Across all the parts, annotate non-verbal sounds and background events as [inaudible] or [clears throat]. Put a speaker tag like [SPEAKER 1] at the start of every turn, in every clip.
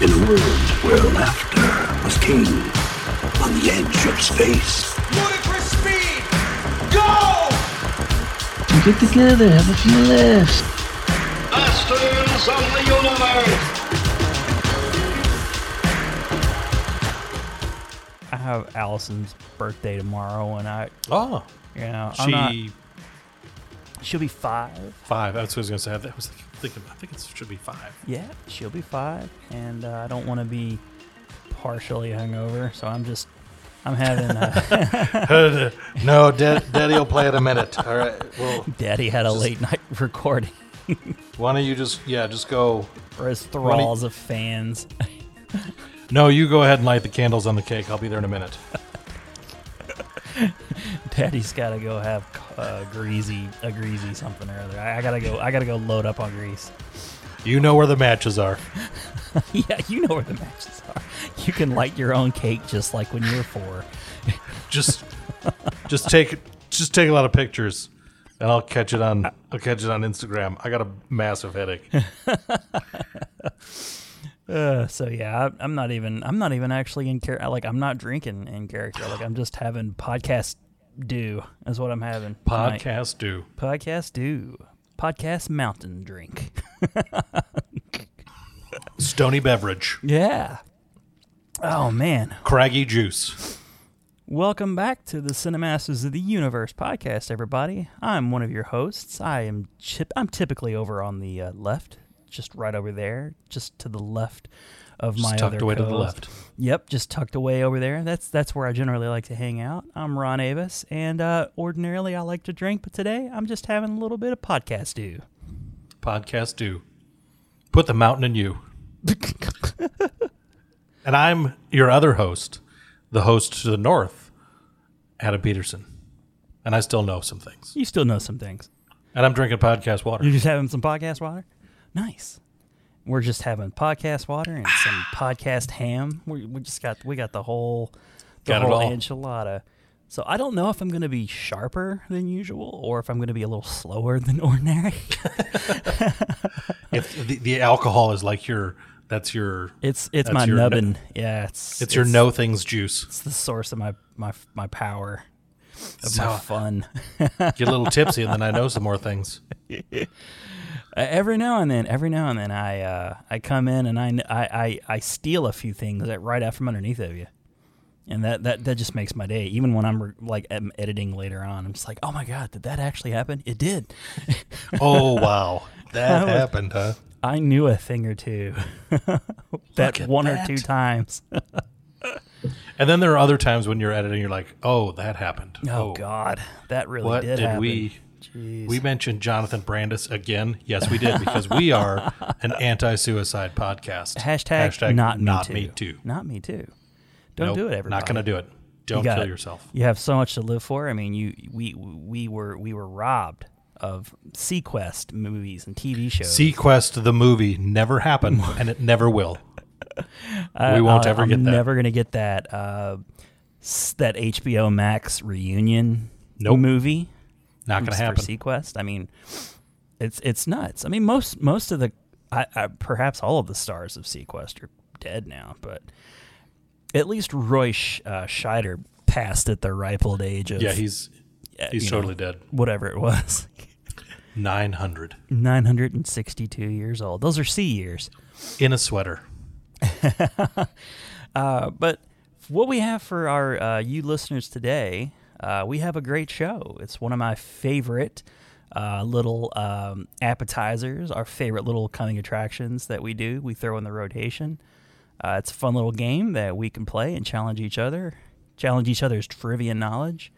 [SPEAKER 1] world where laughter was king on the edge of space.
[SPEAKER 2] Ludicrous speed! Go!
[SPEAKER 3] Get together, have a few laughs.
[SPEAKER 4] Masters of the Universe!
[SPEAKER 5] I have Allison's birthday tomorrow, and I,
[SPEAKER 6] Oh,
[SPEAKER 5] you know, I'm
[SPEAKER 6] she
[SPEAKER 5] not, she'll be five.
[SPEAKER 6] five. That's what I was gonna say. I was thinking. I think it should be five.
[SPEAKER 5] Yeah, she'll be five, and uh, I don't want to be partially hungover, so I'm just, I'm having.
[SPEAKER 6] [laughs]
[SPEAKER 5] Uh,
[SPEAKER 6] no, Dad, Daddy'll play in a minute. All right. Well,
[SPEAKER 5] Daddy had a late night [laughs] recording.
[SPEAKER 6] why don't you just yeah, just go.
[SPEAKER 5] Or his thralls of fans. [laughs]
[SPEAKER 6] No, you go ahead and light the candles on the cake. I'll be there in a minute.
[SPEAKER 5] Daddy's gotta go have uh, greasy, a greasy something or other. I, I gotta go. I gotta go load up on grease.
[SPEAKER 6] You know where the matches are.
[SPEAKER 5] [laughs] yeah, you know where the matches are. You can light your own cake just like when you were four.
[SPEAKER 6] Just, just take just take a lot of pictures, and I'll catch it on. I'll catch it on Instagram. I got a massive headache. [laughs]
[SPEAKER 5] Uh, so yeah, I, I'm not even. I'm not even actually in character. Like I'm not drinking in character. Like I'm just having podcast do is what I'm having. tonight.
[SPEAKER 6] Podcast do.
[SPEAKER 5] Podcast do. Podcast mountain drink.
[SPEAKER 6] Stony beverage.
[SPEAKER 5] yeah. Oh man.
[SPEAKER 6] Craggy juice.
[SPEAKER 5] Welcome back to the Cinemasters of the Universe podcast, everybody. I'm one of your hosts. I am chip. I'm typically over on the uh, left, just right over there, just to the left of my
[SPEAKER 6] tucked
[SPEAKER 5] other
[SPEAKER 6] away to the
[SPEAKER 5] co-host.
[SPEAKER 6] left.
[SPEAKER 5] Yep, just tucked away over there. That's that's where I generally like to hang out. I'm Ron Avis, and uh, ordinarily I like to drink, but today I'm just having a little bit of podcast do.
[SPEAKER 6] Podcast do. Put the mountain in [laughs] you. And I'm your other host, the host to the north, Adam Peterson. And I still know some things.
[SPEAKER 5] you still know some things.
[SPEAKER 6] And I'm drinking podcast water.
[SPEAKER 5] You're just having some podcast water? Nice. We're just having podcast water and
[SPEAKER 6] [sighs]
[SPEAKER 5] some podcast ham. We, we just got we got the whole the
[SPEAKER 6] Got it
[SPEAKER 5] whole
[SPEAKER 6] all.
[SPEAKER 5] enchilada. So I don't know if I'm going to be sharper than usual or if I'm going to be a little slower than [laughs] ordinary.
[SPEAKER 6] If the, the alcohol is like your that's your
[SPEAKER 5] It's it's
[SPEAKER 6] That's
[SPEAKER 5] my
[SPEAKER 6] your no-
[SPEAKER 5] nubbin. yeah, it's,
[SPEAKER 6] it's, your no things juice.
[SPEAKER 5] It's the source of my my my power of
[SPEAKER 6] So-
[SPEAKER 5] my fun.
[SPEAKER 6] Get a little tipsy and then I know some more things.
[SPEAKER 5] Uh, every now and then, every now and then, I uh, I come in and I, kn- I, I, I steal a few things that right out from underneath of you, and that, that, that just makes my day. Even when I'm re- like em- editing later on, I'm just like, oh my god, did that actually happen? It did. [laughs]
[SPEAKER 6] Oh wow. [laughs] That
[SPEAKER 5] was-
[SPEAKER 6] happened, huh?
[SPEAKER 5] I knew a thing or two [laughs] that
[SPEAKER 6] at
[SPEAKER 5] one
[SPEAKER 6] that.
[SPEAKER 5] or two times.
[SPEAKER 6] And then there are other times when you're editing, you're like, oh, that happened.
[SPEAKER 5] Oh, god, that really
[SPEAKER 6] What
[SPEAKER 5] did,
[SPEAKER 6] did,
[SPEAKER 5] happen.
[SPEAKER 6] we we mentioned Jonathan Brandis again? Yes, we did, because we are
[SPEAKER 5] [laughs]
[SPEAKER 6] an anti suicide podcast.
[SPEAKER 5] Hashtag, not me too.
[SPEAKER 6] me too.
[SPEAKER 5] Not me too. Don't
[SPEAKER 6] Nope,
[SPEAKER 5] do it. Everybody.
[SPEAKER 6] Not going to do it. Don't
[SPEAKER 5] You got
[SPEAKER 6] kill
[SPEAKER 5] it.
[SPEAKER 6] yourself.
[SPEAKER 5] You have so much to live for. I mean, you we we were we were robbed of Sequest movies and TV shows.
[SPEAKER 6] Sequest the movie never happened,
[SPEAKER 5] [laughs]
[SPEAKER 6] and it never will. we won't
[SPEAKER 5] Uh,
[SPEAKER 6] ever
[SPEAKER 5] I'm
[SPEAKER 6] get that.
[SPEAKER 5] Never gonna get that. Uh, s- that HBO Max reunion
[SPEAKER 6] Nope.
[SPEAKER 5] movie
[SPEAKER 6] not going to
[SPEAKER 5] for
[SPEAKER 6] happen.
[SPEAKER 5] Sequest. I mean, it's it's nuts. I mean, most most of the I, I, perhaps all of the stars of Sequest are dead now, but at least Roy Sch- uh, Scheider passed at the ripe old age of
[SPEAKER 6] yeah, he's he's
[SPEAKER 5] you know.
[SPEAKER 6] totally dead.
[SPEAKER 5] whatever it was.
[SPEAKER 6] Nine hundred
[SPEAKER 5] 962 years old. Those are C years.
[SPEAKER 6] in a sweater.
[SPEAKER 5] Uh, but what we have for our uh, you listeners today, uh, we have a great show. It's one of my favorite uh, little um, appetizers, our favorite little coming attractions that we do. We throw in the rotation. Uh, it's a fun little game that we can play and challenge each other, challenge each other's trivia knowledge.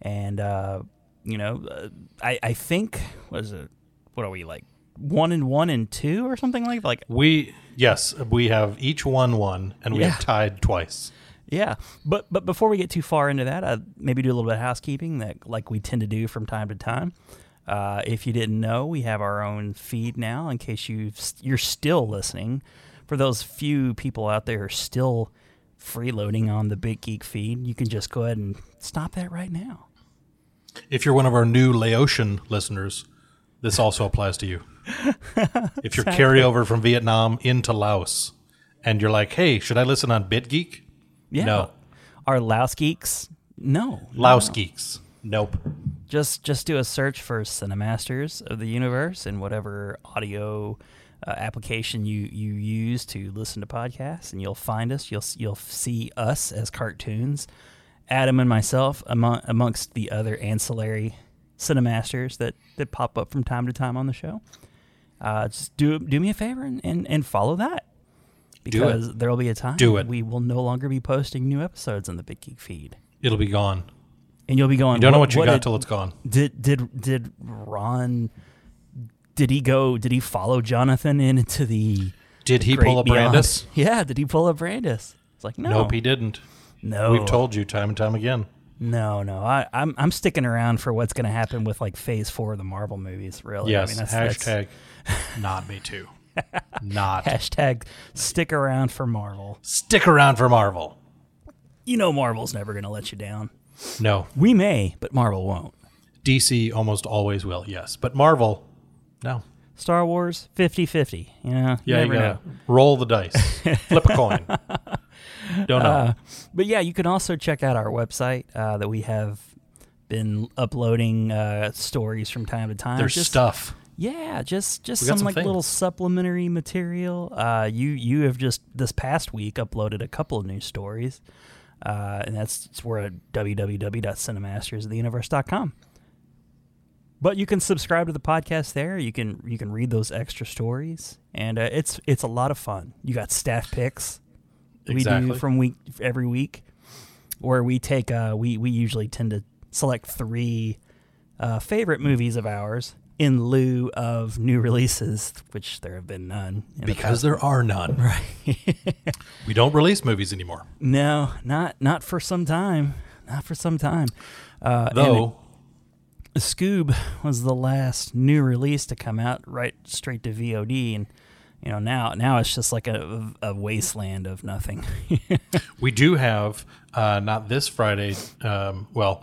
[SPEAKER 5] And, uh, you know, uh, I, I think, what is it? What are we like? One and one and two or something like like
[SPEAKER 6] We yes, we have each one one, and we
[SPEAKER 5] Yeah.
[SPEAKER 6] have tied twice.
[SPEAKER 5] Yeah, but but before we get too far into that, I maybe do a little bit of housekeeping that like we tend to do from time to time. Uh, if you didn't know, we have our own feed now. In case you you're still listening, for those few people out there who are still freeloading on the Big Geek feed, you can just go ahead and stop that right now.
[SPEAKER 6] If you're one of our new Laotian listeners,
[SPEAKER 5] [laughs]
[SPEAKER 6] this also applies to you. If you're carryover from Vietnam into Laos and you're like, hey, should I listen on BitGeek?
[SPEAKER 5] Yeah.
[SPEAKER 6] No.
[SPEAKER 5] Are Louse Geeks? No.
[SPEAKER 6] Louse Geeks. Nope.
[SPEAKER 5] Just just do a search for Cinemasters of the Universe in whatever audio uh, application you, you use to listen to podcasts, and you'll find us. You'll s- you'll see us as cartoons, Adam and myself among, amongst the other ancillary Cinemasters that, that pop up from time to time on the show. Uh, just do do me a favor and, and, and follow that.
[SPEAKER 6] it.
[SPEAKER 5] Because there'll be a time
[SPEAKER 6] Do it.
[SPEAKER 5] we will no longer be posting new episodes on the Big Geek feed.
[SPEAKER 6] It'll be gone.
[SPEAKER 5] And you'll be going.
[SPEAKER 6] You don't know what you got
[SPEAKER 5] did-
[SPEAKER 6] till it's gone.
[SPEAKER 5] did did did Ron did he go did he follow Jonathan into the
[SPEAKER 6] Did he
[SPEAKER 5] great
[SPEAKER 6] pull a
[SPEAKER 5] beyond? Oh.
[SPEAKER 6] Brandis?
[SPEAKER 5] [laughs] Yeah, did he pull a Brandis? It's like no,
[SPEAKER 6] Nope, he didn't.
[SPEAKER 5] no,
[SPEAKER 6] We've told you time and time again.
[SPEAKER 5] no, no. I, I'm I'm sticking around for what's going to happen with like Phase Four of the Marvel movies. Really,
[SPEAKER 6] Yes.
[SPEAKER 5] I mean, that's- that's- [laughs]
[SPEAKER 6] hashtag not me too. Not.
[SPEAKER 5] hashtag stick around for Marvel.
[SPEAKER 6] Stick around for Marvel.
[SPEAKER 5] You know, Marvel's never going to let you down.
[SPEAKER 6] No.
[SPEAKER 5] We may, but Marvel won't.
[SPEAKER 6] DC almost always will, yes. But Marvel, no.
[SPEAKER 5] Star Wars 50-50, you know.
[SPEAKER 6] Yeah,
[SPEAKER 5] never
[SPEAKER 6] you
[SPEAKER 5] know.
[SPEAKER 6] gotta roll the dice, flip a
[SPEAKER 5] [laughs]
[SPEAKER 6] coin. Don't know.
[SPEAKER 5] Uh, But yeah, you can also check out our website uh, that we have been uploading uh, stories from time to time.
[SPEAKER 6] There's
[SPEAKER 5] Just-
[SPEAKER 6] stuff.
[SPEAKER 5] Yeah, just just
[SPEAKER 6] We
[SPEAKER 5] some,
[SPEAKER 6] got some
[SPEAKER 5] like little
[SPEAKER 6] things.
[SPEAKER 5] supplementary material. Uh, you you have just this past week uploaded a couple of new stories, uh, and that's it's we're at www.cinemasters.theuniverse.com. But you can subscribe to the podcast there. You can you can read those extra stories, and uh, it's it's a lot of fun. You got staff picks we do
[SPEAKER 6] Exactly.
[SPEAKER 5] from week every week, where we take uh, we we usually tend to select three uh, favorite movies of ours in lieu of new releases, which there have been none. in the
[SPEAKER 6] Because [laughs] there are none. Right. we don't release movies anymore.
[SPEAKER 5] [laughs] No, not not for some time. Not for some time. Uh, and
[SPEAKER 6] Though,
[SPEAKER 5] Scoob was the last new release to come out right straight to VOD, and you know now now it's just like a, a wasteland of nothing. [laughs]
[SPEAKER 6] we do have, uh, not this Friday, um, well,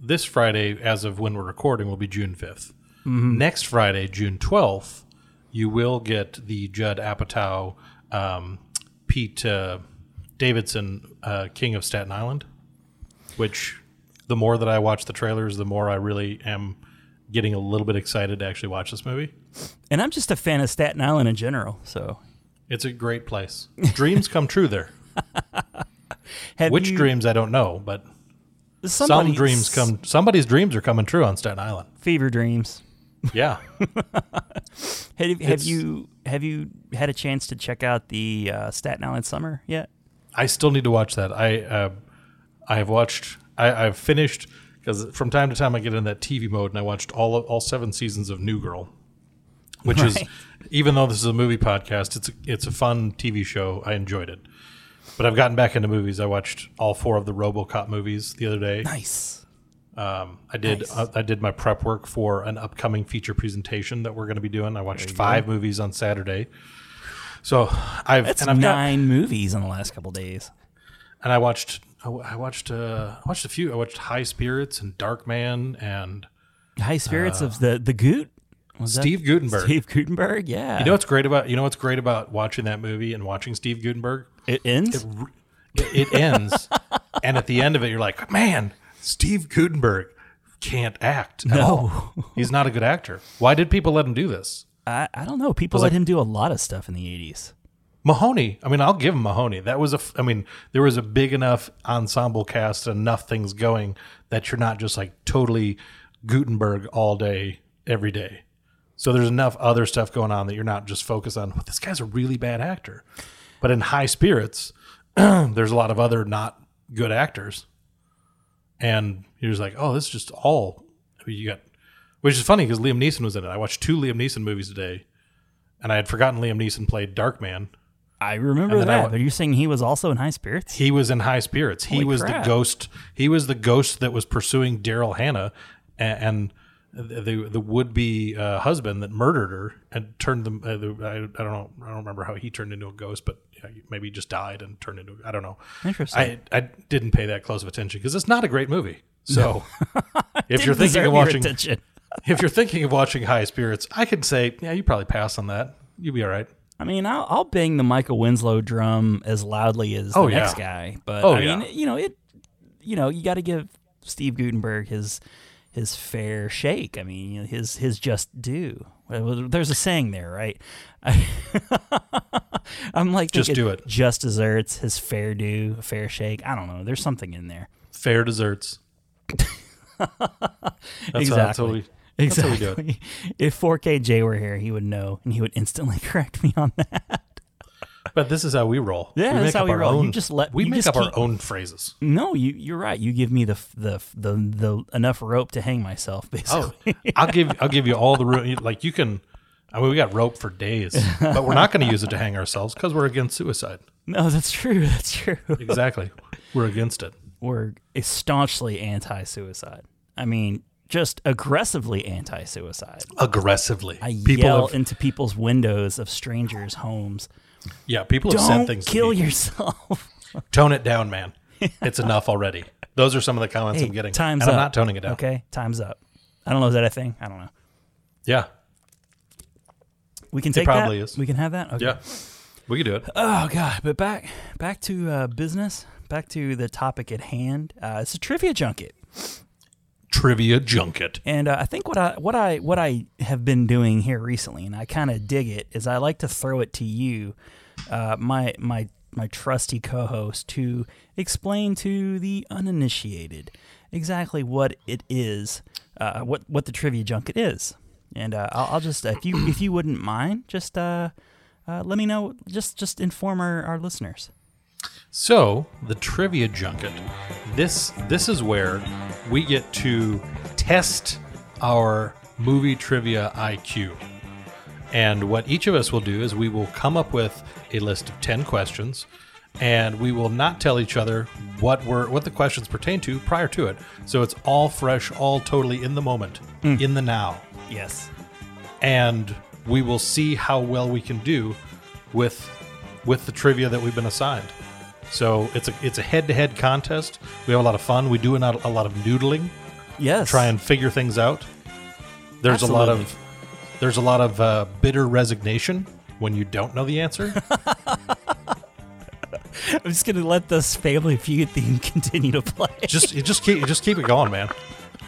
[SPEAKER 6] this Friday, as of when we're recording, will be June 5th.
[SPEAKER 5] Mm-hmm.
[SPEAKER 6] Next Friday, June 12th, you will get the Judd Apatow, um, Pete uh, Davidson, uh, King of Staten Island, which the more that I watch the trailers, the more I really am getting a little bit excited to actually watch this movie.
[SPEAKER 5] and I'm just a fan of Staten Island in general. So
[SPEAKER 6] It's a great
[SPEAKER 5] [laughs]
[SPEAKER 6] place. Dreams come true there.
[SPEAKER 5] have
[SPEAKER 6] Which
[SPEAKER 5] you-
[SPEAKER 6] dreams I don't know, but some
[SPEAKER 5] somebody's
[SPEAKER 6] dreams come. Somebody's dreams are coming true on
[SPEAKER 5] [laughs]
[SPEAKER 6] Staten Island.
[SPEAKER 5] fever dreams.
[SPEAKER 6] Yeah,
[SPEAKER 5] Have, have
[SPEAKER 6] It's-
[SPEAKER 5] you have you had a chance to check out the uh, Staten Island Summer yet?
[SPEAKER 6] I still need to watch that. I uh, I have watched. I, I've finished because from time to time I get in that TV mode and I watched all of, all seven seasons of New Girl, which is
[SPEAKER 5] Right.
[SPEAKER 6] even though this is a movie podcast, it's a, it's a fun TV show. I enjoyed it, but I've gotten back into movies. I watched all four of the RoboCop movies the other day.
[SPEAKER 5] Nice.
[SPEAKER 6] I did. Uh, I did my prep work for an upcoming feature presentation that we're going to be doing. I watched five movies on Saturday, so I've
[SPEAKER 5] That's
[SPEAKER 6] and I've got-
[SPEAKER 5] nine movies in the last couple days.
[SPEAKER 6] and I watched. I wa- I watched. Uh, I watched a few. I watched High Spirits and Dark Man and
[SPEAKER 5] High spirits
[SPEAKER 6] Uh,
[SPEAKER 5] of the the Goot. Was that-
[SPEAKER 6] Steve Gutenberg.
[SPEAKER 5] Steve Gutenberg. Yeah.
[SPEAKER 6] You know what's great about you know what's great about watching that movie and watching Steve Gutenberg.
[SPEAKER 5] it ends. [laughs]
[SPEAKER 6] It, it ends, and at the end of it, you're like, man, Steve Gutenberg can't act. At all. he's not a good actor. Why did people let him do this?
[SPEAKER 5] Oh. [laughs] I, I don't know. People let him do a lot of stuff in the eighties.
[SPEAKER 6] Mahoney. I mean, I'll give him Mahoney. That was a. f- I mean, there was a big enough ensemble cast, enough things going that you're not just like totally Gutenberg all day, every day. So there's enough other stuff going on that you're not just focused on. Well, this guy's a really bad actor, but in High Spirits, [clears throat] there's a lot of other not good actors, and you're just like, oh, this is just all I mean, you got. Which is funny because Liam Neeson was in it. I watched two Liam Neeson movies today, and I had forgotten Liam Neeson played Darkman.
[SPEAKER 5] I remember
[SPEAKER 6] And then I
[SPEAKER 5] that.
[SPEAKER 6] wa-
[SPEAKER 5] but you're saying he was also in High [laughs] Spirits?
[SPEAKER 6] he was in high spirits. He
[SPEAKER 5] Holy
[SPEAKER 6] was
[SPEAKER 5] crap.
[SPEAKER 6] the ghost. He was the ghost that was pursuing Daryl Hannah and, and the the would be uh, husband that murdered her and turned them. Uh, the, I, I don't know. I don't remember how he turned into a ghost, but yeah, maybe he just died and turned into. I don't know.
[SPEAKER 5] Interesting.
[SPEAKER 6] I I didn't pay that close of attention because it's not a great movie. So [laughs] if
[SPEAKER 5] Didn't
[SPEAKER 6] you're
[SPEAKER 5] deserve
[SPEAKER 6] thinking
[SPEAKER 5] your
[SPEAKER 6] of watching,
[SPEAKER 5] attention.
[SPEAKER 6] if you're thinking of watching High Spirits, I could say yeah, you probably pass on that. You'll be all right.
[SPEAKER 5] I mean, I'll, I'll bang the Michael Winslow drum as loudly as the
[SPEAKER 6] Oh,
[SPEAKER 5] next
[SPEAKER 6] yeah.
[SPEAKER 5] guy, but
[SPEAKER 6] Oh,
[SPEAKER 5] I
[SPEAKER 6] yeah.
[SPEAKER 5] mean, you know, it, you know, you got to give Steve Gutenberg his his fair shake. I mean, you know, his his just due. Well, There's a saying there, right? [laughs] I'm like,
[SPEAKER 6] Just
[SPEAKER 5] thinking,
[SPEAKER 6] do it.
[SPEAKER 5] Just desserts, his fair due, fair shake. I don't know. There's something in there.
[SPEAKER 6] Fair
[SPEAKER 5] [laughs]
[SPEAKER 6] desserts. That's how- that's how
[SPEAKER 5] exactly.
[SPEAKER 6] we- that's how we do it.
[SPEAKER 5] exactly. [laughs] If 4KJ were here, he would know, and he would instantly [laughs] correct me on that.
[SPEAKER 6] But this is how we roll.
[SPEAKER 5] Yeah,
[SPEAKER 6] we
[SPEAKER 5] that's how we
[SPEAKER 6] our
[SPEAKER 5] roll. You
[SPEAKER 6] Own,
[SPEAKER 5] just let-
[SPEAKER 6] we
[SPEAKER 5] you
[SPEAKER 6] make
[SPEAKER 5] just
[SPEAKER 6] up our
[SPEAKER 5] keep-
[SPEAKER 6] own phrases.
[SPEAKER 5] [laughs] No, you you're right. You give me the f- the f- the the enough rope to hang myself [laughs]
[SPEAKER 6] Oh,
[SPEAKER 5] basically.
[SPEAKER 6] [laughs] I'll give I'll give you all the room. Like you can. I mean, we got rope for days, but we're not going to use it to hang ourselves because we're against suicide.
[SPEAKER 5] No, that's true. [laughs] That's true.
[SPEAKER 6] Exactly, we're against it.
[SPEAKER 5] We're staunchly anti-suicide. I mean, just aggressively anti-suicide.
[SPEAKER 6] Aggressively,
[SPEAKER 5] I
[SPEAKER 6] people
[SPEAKER 5] yell
[SPEAKER 6] have,
[SPEAKER 5] into people's windows of strangers' homes.
[SPEAKER 6] yeah, people have sent
[SPEAKER 5] Don't
[SPEAKER 6] things.
[SPEAKER 5] kill
[SPEAKER 6] to me.
[SPEAKER 5] yourself.
[SPEAKER 6] Tone it
[SPEAKER 5] [laughs]
[SPEAKER 6] down, man. It's enough already. Those are some of the comments I'm getting.
[SPEAKER 5] time's
[SPEAKER 6] and
[SPEAKER 5] up.
[SPEAKER 6] I'm not toning it down.
[SPEAKER 5] Okay, time's up. I don't know. Is that a thing? I don't know.
[SPEAKER 6] Yeah,
[SPEAKER 5] We can take
[SPEAKER 6] probably
[SPEAKER 5] that?
[SPEAKER 6] is.
[SPEAKER 5] We can have that. Okay.
[SPEAKER 6] yeah, we can do it.
[SPEAKER 5] Oh god, but back back to uh, business. Back to the topic at hand. Uh, it's a trivia junket.
[SPEAKER 6] Trivia junket.
[SPEAKER 5] And uh, I think what I what I what I have been doing here recently, and I kind of dig it, is I like to throw it to you, uh, my my my trusty co-host, to explain to the uninitiated exactly what it is, uh, what what the trivia junket is. And uh, I'll, I'll just if you if you wouldn't mind, just uh, uh, let me know. Just just inform our, our listeners.
[SPEAKER 6] So the trivia junket. This this is where we get to test our movie trivia IQ. And what each of us will do is we will come up with a list of ten questions, and we will not tell each other what were what the questions pertain to prior to it. So it's all fresh, all totally in the moment, in the now
[SPEAKER 5] Yes.
[SPEAKER 6] and we will see how well we can do with with the trivia that we've been assigned. So it's a it's a head to head contest. We have a lot of fun. We do a lot, a lot of noodling,
[SPEAKER 5] Yes.
[SPEAKER 6] try and figure things out. There's a lot of there's a lot of uh, bitter resignation when you don't know the answer.
[SPEAKER 5] [laughs] I'm just gonna let this Family Feud theme [laughs] continue to play.
[SPEAKER 6] just you just keep you just keep it going, man.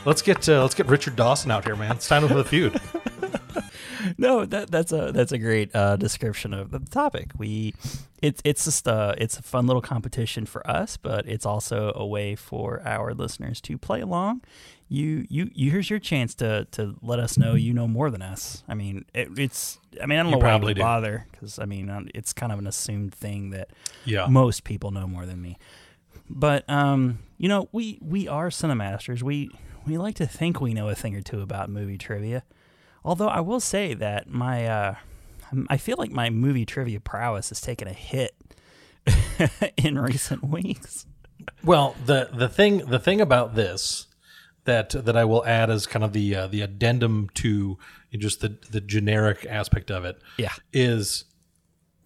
[SPEAKER 6] Let's get uh, let's get Richard Dawson out here, man. It's time for the feud.
[SPEAKER 5] [laughs] no, that that's a that's a great uh, description of the topic. We, it's it's just uh it's a fun little competition for us, but it's also a way for our listeners to play along. You you, you here's your chance to to let us know you know more than us. I mean, it, it's I mean I don't know why
[SPEAKER 6] probably
[SPEAKER 5] we
[SPEAKER 6] do.
[SPEAKER 5] bother because I mean um, it's kind of an assumed thing that
[SPEAKER 6] Yeah.
[SPEAKER 5] most people know more than me. But um, you know, we we are cinemasters. We we like to think we know a thing or two about movie trivia. Although I will say that my uh, I'm- I feel like my movie trivia prowess has taken a hit [laughs] in recent weeks.
[SPEAKER 6] Well, the the thing the thing about this that that I will add as kind of the uh, the addendum to just the the generic aspect of it
[SPEAKER 5] Yeah.
[SPEAKER 6] is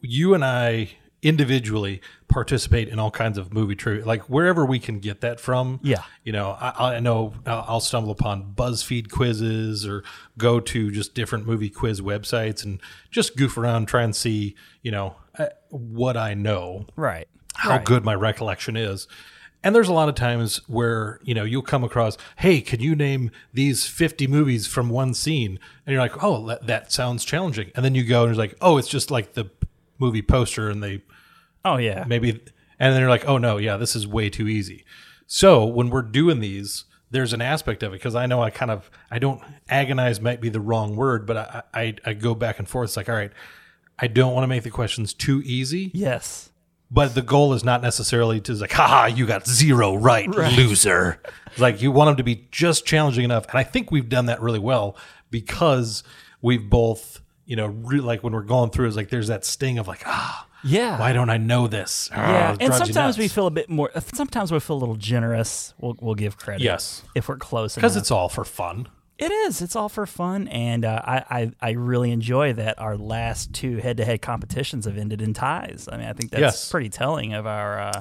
[SPEAKER 6] you and I individually participate in all kinds of movie trivia, like wherever we can get that from.
[SPEAKER 5] Yeah.
[SPEAKER 6] you know, I, I know I'll I'll stumble upon BuzzFeed quizzes or go to just different movie quiz websites and just goof around, try and see you know uh, what I know
[SPEAKER 5] Right.
[SPEAKER 6] how good my recollection is. And there's a lot of times where, you know, you'll come across, hey, can you name these 50 movies from one scene? And you're like, oh, that, that sounds challenging. And then you go and it's like, oh, it's just like the movie poster and they
[SPEAKER 5] Oh yeah.
[SPEAKER 6] maybe, and then you're like, oh, no, yeah, this is way too easy. So when we're doing these, there's an aspect of it because I know I kind of, I don't agonize might be the wrong word, but I, I, I go back and forth. It's like, all right, I don't want to make the questions too easy
[SPEAKER 5] Yes.
[SPEAKER 6] but the goal is not necessarily to like, haha, you got zero right, loser. It's like you want them to be just challenging enough, and I think we've done that really well because we've both, you know, re- like when we're going through, it's like there's that sting of like, ah,
[SPEAKER 5] Yeah.
[SPEAKER 6] why don't I know this? Ah,
[SPEAKER 5] Yeah, and sometimes we feel a bit more. Sometimes we feel a little generous. We'll, we'll give credit.
[SPEAKER 6] Yes.
[SPEAKER 5] if we're close enough.
[SPEAKER 6] because it's all for fun.
[SPEAKER 5] It is. It's all for fun, and uh, I, I I really enjoy that our last two head to head competitions have ended in ties. I mean, I think that's
[SPEAKER 6] Yes.
[SPEAKER 5] pretty telling of our. Uh,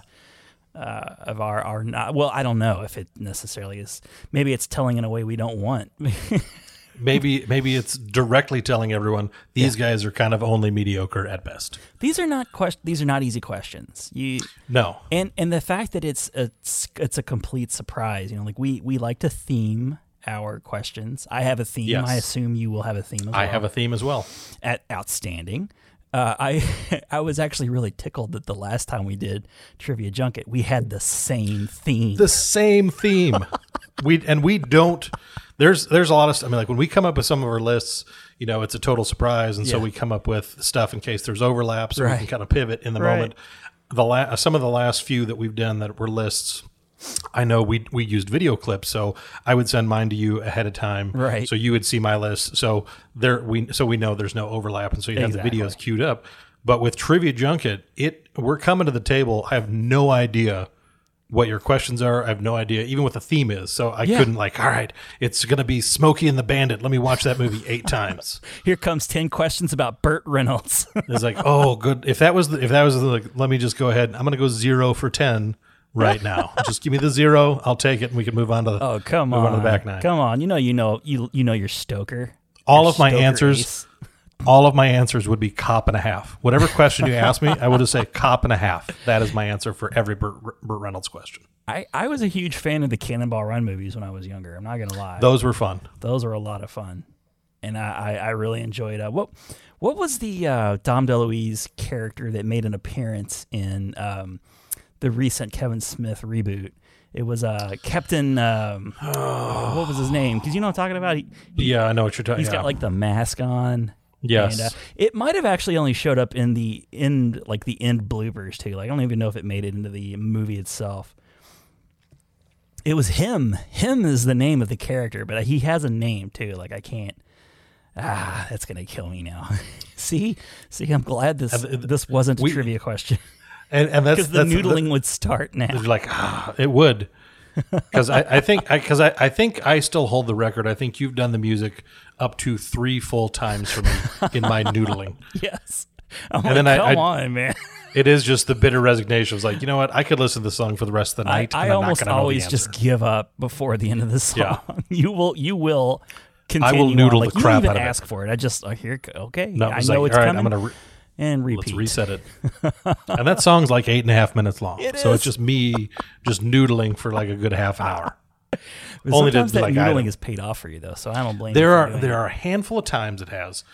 [SPEAKER 5] uh, of our our not well, I don't know if it necessarily is. Maybe it's telling in a way we don't want.
[SPEAKER 6] Maybe maybe it's directly telling everyone these guys are kind of only mediocre at best.
[SPEAKER 5] [laughs] These are not quest- These are not easy questions. You
[SPEAKER 6] No.
[SPEAKER 5] and and the fact that it's a, it's a complete surprise. You know, like we we like to theme our questions. I have a theme.
[SPEAKER 6] Yes.
[SPEAKER 5] I assume you will have a theme. As
[SPEAKER 6] I
[SPEAKER 5] well.
[SPEAKER 6] have a theme as well.
[SPEAKER 5] at outstanding. Uh, I [laughs] I was actually really tickled that the last time we did trivia junket, we had the same theme.
[SPEAKER 6] The same theme. [laughs] we and we don't there's there's a lot of stuff. I mean like when we come up with some of our lists, you know, it's a total surprise and so
[SPEAKER 5] Yeah.
[SPEAKER 6] we come up with stuff in case there's overlaps so we can
[SPEAKER 5] Right.
[SPEAKER 6] kind of pivot in the
[SPEAKER 5] Right.
[SPEAKER 6] moment. The la- some of the last few that we've done that were lists I know we we used video clips, so I would send mine to you ahead of time,
[SPEAKER 5] Right.
[SPEAKER 6] So you would see my list, so there we so we know there's no overlap, and so you have
[SPEAKER 5] Exactly.
[SPEAKER 6] the videos queued up. But with trivia junket, it we're coming to the table. I have no idea what your questions are. I have no idea even what the theme is. So I
[SPEAKER 5] Yeah.
[SPEAKER 6] couldn't like, all right, it's gonna be Smokey and the Bandit. Let me watch that movie eight [laughs] times.
[SPEAKER 5] Here comes ten questions about Burt Reynolds. [laughs]
[SPEAKER 6] It's like, oh, good. If that was the, if that was the, like, let me just go ahead. I'm gonna go zero for ten right
[SPEAKER 5] [laughs]
[SPEAKER 6] now. just give me the zero. I'll take it, and we can move on to.
[SPEAKER 5] oh come
[SPEAKER 6] move
[SPEAKER 5] on,
[SPEAKER 6] on to the back nine.
[SPEAKER 5] come on! You know you know you you know your Stoker.
[SPEAKER 6] all
[SPEAKER 5] Your
[SPEAKER 6] of my
[SPEAKER 5] Stoker
[SPEAKER 6] answers
[SPEAKER 5] ace.
[SPEAKER 6] all of my answers would be cop and a half whatever question you ask me i would just say cop and a half that is my answer for every burt, burt reynolds question
[SPEAKER 5] I, I was a huge fan of the Cannonball Run movies when I was younger. I'm not gonna lie;
[SPEAKER 6] those were fun
[SPEAKER 5] those are a lot of fun, and I, I, I really enjoyed. Uh, what what was the uh, Dom DeLuise character that made an appearance in um, the recent Kevin Smith reboot? It was uh, Captain. Um, what was his name? Because you know what I'm talking about. He,
[SPEAKER 6] yeah i know what you're talking
[SPEAKER 5] He's
[SPEAKER 6] about
[SPEAKER 5] got like the mask on.
[SPEAKER 6] Yes.
[SPEAKER 5] And, uh, it might have actually only showed up in the end, like the end bloopers too. Like I don't even know if it made it into the movie itself. It was him. Him is the name of the character, but he has a name too. Like I can't. Ah, that's gonna kill me now. [laughs] see, see, I'm glad this
[SPEAKER 6] Uh, th-
[SPEAKER 5] this wasn't a
[SPEAKER 6] we-
[SPEAKER 5] trivia question
[SPEAKER 6] and, and that's [laughs]
[SPEAKER 5] because the
[SPEAKER 6] that's-
[SPEAKER 5] noodling would start now. [laughs]
[SPEAKER 6] You're like, ah, it would. Because I, I think I because I, I think I still hold the record. I think you've done the music up to three full times for me
[SPEAKER 5] [laughs]
[SPEAKER 6] in my noodling.
[SPEAKER 5] Yes. I'm
[SPEAKER 6] And
[SPEAKER 5] like,
[SPEAKER 6] then I-
[SPEAKER 5] come
[SPEAKER 6] I-
[SPEAKER 5] on, man.
[SPEAKER 6] It is just the bitter resignation. It's like, you know what? I could listen to the song for the rest of the
[SPEAKER 5] I,
[SPEAKER 6] night.
[SPEAKER 5] I
[SPEAKER 6] and I'm not
[SPEAKER 5] almost
[SPEAKER 6] gonna know the
[SPEAKER 5] always just
[SPEAKER 6] answer.
[SPEAKER 5] give up before the end of the
[SPEAKER 6] Yeah.
[SPEAKER 5] song. [laughs] You will you will continue.
[SPEAKER 6] will noodle
[SPEAKER 5] on.
[SPEAKER 6] the
[SPEAKER 5] Like, you
[SPEAKER 6] crap
[SPEAKER 5] don't even
[SPEAKER 6] out of it.
[SPEAKER 5] ask for it. I just oh, here it go. okay.
[SPEAKER 6] No,
[SPEAKER 5] I
[SPEAKER 6] it's
[SPEAKER 5] know
[SPEAKER 6] like,
[SPEAKER 5] it's
[SPEAKER 6] all right,
[SPEAKER 5] coming.
[SPEAKER 6] I'm gonna re-
[SPEAKER 5] and
[SPEAKER 6] Let's
[SPEAKER 5] repeat. [laughs]
[SPEAKER 6] reset it. and that song's like eight and a half minutes long.
[SPEAKER 5] It
[SPEAKER 6] so
[SPEAKER 5] is.
[SPEAKER 6] it's just me just noodling for like a good half an hour.
[SPEAKER 5] But
[SPEAKER 6] Only to,
[SPEAKER 5] sometimes that
[SPEAKER 6] like, I
[SPEAKER 5] noodling
[SPEAKER 6] don't-
[SPEAKER 5] is paid off for you though, so I don't blame.
[SPEAKER 6] There
[SPEAKER 5] you for
[SPEAKER 6] are
[SPEAKER 5] doing
[SPEAKER 6] there
[SPEAKER 5] it.
[SPEAKER 6] are a handful of times it has,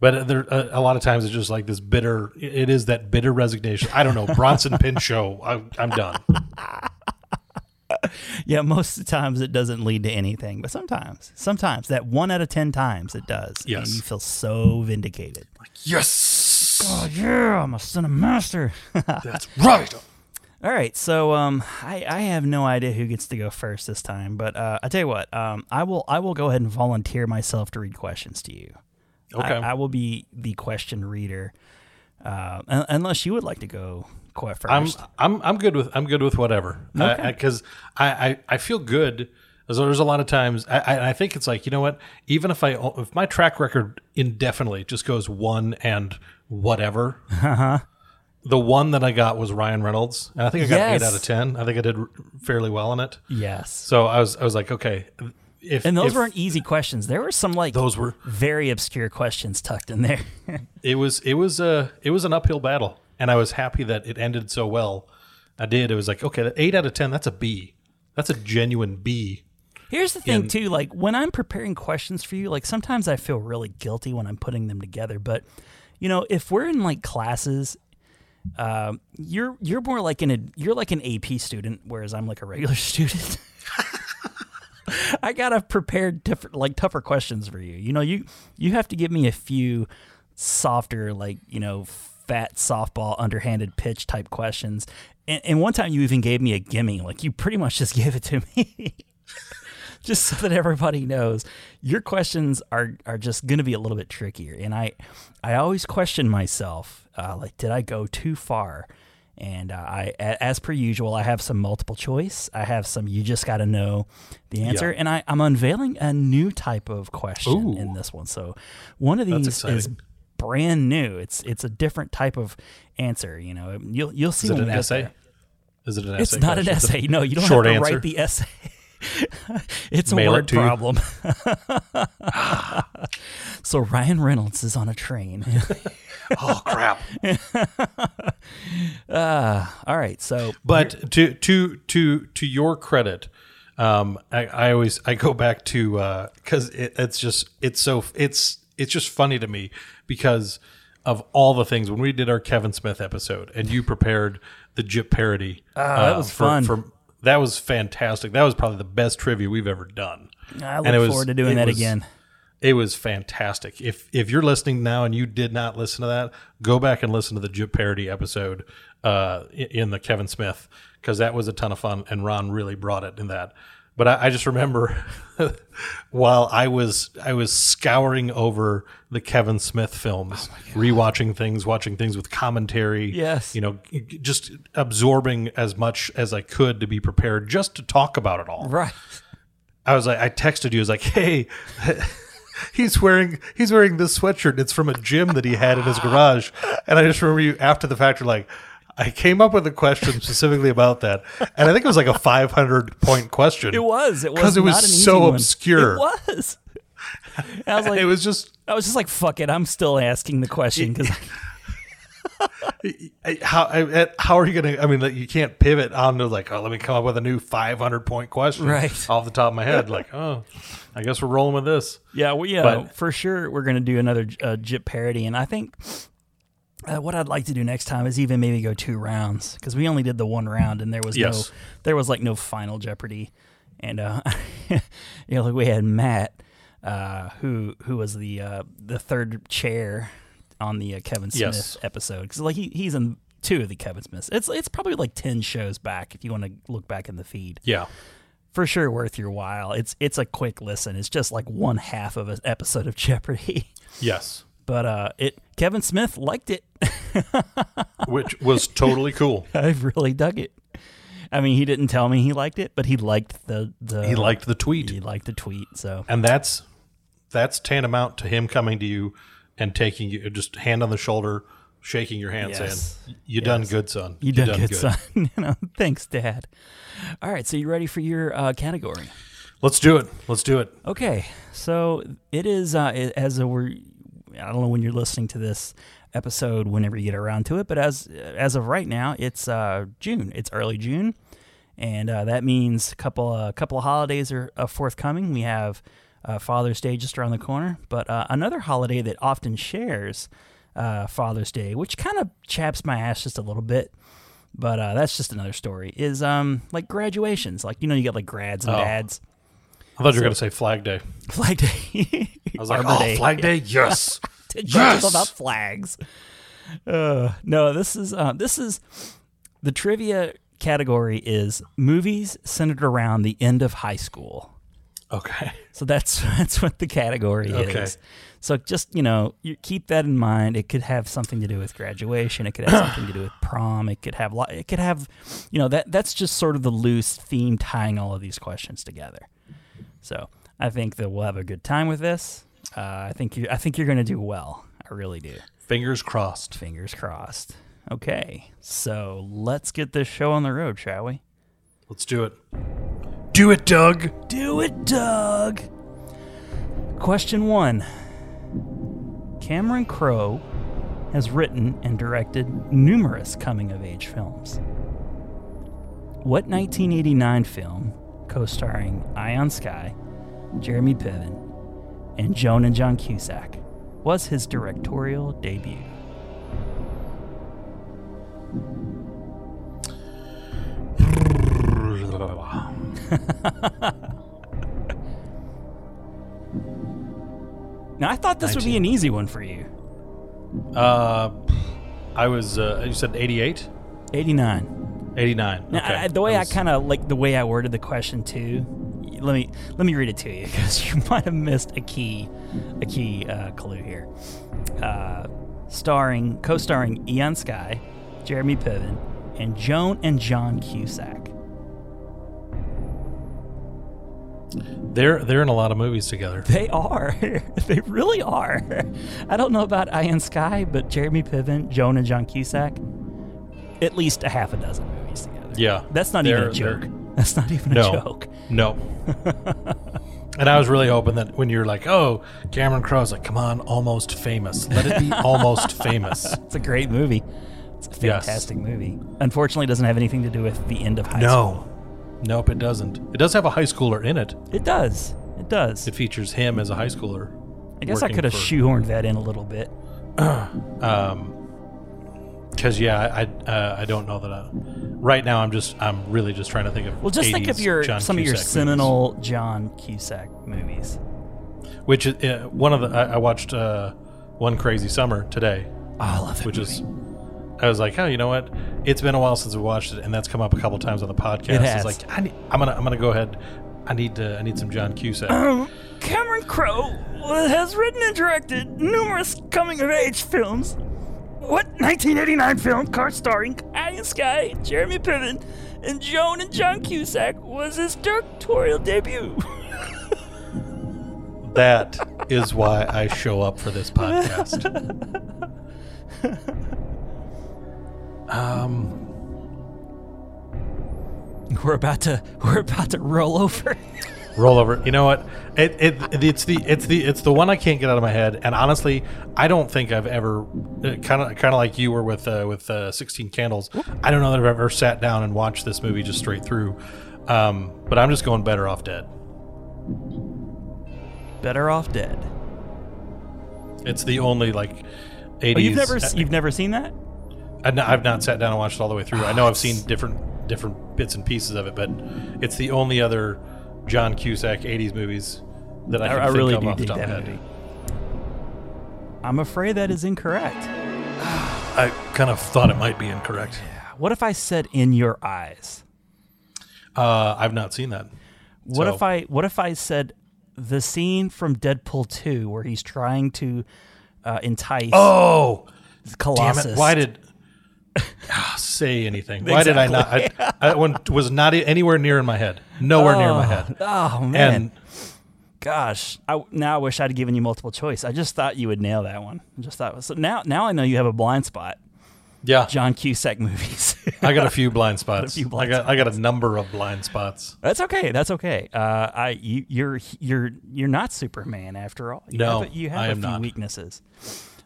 [SPEAKER 6] but there a, a lot of times it's just like this bitter. It is that bitter resignation. I don't know Bronson Pinchot. I, I'm done.
[SPEAKER 5] Yeah, most of the times it doesn't lead to anything, but sometimes, sometimes that one out of ten times it does. and
[SPEAKER 6] Yes.
[SPEAKER 5] you feel so vindicated. Like,
[SPEAKER 6] Yes,
[SPEAKER 5] oh yeah, I'm a son of master.
[SPEAKER 6] that's right.
[SPEAKER 5] All right, so um, I, I have no idea who gets to go first this time, but uh, I tell you what, um, I will I will go ahead and volunteer myself to read questions to you.
[SPEAKER 6] Okay.
[SPEAKER 5] I, I will be the question reader, uh, un- unless you would like to go qu- first.
[SPEAKER 6] I'm I'm I'm good with I'm good with whatever because I, I, I, feel good. So there's a lot of times I, I I think it's like you know what even if I if my track record indefinitely just goes one and whatever. The one that I got was Ryan Reynolds, and I think I got
[SPEAKER 5] Yes.
[SPEAKER 6] eight out of ten. I think I did r- fairly well in it.
[SPEAKER 5] yes,
[SPEAKER 6] So I was I was like, okay, if
[SPEAKER 5] and those
[SPEAKER 6] if
[SPEAKER 5] weren't easy questions. There were some like
[SPEAKER 6] those were
[SPEAKER 5] very obscure questions tucked in there.
[SPEAKER 6] it was it was a it was an uphill battle, and I was happy that it ended so well. I did. It was like okay, that eight out of ten. That's a B. That's a genuine B.
[SPEAKER 5] Here's the thing too, like when I'm preparing questions for you, like sometimes I feel really guilty when I'm putting them together, but you know, if we're in like classes, um, you're you're more like an ad- you're like an AP student, whereas I'm like a regular [laughs] student. I gotta prepare different, like tougher questions for you. You know, you you have to give me a few softer, like you know, fat softball, underhanded pitch type questions. And, and one time you even gave me a gimme, like you pretty much just [laughs] gave it to me. [laughs] just so that everybody knows, your questions are are just gonna be a little bit trickier. And I I always question myself, uh, like, did I go too far? And uh, I, a- as per usual, I have some multiple choice. I have some you just got to know the answer, and I, I'm unveiling a new type of question
[SPEAKER 6] Ooh.
[SPEAKER 5] in this one. So, one of these is
[SPEAKER 6] exciting.
[SPEAKER 5] brand new. It's it's a different type of answer. You know, you'll you'll see.
[SPEAKER 6] Is it
[SPEAKER 5] when
[SPEAKER 6] an
[SPEAKER 5] we get
[SPEAKER 6] essay?
[SPEAKER 5] there.
[SPEAKER 6] Is it an
[SPEAKER 5] Oh It's
[SPEAKER 6] essay?
[SPEAKER 5] not an
[SPEAKER 6] question? It's a-
[SPEAKER 5] essay. No, you don't
[SPEAKER 6] short
[SPEAKER 5] have to
[SPEAKER 6] answer.
[SPEAKER 5] write the essay. [laughs] it's a
[SPEAKER 6] Mail it
[SPEAKER 5] word
[SPEAKER 6] to you.
[SPEAKER 5] problem. [laughs] So Ryan Reynolds is on a train.
[SPEAKER 6] [laughs] Oh
[SPEAKER 5] [laughs]
[SPEAKER 6] crap!
[SPEAKER 5] Uh, All right, so
[SPEAKER 6] But to to to to your credit, um, I, I always I go back to because it, it's just it's so it's it's just funny to me because of all the things when we did our Kevin Smith episode and you prepared the Jip parody. Oh,
[SPEAKER 5] Ah, that was fun.
[SPEAKER 6] that was fantastic. That was probably the best trivia we've ever done.
[SPEAKER 5] I look
[SPEAKER 6] And it was-
[SPEAKER 5] forward to doing
[SPEAKER 6] it
[SPEAKER 5] that
[SPEAKER 6] was-
[SPEAKER 5] again.
[SPEAKER 6] It was fantastic. If if you're listening now and you did not listen to that, go back and listen to the Jip parody episode uh, i- in the Kevin Smith because that was a ton of fun and Ron really brought it in that. But I, I just remember [laughs] while I was I was scouring over the Kevin Smith films, rewatching things, watching things with commentary.
[SPEAKER 5] Yes.
[SPEAKER 6] you know, g- g- just absorbing as much as I could to be prepared just to talk about it all.
[SPEAKER 5] Right.
[SPEAKER 6] I was like, I texted you. I was like, hey, [laughs] he's wearing he's wearing this sweatshirt. It's from a gym that he had in his garage. And I just remember you after the fact, you're like, I came up with a question specifically about that, and I think it was like a 500 point question.
[SPEAKER 5] [laughs] It was. It was
[SPEAKER 6] 'Cause it was
[SPEAKER 5] not an easy
[SPEAKER 6] so
[SPEAKER 5] one.
[SPEAKER 6] obscure.
[SPEAKER 5] It was. [laughs] I was like,
[SPEAKER 6] It was just
[SPEAKER 5] I was just like, fuck it. I'm still asking the question
[SPEAKER 6] [laughs]
[SPEAKER 5] because
[SPEAKER 6] I- how I, how are you gonna? I mean, like, you can't pivot onto like, oh, let me come up with a new 500 point question
[SPEAKER 5] Right.
[SPEAKER 6] off the top of my head. Like, oh, I guess we're rolling with this.
[SPEAKER 5] Yeah, well, yeah,
[SPEAKER 6] But-
[SPEAKER 5] for sure. We're gonna do another uh, Jip parody, and I think uh, what I'd like to do next time is even maybe go two rounds because we only did the one round, and there was
[SPEAKER 6] Yes.
[SPEAKER 5] no, there was like no final Jeopardy, and uh, [laughs] you know, like we had Matt, uh, who who was the uh, the third chair on the uh, Kevin Smith
[SPEAKER 6] Yes.
[SPEAKER 5] episode because like he, he's in two of the Kevin Smiths. It's it's probably like ten shows back if you want to look back in the feed
[SPEAKER 6] Yeah.
[SPEAKER 5] for sure worth your while. It's it's a quick listen. It's just like one half of an episode of [laughs] Jeopardy.
[SPEAKER 6] Yes.
[SPEAKER 5] But uh, it Kevin Smith liked it. [laughs]
[SPEAKER 6] Which was totally cool.
[SPEAKER 5] I really dug it. I mean, he didn't tell me he liked it, but he liked the the
[SPEAKER 6] He liked the tweet.
[SPEAKER 5] he liked the tweet. So
[SPEAKER 6] and that's that's tantamount to him coming to you and taking you just hand on the shoulder shaking your hand
[SPEAKER 5] Yes.
[SPEAKER 6] saying you done good son
[SPEAKER 5] you done, good, son. [laughs] you know, thanks, Dad. All right, so you ready for your uh, category?
[SPEAKER 6] let's do it let's do it
[SPEAKER 5] Okay, so it is uh, i- as a, we're I don't know when you're listening to this episode, whenever you get around to it, but as as of right now, it's uh, June. It's early June, and uh, that means a couple uh, a couple of holidays are uh, forthcoming. We have uh, Father's Day just around the corner, but uh, another holiday that often shares uh, Father's Day, which kind of chaps my ass just a little bit. But uh, that's just another story. Is um like graduations, like you know you got like grads and dads.
[SPEAKER 6] i thought you were going to say flag day
[SPEAKER 5] Flag Day.
[SPEAKER 6] i was like
[SPEAKER 5] Arbor
[SPEAKER 6] oh
[SPEAKER 5] Day. [laughs]
[SPEAKER 6] flag [laughs] day yes
[SPEAKER 5] to
[SPEAKER 6] Yes!
[SPEAKER 5] yes! about flags. Uh, no, this is uh, this is the trivia category is movies centered around the end of high school.
[SPEAKER 6] okay
[SPEAKER 5] So that's [laughs] that's what the category
[SPEAKER 6] Okay.
[SPEAKER 5] is. So just you know, you keep that in mind. It could have something to do with graduation. It could have something to do with prom. It could have lo- it could have, you know, that that's just sort of the loose theme tying all of these questions together. So I think that we'll have a good time with this. Uh, I think you I think you're going to do well. I really do.
[SPEAKER 6] fingers crossed
[SPEAKER 5] Fingers crossed. Okay, so let's get this show on the road, shall we?
[SPEAKER 6] let's do it do it doug
[SPEAKER 5] Do it, Doug. Question one Cameron Crowe has written and directed numerous coming of age films. What 1989 film, co starring Ion Sky, Jeremy Piven, and Joan and John Cusack, was his directorial debut?
[SPEAKER 6] Uh,
[SPEAKER 5] Now, I thought this would be an easy one for you.
[SPEAKER 6] uh i was uh, you said 88
[SPEAKER 5] 89.
[SPEAKER 6] 89
[SPEAKER 5] Now,
[SPEAKER 6] okay
[SPEAKER 5] I, the way I,
[SPEAKER 6] was-
[SPEAKER 5] kind of like the way I worded the question too. y- Let me let me read it to you [laughs] because you might have missed a key a key uh, clue here. Uh, starring co-starring Ian Sky, Jeremy Piven, and Joan and John Cusack.
[SPEAKER 6] they're they're in a lot of movies together
[SPEAKER 5] They are. [laughs] they really are. [laughs] I don't know about Ian Sky, but Jeremy Piven, Joan and John Cusack, at least a half a dozen movies together.
[SPEAKER 6] yeah
[SPEAKER 5] That's not even a
[SPEAKER 6] They're-
[SPEAKER 5] [laughs]
[SPEAKER 6] they're-
[SPEAKER 5] joke. That's not even a
[SPEAKER 6] no
[SPEAKER 5] joke.
[SPEAKER 6] no And I was really hoping that when you're like, oh, Cameron Crowe's like, come on, almost famous. Let it
[SPEAKER 5] [laughs]
[SPEAKER 6] be almost famous.
[SPEAKER 5] It's a great movie. It's a
[SPEAKER 6] Yes.
[SPEAKER 5] fantastic movie. Unfortunately, it doesn't have anything to do with the end of high school.
[SPEAKER 6] No. Nope, it doesn't. It does have a high schooler in it.
[SPEAKER 5] It does. It does.
[SPEAKER 6] It features him as a high schooler.
[SPEAKER 5] I guess I
[SPEAKER 6] working
[SPEAKER 5] could have
[SPEAKER 6] for-
[SPEAKER 5] shoehorned that in a little bit.
[SPEAKER 6] Because, Um, yeah, I I, uh, I don't know that I. Right now, I'm just, I'm really just trying to think of.
[SPEAKER 5] Well, just think of
[SPEAKER 6] 80s
[SPEAKER 5] your
[SPEAKER 6] John
[SPEAKER 5] some of your
[SPEAKER 6] Cusack movies.
[SPEAKER 5] seminal John Cusack movies.
[SPEAKER 6] Which is uh, one of the. I, I watched uh, One Crazy Summer today,
[SPEAKER 5] I love it.
[SPEAKER 6] which is. I was like, oh, you know what? It's been a while since we watched it, and that's come up a couple times on the podcast.
[SPEAKER 5] It has.
[SPEAKER 6] It's like I need, I'm gonna, I'm gonna go ahead. I need, to, I need some John Cusack.
[SPEAKER 5] Cameron Crowe has written and directed numerous coming of age films. What 1989 film, car starring Ian Sky, Jeremy Piven, and Joan and John Cusack, was his directorial debut? [laughs]
[SPEAKER 6] That is why I show up for this podcast.
[SPEAKER 5] [laughs]
[SPEAKER 6] Um,
[SPEAKER 5] We're about to we're about to roll over. [laughs]
[SPEAKER 6] rollover. You know what? It, it it's the it's the it's the one I can't get out of my head. And honestly, I don't think I've ever kind of kind of like you were with uh, with uh, Sixteen Candles. I don't know that I've ever sat down and watched this movie just straight through. Um, but I'm just going better off dead.
[SPEAKER 5] Better off dead.
[SPEAKER 6] It's the only like 80s.
[SPEAKER 5] Oh, you've never
[SPEAKER 6] I-
[SPEAKER 5] you've never seen that?
[SPEAKER 6] I've not, I've not sat down and watched it all the way through. I know I've seen different different bits and pieces of it, but it's the only other John Cusack '80s movies that I,
[SPEAKER 5] I,
[SPEAKER 6] can
[SPEAKER 5] I
[SPEAKER 6] think
[SPEAKER 5] really
[SPEAKER 6] of
[SPEAKER 5] do
[SPEAKER 6] off the
[SPEAKER 5] dig
[SPEAKER 6] top
[SPEAKER 5] that
[SPEAKER 6] of my
[SPEAKER 5] movie.
[SPEAKER 6] head.
[SPEAKER 5] I'm afraid that is incorrect.
[SPEAKER 6] I kind of thought it might be incorrect.
[SPEAKER 5] What if I said in your eyes?
[SPEAKER 6] Uh, I've not seen that.
[SPEAKER 5] What
[SPEAKER 6] So-
[SPEAKER 5] if I what if I said the scene from Deadpool 2 where he's trying to uh, entice
[SPEAKER 6] Oh, damn
[SPEAKER 5] Colossus?
[SPEAKER 6] it! Why did Ah, say anything? Why did I not? I, that one was not anywhere near in my head. Nowhere near my head.
[SPEAKER 5] Oh man,
[SPEAKER 6] And
[SPEAKER 5] gosh! I now I wish I'd given you multiple choice. I just thought you would nail that one. I just thought so. Now now I know you have a blind spot.
[SPEAKER 6] yeah,
[SPEAKER 5] John Cusack [laughs] movies.
[SPEAKER 6] I got a few
[SPEAKER 5] [laughs]
[SPEAKER 6] blind spots.
[SPEAKER 5] few blind
[SPEAKER 6] I got I got a number of blind spots.
[SPEAKER 5] That's okay. That's okay. Uh, I you, you're you're you're not Superman after all. You
[SPEAKER 6] No,
[SPEAKER 5] have a, you have
[SPEAKER 6] I
[SPEAKER 5] a
[SPEAKER 6] am
[SPEAKER 5] few
[SPEAKER 6] not.
[SPEAKER 5] weaknesses.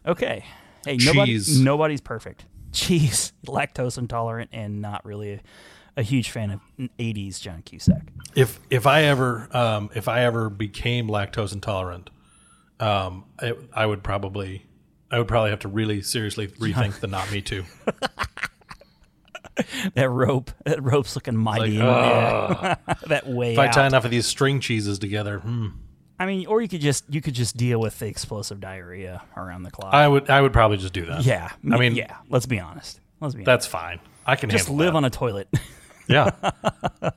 [SPEAKER 5] Okay. Hey, nobody,
[SPEAKER 6] Cheese.
[SPEAKER 5] nobody's perfect. Cheese, [laughs] lactose intolerant, and not really a, a huge fan of '80s John Cusack.
[SPEAKER 6] if if I ever um, if I ever became lactose intolerant, um, I, I would probably I would probably have to really seriously rethink the not me too.
[SPEAKER 5] That rope, [laughs] that rope's looking mighty. in there. [laughs] that way
[SPEAKER 6] If I tie
[SPEAKER 5] out.
[SPEAKER 6] enough of these string cheeses together, hmm,
[SPEAKER 5] I mean, or you could just you could just deal with the explosive diarrhea around the clock.
[SPEAKER 6] I would I would probably just do that.
[SPEAKER 5] yeah.
[SPEAKER 6] I mean
[SPEAKER 5] yeah. Let's be honest. Let's be honest.
[SPEAKER 6] that's fine. I can
[SPEAKER 5] Just live on a toilet. [laughs]
[SPEAKER 6] yeah. if
[SPEAKER 5] I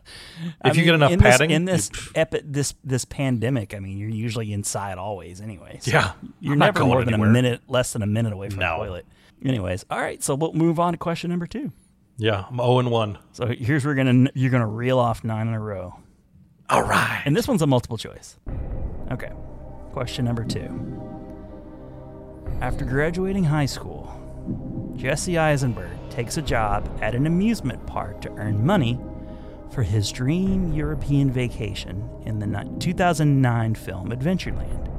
[SPEAKER 6] you
[SPEAKER 5] mean,
[SPEAKER 6] get enough
[SPEAKER 5] in this-
[SPEAKER 6] padding
[SPEAKER 5] in this
[SPEAKER 6] you- pff,
[SPEAKER 5] epi- this this pandemic, I mean, you're usually inside always, anyways.
[SPEAKER 6] yeah,
[SPEAKER 5] you're
[SPEAKER 6] I'm not
[SPEAKER 5] never
[SPEAKER 6] going
[SPEAKER 5] more than
[SPEAKER 6] anywhere.
[SPEAKER 5] a minute, less than a minute away from
[SPEAKER 6] No.
[SPEAKER 5] the toilet. Anyways, all right, so we'll move on to question number two.
[SPEAKER 6] Yeah, I'm zero and one.
[SPEAKER 5] So here's where we're gonna you're gonna reel off nine in a row,
[SPEAKER 6] All right.
[SPEAKER 5] and this one's a multiple choice. Okay, question number two. After graduating high school, Jesse Eisenberg takes a job at an amusement park to earn money for his dream European vacation in the ni- 2009 film Adventureland.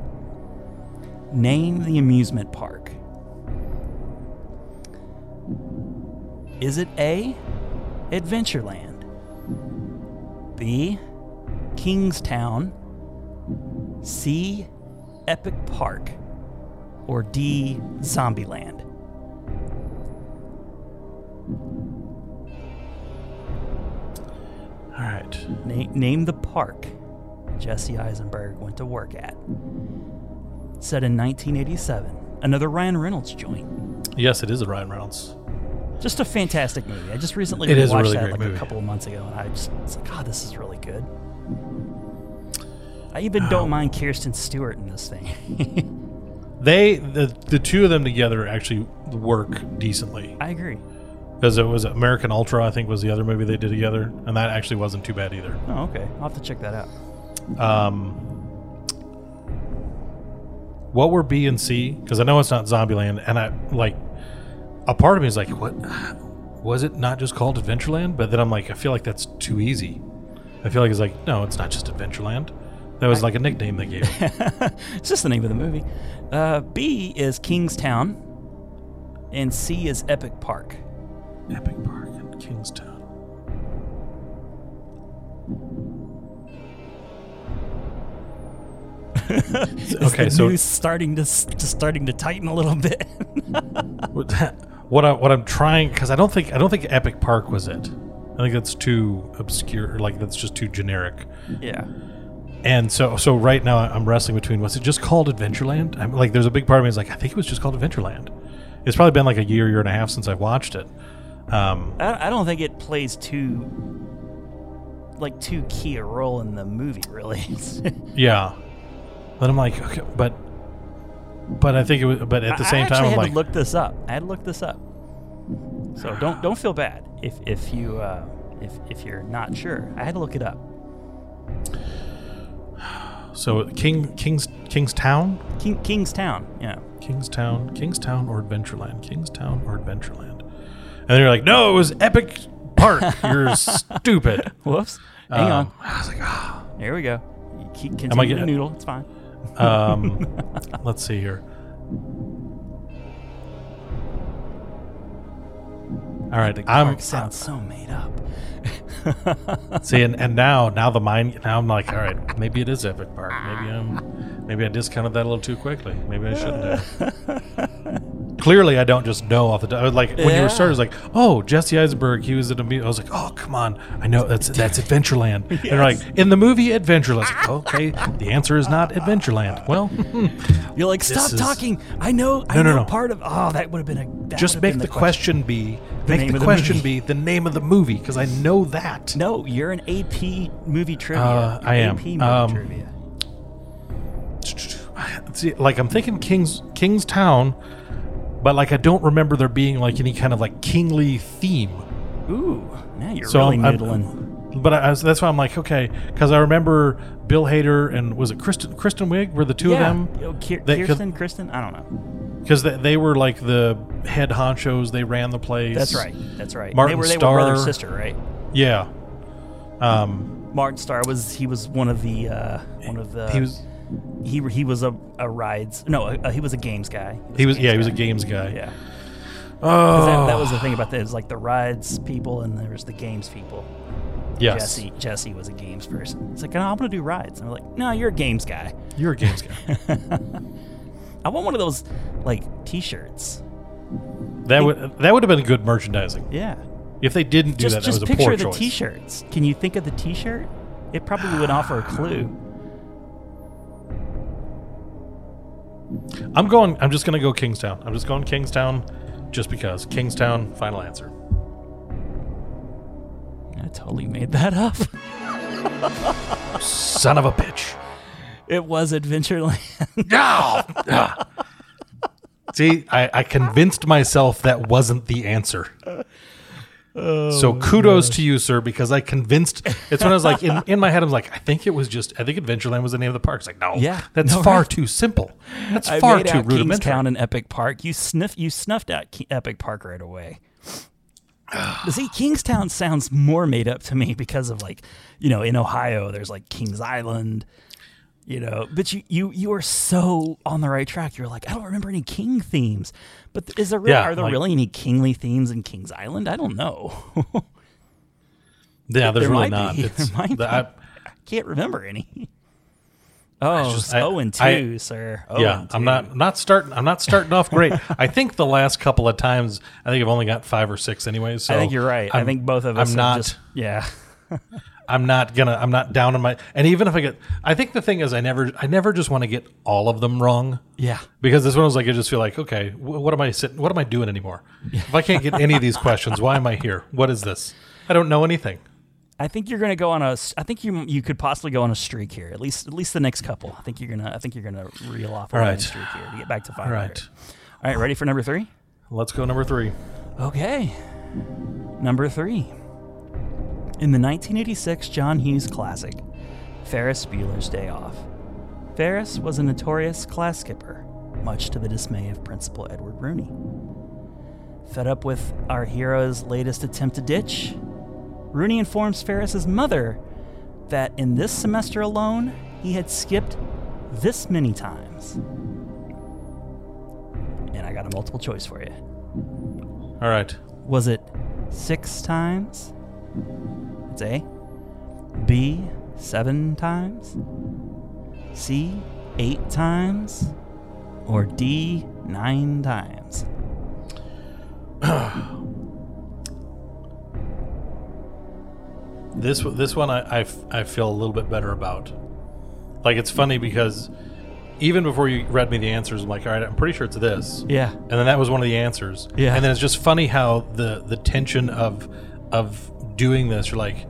[SPEAKER 5] Name the amusement park. Is it A, Adventureland? B, Kingstown? C, Epic Park? Or D, Zombieland?
[SPEAKER 6] All right.
[SPEAKER 5] Na- name the park Jesse Eisenberg went to work at. Set in 1987, another Ryan Reynolds joint.
[SPEAKER 6] Yes, it is a Ryan Reynolds.
[SPEAKER 5] Just a fantastic movie. I just recently
[SPEAKER 6] It is a
[SPEAKER 5] watched
[SPEAKER 6] really
[SPEAKER 5] that
[SPEAKER 6] great
[SPEAKER 5] like a
[SPEAKER 6] movie.
[SPEAKER 5] couple of months ago, and I just it's like, God, this is really good. I even
[SPEAKER 6] Oh.
[SPEAKER 5] don't mind Kirsten Stewart in this thing. [laughs]
[SPEAKER 6] They the the two of them together actually work decently.
[SPEAKER 5] I agree.
[SPEAKER 6] Because it was American Ultra, I think, was the other movie they did together, and that actually wasn't too bad either.
[SPEAKER 5] Oh, okay. I'll have to check that out.
[SPEAKER 6] Um, what were B and C? Because I know it's not Zombieland, and I like a part of me is like, what was it not just called Adventureland? But then I'm like, I feel like that's too easy. I feel like it's like, no, it's not just Adventureland. That was like a nickname they gave him.
[SPEAKER 5] It's just the name of the movie. Uh, B is Kingstown, and C is Epic Park.
[SPEAKER 6] Epic Park in
[SPEAKER 5] [laughs]
[SPEAKER 6] Kingstown. okay,
[SPEAKER 5] the
[SPEAKER 6] so
[SPEAKER 5] news starting to s- just starting to tighten a little [laughs] bit.
[SPEAKER 6] [laughs] What- what I what I'm trying because I don't think I don't think Epic Park was it. I think that's too obscure. Like that's just too generic.
[SPEAKER 5] yeah,
[SPEAKER 6] And so so right now I'm wrestling between was it just called Adventureland? I'm like there's a big part of me is like I think it was just called Adventureland. It's probably been like a year year and a half since I've watched it. Um,
[SPEAKER 5] I, I don't think it plays too like too key a role in the movie. Really, It's-
[SPEAKER 6] yeah. But I'm like okay, but but I think it was. But at
[SPEAKER 5] [laughs]
[SPEAKER 6] the
[SPEAKER 5] I- I
[SPEAKER 6] same
[SPEAKER 5] actually
[SPEAKER 6] time I'm
[SPEAKER 5] had
[SPEAKER 6] like
[SPEAKER 5] to look this up. I had to look this up. So don't don't feel bad if if you uh, if if you're not sure. I had to look it up.
[SPEAKER 6] so King Kings Kingstown
[SPEAKER 5] King, Kingstown. Yeah.
[SPEAKER 6] Kingstown, Kingstown or Adventureland, Kingstown or Adventureland. And they're like, no, it was Epic Park.
[SPEAKER 5] [laughs]
[SPEAKER 6] You're stupid.
[SPEAKER 5] Whoops. Hang
[SPEAKER 6] Um,
[SPEAKER 5] on. I was like, Here we go. You keep continue
[SPEAKER 6] getting-
[SPEAKER 5] to noodle. It's fine.
[SPEAKER 6] Um, let's see here. All right, I'm
[SPEAKER 5] Mark sounds so made up.
[SPEAKER 6] see, and, and now, now the mind, now I'm like, all right, maybe it is Epic Park. Maybe I'm, maybe I discounted that a little too quickly. Maybe I shouldn't have. Clearly, I don't just know off the top. Like when you
[SPEAKER 5] Yeah.
[SPEAKER 6] were started, it was like, oh, Jesse Eisenberg, he was in a movie. I was like, oh, come on, I know that's that's Adventureland. And they're like, in the movie Adventureland. I was like, okay, the answer is not Adventureland. Well,
[SPEAKER 5] You're like, stop
[SPEAKER 6] is-
[SPEAKER 5] talking. I know. I
[SPEAKER 6] No, no,
[SPEAKER 5] know
[SPEAKER 6] no.
[SPEAKER 5] part of. Oh, that would have been a. that
[SPEAKER 6] just
[SPEAKER 5] would've
[SPEAKER 6] make
[SPEAKER 5] been
[SPEAKER 6] the, question, be
[SPEAKER 5] name
[SPEAKER 6] make
[SPEAKER 5] of
[SPEAKER 6] the
[SPEAKER 5] the
[SPEAKER 6] question
[SPEAKER 5] movie.
[SPEAKER 6] be the name of the movie because I know that.
[SPEAKER 5] No, you're an AP movie trivia.
[SPEAKER 6] Uh,
[SPEAKER 5] You're
[SPEAKER 6] I am.
[SPEAKER 5] AP movie
[SPEAKER 6] Um,
[SPEAKER 5] trivia.
[SPEAKER 6] See, like I'm thinking King's Kingstown, but like I don't remember there being like any kind of like kingly theme.
[SPEAKER 5] Ooh, now you're
[SPEAKER 6] So
[SPEAKER 5] really
[SPEAKER 6] I'm- I'm-
[SPEAKER 5] noodling.
[SPEAKER 6] But I, I was, that's why I'm like okay, because I remember Bill Hader and was it Kristen Kristen Wiig were the two
[SPEAKER 5] yeah.
[SPEAKER 6] of them
[SPEAKER 5] Oh, Kier-
[SPEAKER 6] that could-
[SPEAKER 5] Kirsten, Kristen. I don't know.
[SPEAKER 6] because they, they were like the head honchos. They ran the place.
[SPEAKER 5] That's right. That's right.
[SPEAKER 6] Martin
[SPEAKER 5] they were they
[SPEAKER 6] Starr.
[SPEAKER 5] were brother sister, right?
[SPEAKER 6] Yeah. Um,
[SPEAKER 5] Martin Starr was he was one of the uh, one of the
[SPEAKER 6] he was
[SPEAKER 5] he he was a, a rides no uh, he was a games guy
[SPEAKER 6] he was
[SPEAKER 5] a
[SPEAKER 6] yeah he
[SPEAKER 5] games
[SPEAKER 6] was a
[SPEAKER 5] guy.
[SPEAKER 6] games guy.
[SPEAKER 5] yeah.
[SPEAKER 6] Oh,
[SPEAKER 5] That, that was the thing about that. It was like the rides people and there was the games people.
[SPEAKER 6] yes.
[SPEAKER 5] Jesse Jesse was a games person. It's like, "No, I'm going to do rides. And I'm like, no, you're a games guy.
[SPEAKER 6] You're a
[SPEAKER 5] [laughs]
[SPEAKER 6] games guy.
[SPEAKER 5] I want one of those like T-shirts.
[SPEAKER 6] That would that would have been good merchandising
[SPEAKER 5] Yeah.
[SPEAKER 6] if they didn't do
[SPEAKER 5] just
[SPEAKER 6] that.
[SPEAKER 5] just
[SPEAKER 6] that was a
[SPEAKER 5] picture
[SPEAKER 6] poor
[SPEAKER 5] the
[SPEAKER 6] choice.
[SPEAKER 5] T-shirts. Can you think of the T-shirt? It probably would offer a
[SPEAKER 6] [gasps]
[SPEAKER 5] clue.
[SPEAKER 6] I'm going. I'm just gonna go Kingstown. I'm just going Kingstown, just because Kingstown. Final answer.
[SPEAKER 5] I totally made that up. [laughs]
[SPEAKER 6] Son of a bitch.
[SPEAKER 5] It was Adventureland.
[SPEAKER 6] No. [laughs] Ah. See, I, I convinced myself that wasn't the answer.
[SPEAKER 5] Oh,
[SPEAKER 6] so kudos to you, sir, because I convinced. It's when I was like in, in my head, I was like, I think it was just. I think Adventureland was the name of the park. It's like, no,
[SPEAKER 5] Yeah.
[SPEAKER 6] that's
[SPEAKER 5] No,
[SPEAKER 6] far
[SPEAKER 5] right.
[SPEAKER 6] too simple. That's
[SPEAKER 5] I
[SPEAKER 6] far
[SPEAKER 5] made
[SPEAKER 6] too
[SPEAKER 5] out
[SPEAKER 6] rudimentary.
[SPEAKER 5] Kingstown and Epic Park. You sniff. You snuffed out Ki- Epic Park right away.
[SPEAKER 6] [sighs]
[SPEAKER 5] See, Kingstown sounds more made up to me because of like, you know, in Ohio, there's like Kings Island, you know. But you you you are so on the right track. You're like, I don't remember any king themes. But th- is there really,
[SPEAKER 6] Yeah,
[SPEAKER 5] are there
[SPEAKER 6] like-
[SPEAKER 5] really any kingly themes in Kings Island? I don't know. [laughs]
[SPEAKER 6] Yeah, there's
[SPEAKER 5] There
[SPEAKER 6] really
[SPEAKER 5] might
[SPEAKER 6] not.
[SPEAKER 5] [laughs] be.
[SPEAKER 6] It's,
[SPEAKER 5] There might
[SPEAKER 6] the- I-
[SPEAKER 5] Can't remember any. Oh,
[SPEAKER 6] just-
[SPEAKER 5] it's
[SPEAKER 6] I-
[SPEAKER 5] oh and two,
[SPEAKER 6] I-
[SPEAKER 5] sir. Oh
[SPEAKER 6] yeah,
[SPEAKER 5] and
[SPEAKER 6] I'm
[SPEAKER 5] two.
[SPEAKER 6] not I'm not starting. I'm not starting off
[SPEAKER 5] [laughs]
[SPEAKER 6] great. I think the last couple of times, I think I've only got five or six, anyways. So
[SPEAKER 5] I think you're right. i
[SPEAKER 6] I'm-
[SPEAKER 5] think both of
[SPEAKER 6] I'm
[SPEAKER 5] us. have
[SPEAKER 6] not.
[SPEAKER 5] Just, yeah.
[SPEAKER 6] I'm not gonna. I'm not down on my. And even if I get, I think the thing is, I never. I never just want to get all of them wrong.
[SPEAKER 5] Yeah.
[SPEAKER 6] Because this one was like, I just feel like, okay, wh- what am I sitting? What am I doing anymore? If I can't get any of these questions, why am I here? What is this? I don't know anything.
[SPEAKER 5] I think you're gonna go on a. I think you you could possibly go on a streak here. At least at least the next couple. I think you're gonna. I think you're gonna reel off a
[SPEAKER 6] All
[SPEAKER 5] winning
[SPEAKER 6] right.
[SPEAKER 5] streak here to get back to five.
[SPEAKER 6] All right,
[SPEAKER 5] All right. Ready for number three?
[SPEAKER 6] let's go number three.
[SPEAKER 5] Okay. Number three. In the 1986 John Hughes classic, Ferris Bueller's Day Off, Ferris was a notorious class skipper, much to the dismay of Principal Edward Rooney. Fed up with our hero's latest attempt to ditch, Rooney informs Ferris's mother that in this semester alone, he had skipped this many times. And I got a multiple choice for you.
[SPEAKER 6] All right.
[SPEAKER 5] Was it six times? It's A. B. Seven times? C. Eight times? Or D. Nine times?
[SPEAKER 6] This this one I, I f- I feel a little bit better about. Like it's funny because even before you read me the answers, I'm like, all right, I'm pretty sure it's this.
[SPEAKER 5] Yeah.
[SPEAKER 6] And then that was one of the answers.
[SPEAKER 5] Yeah.
[SPEAKER 6] And then it's just funny how the the tension of of doing this, you're like,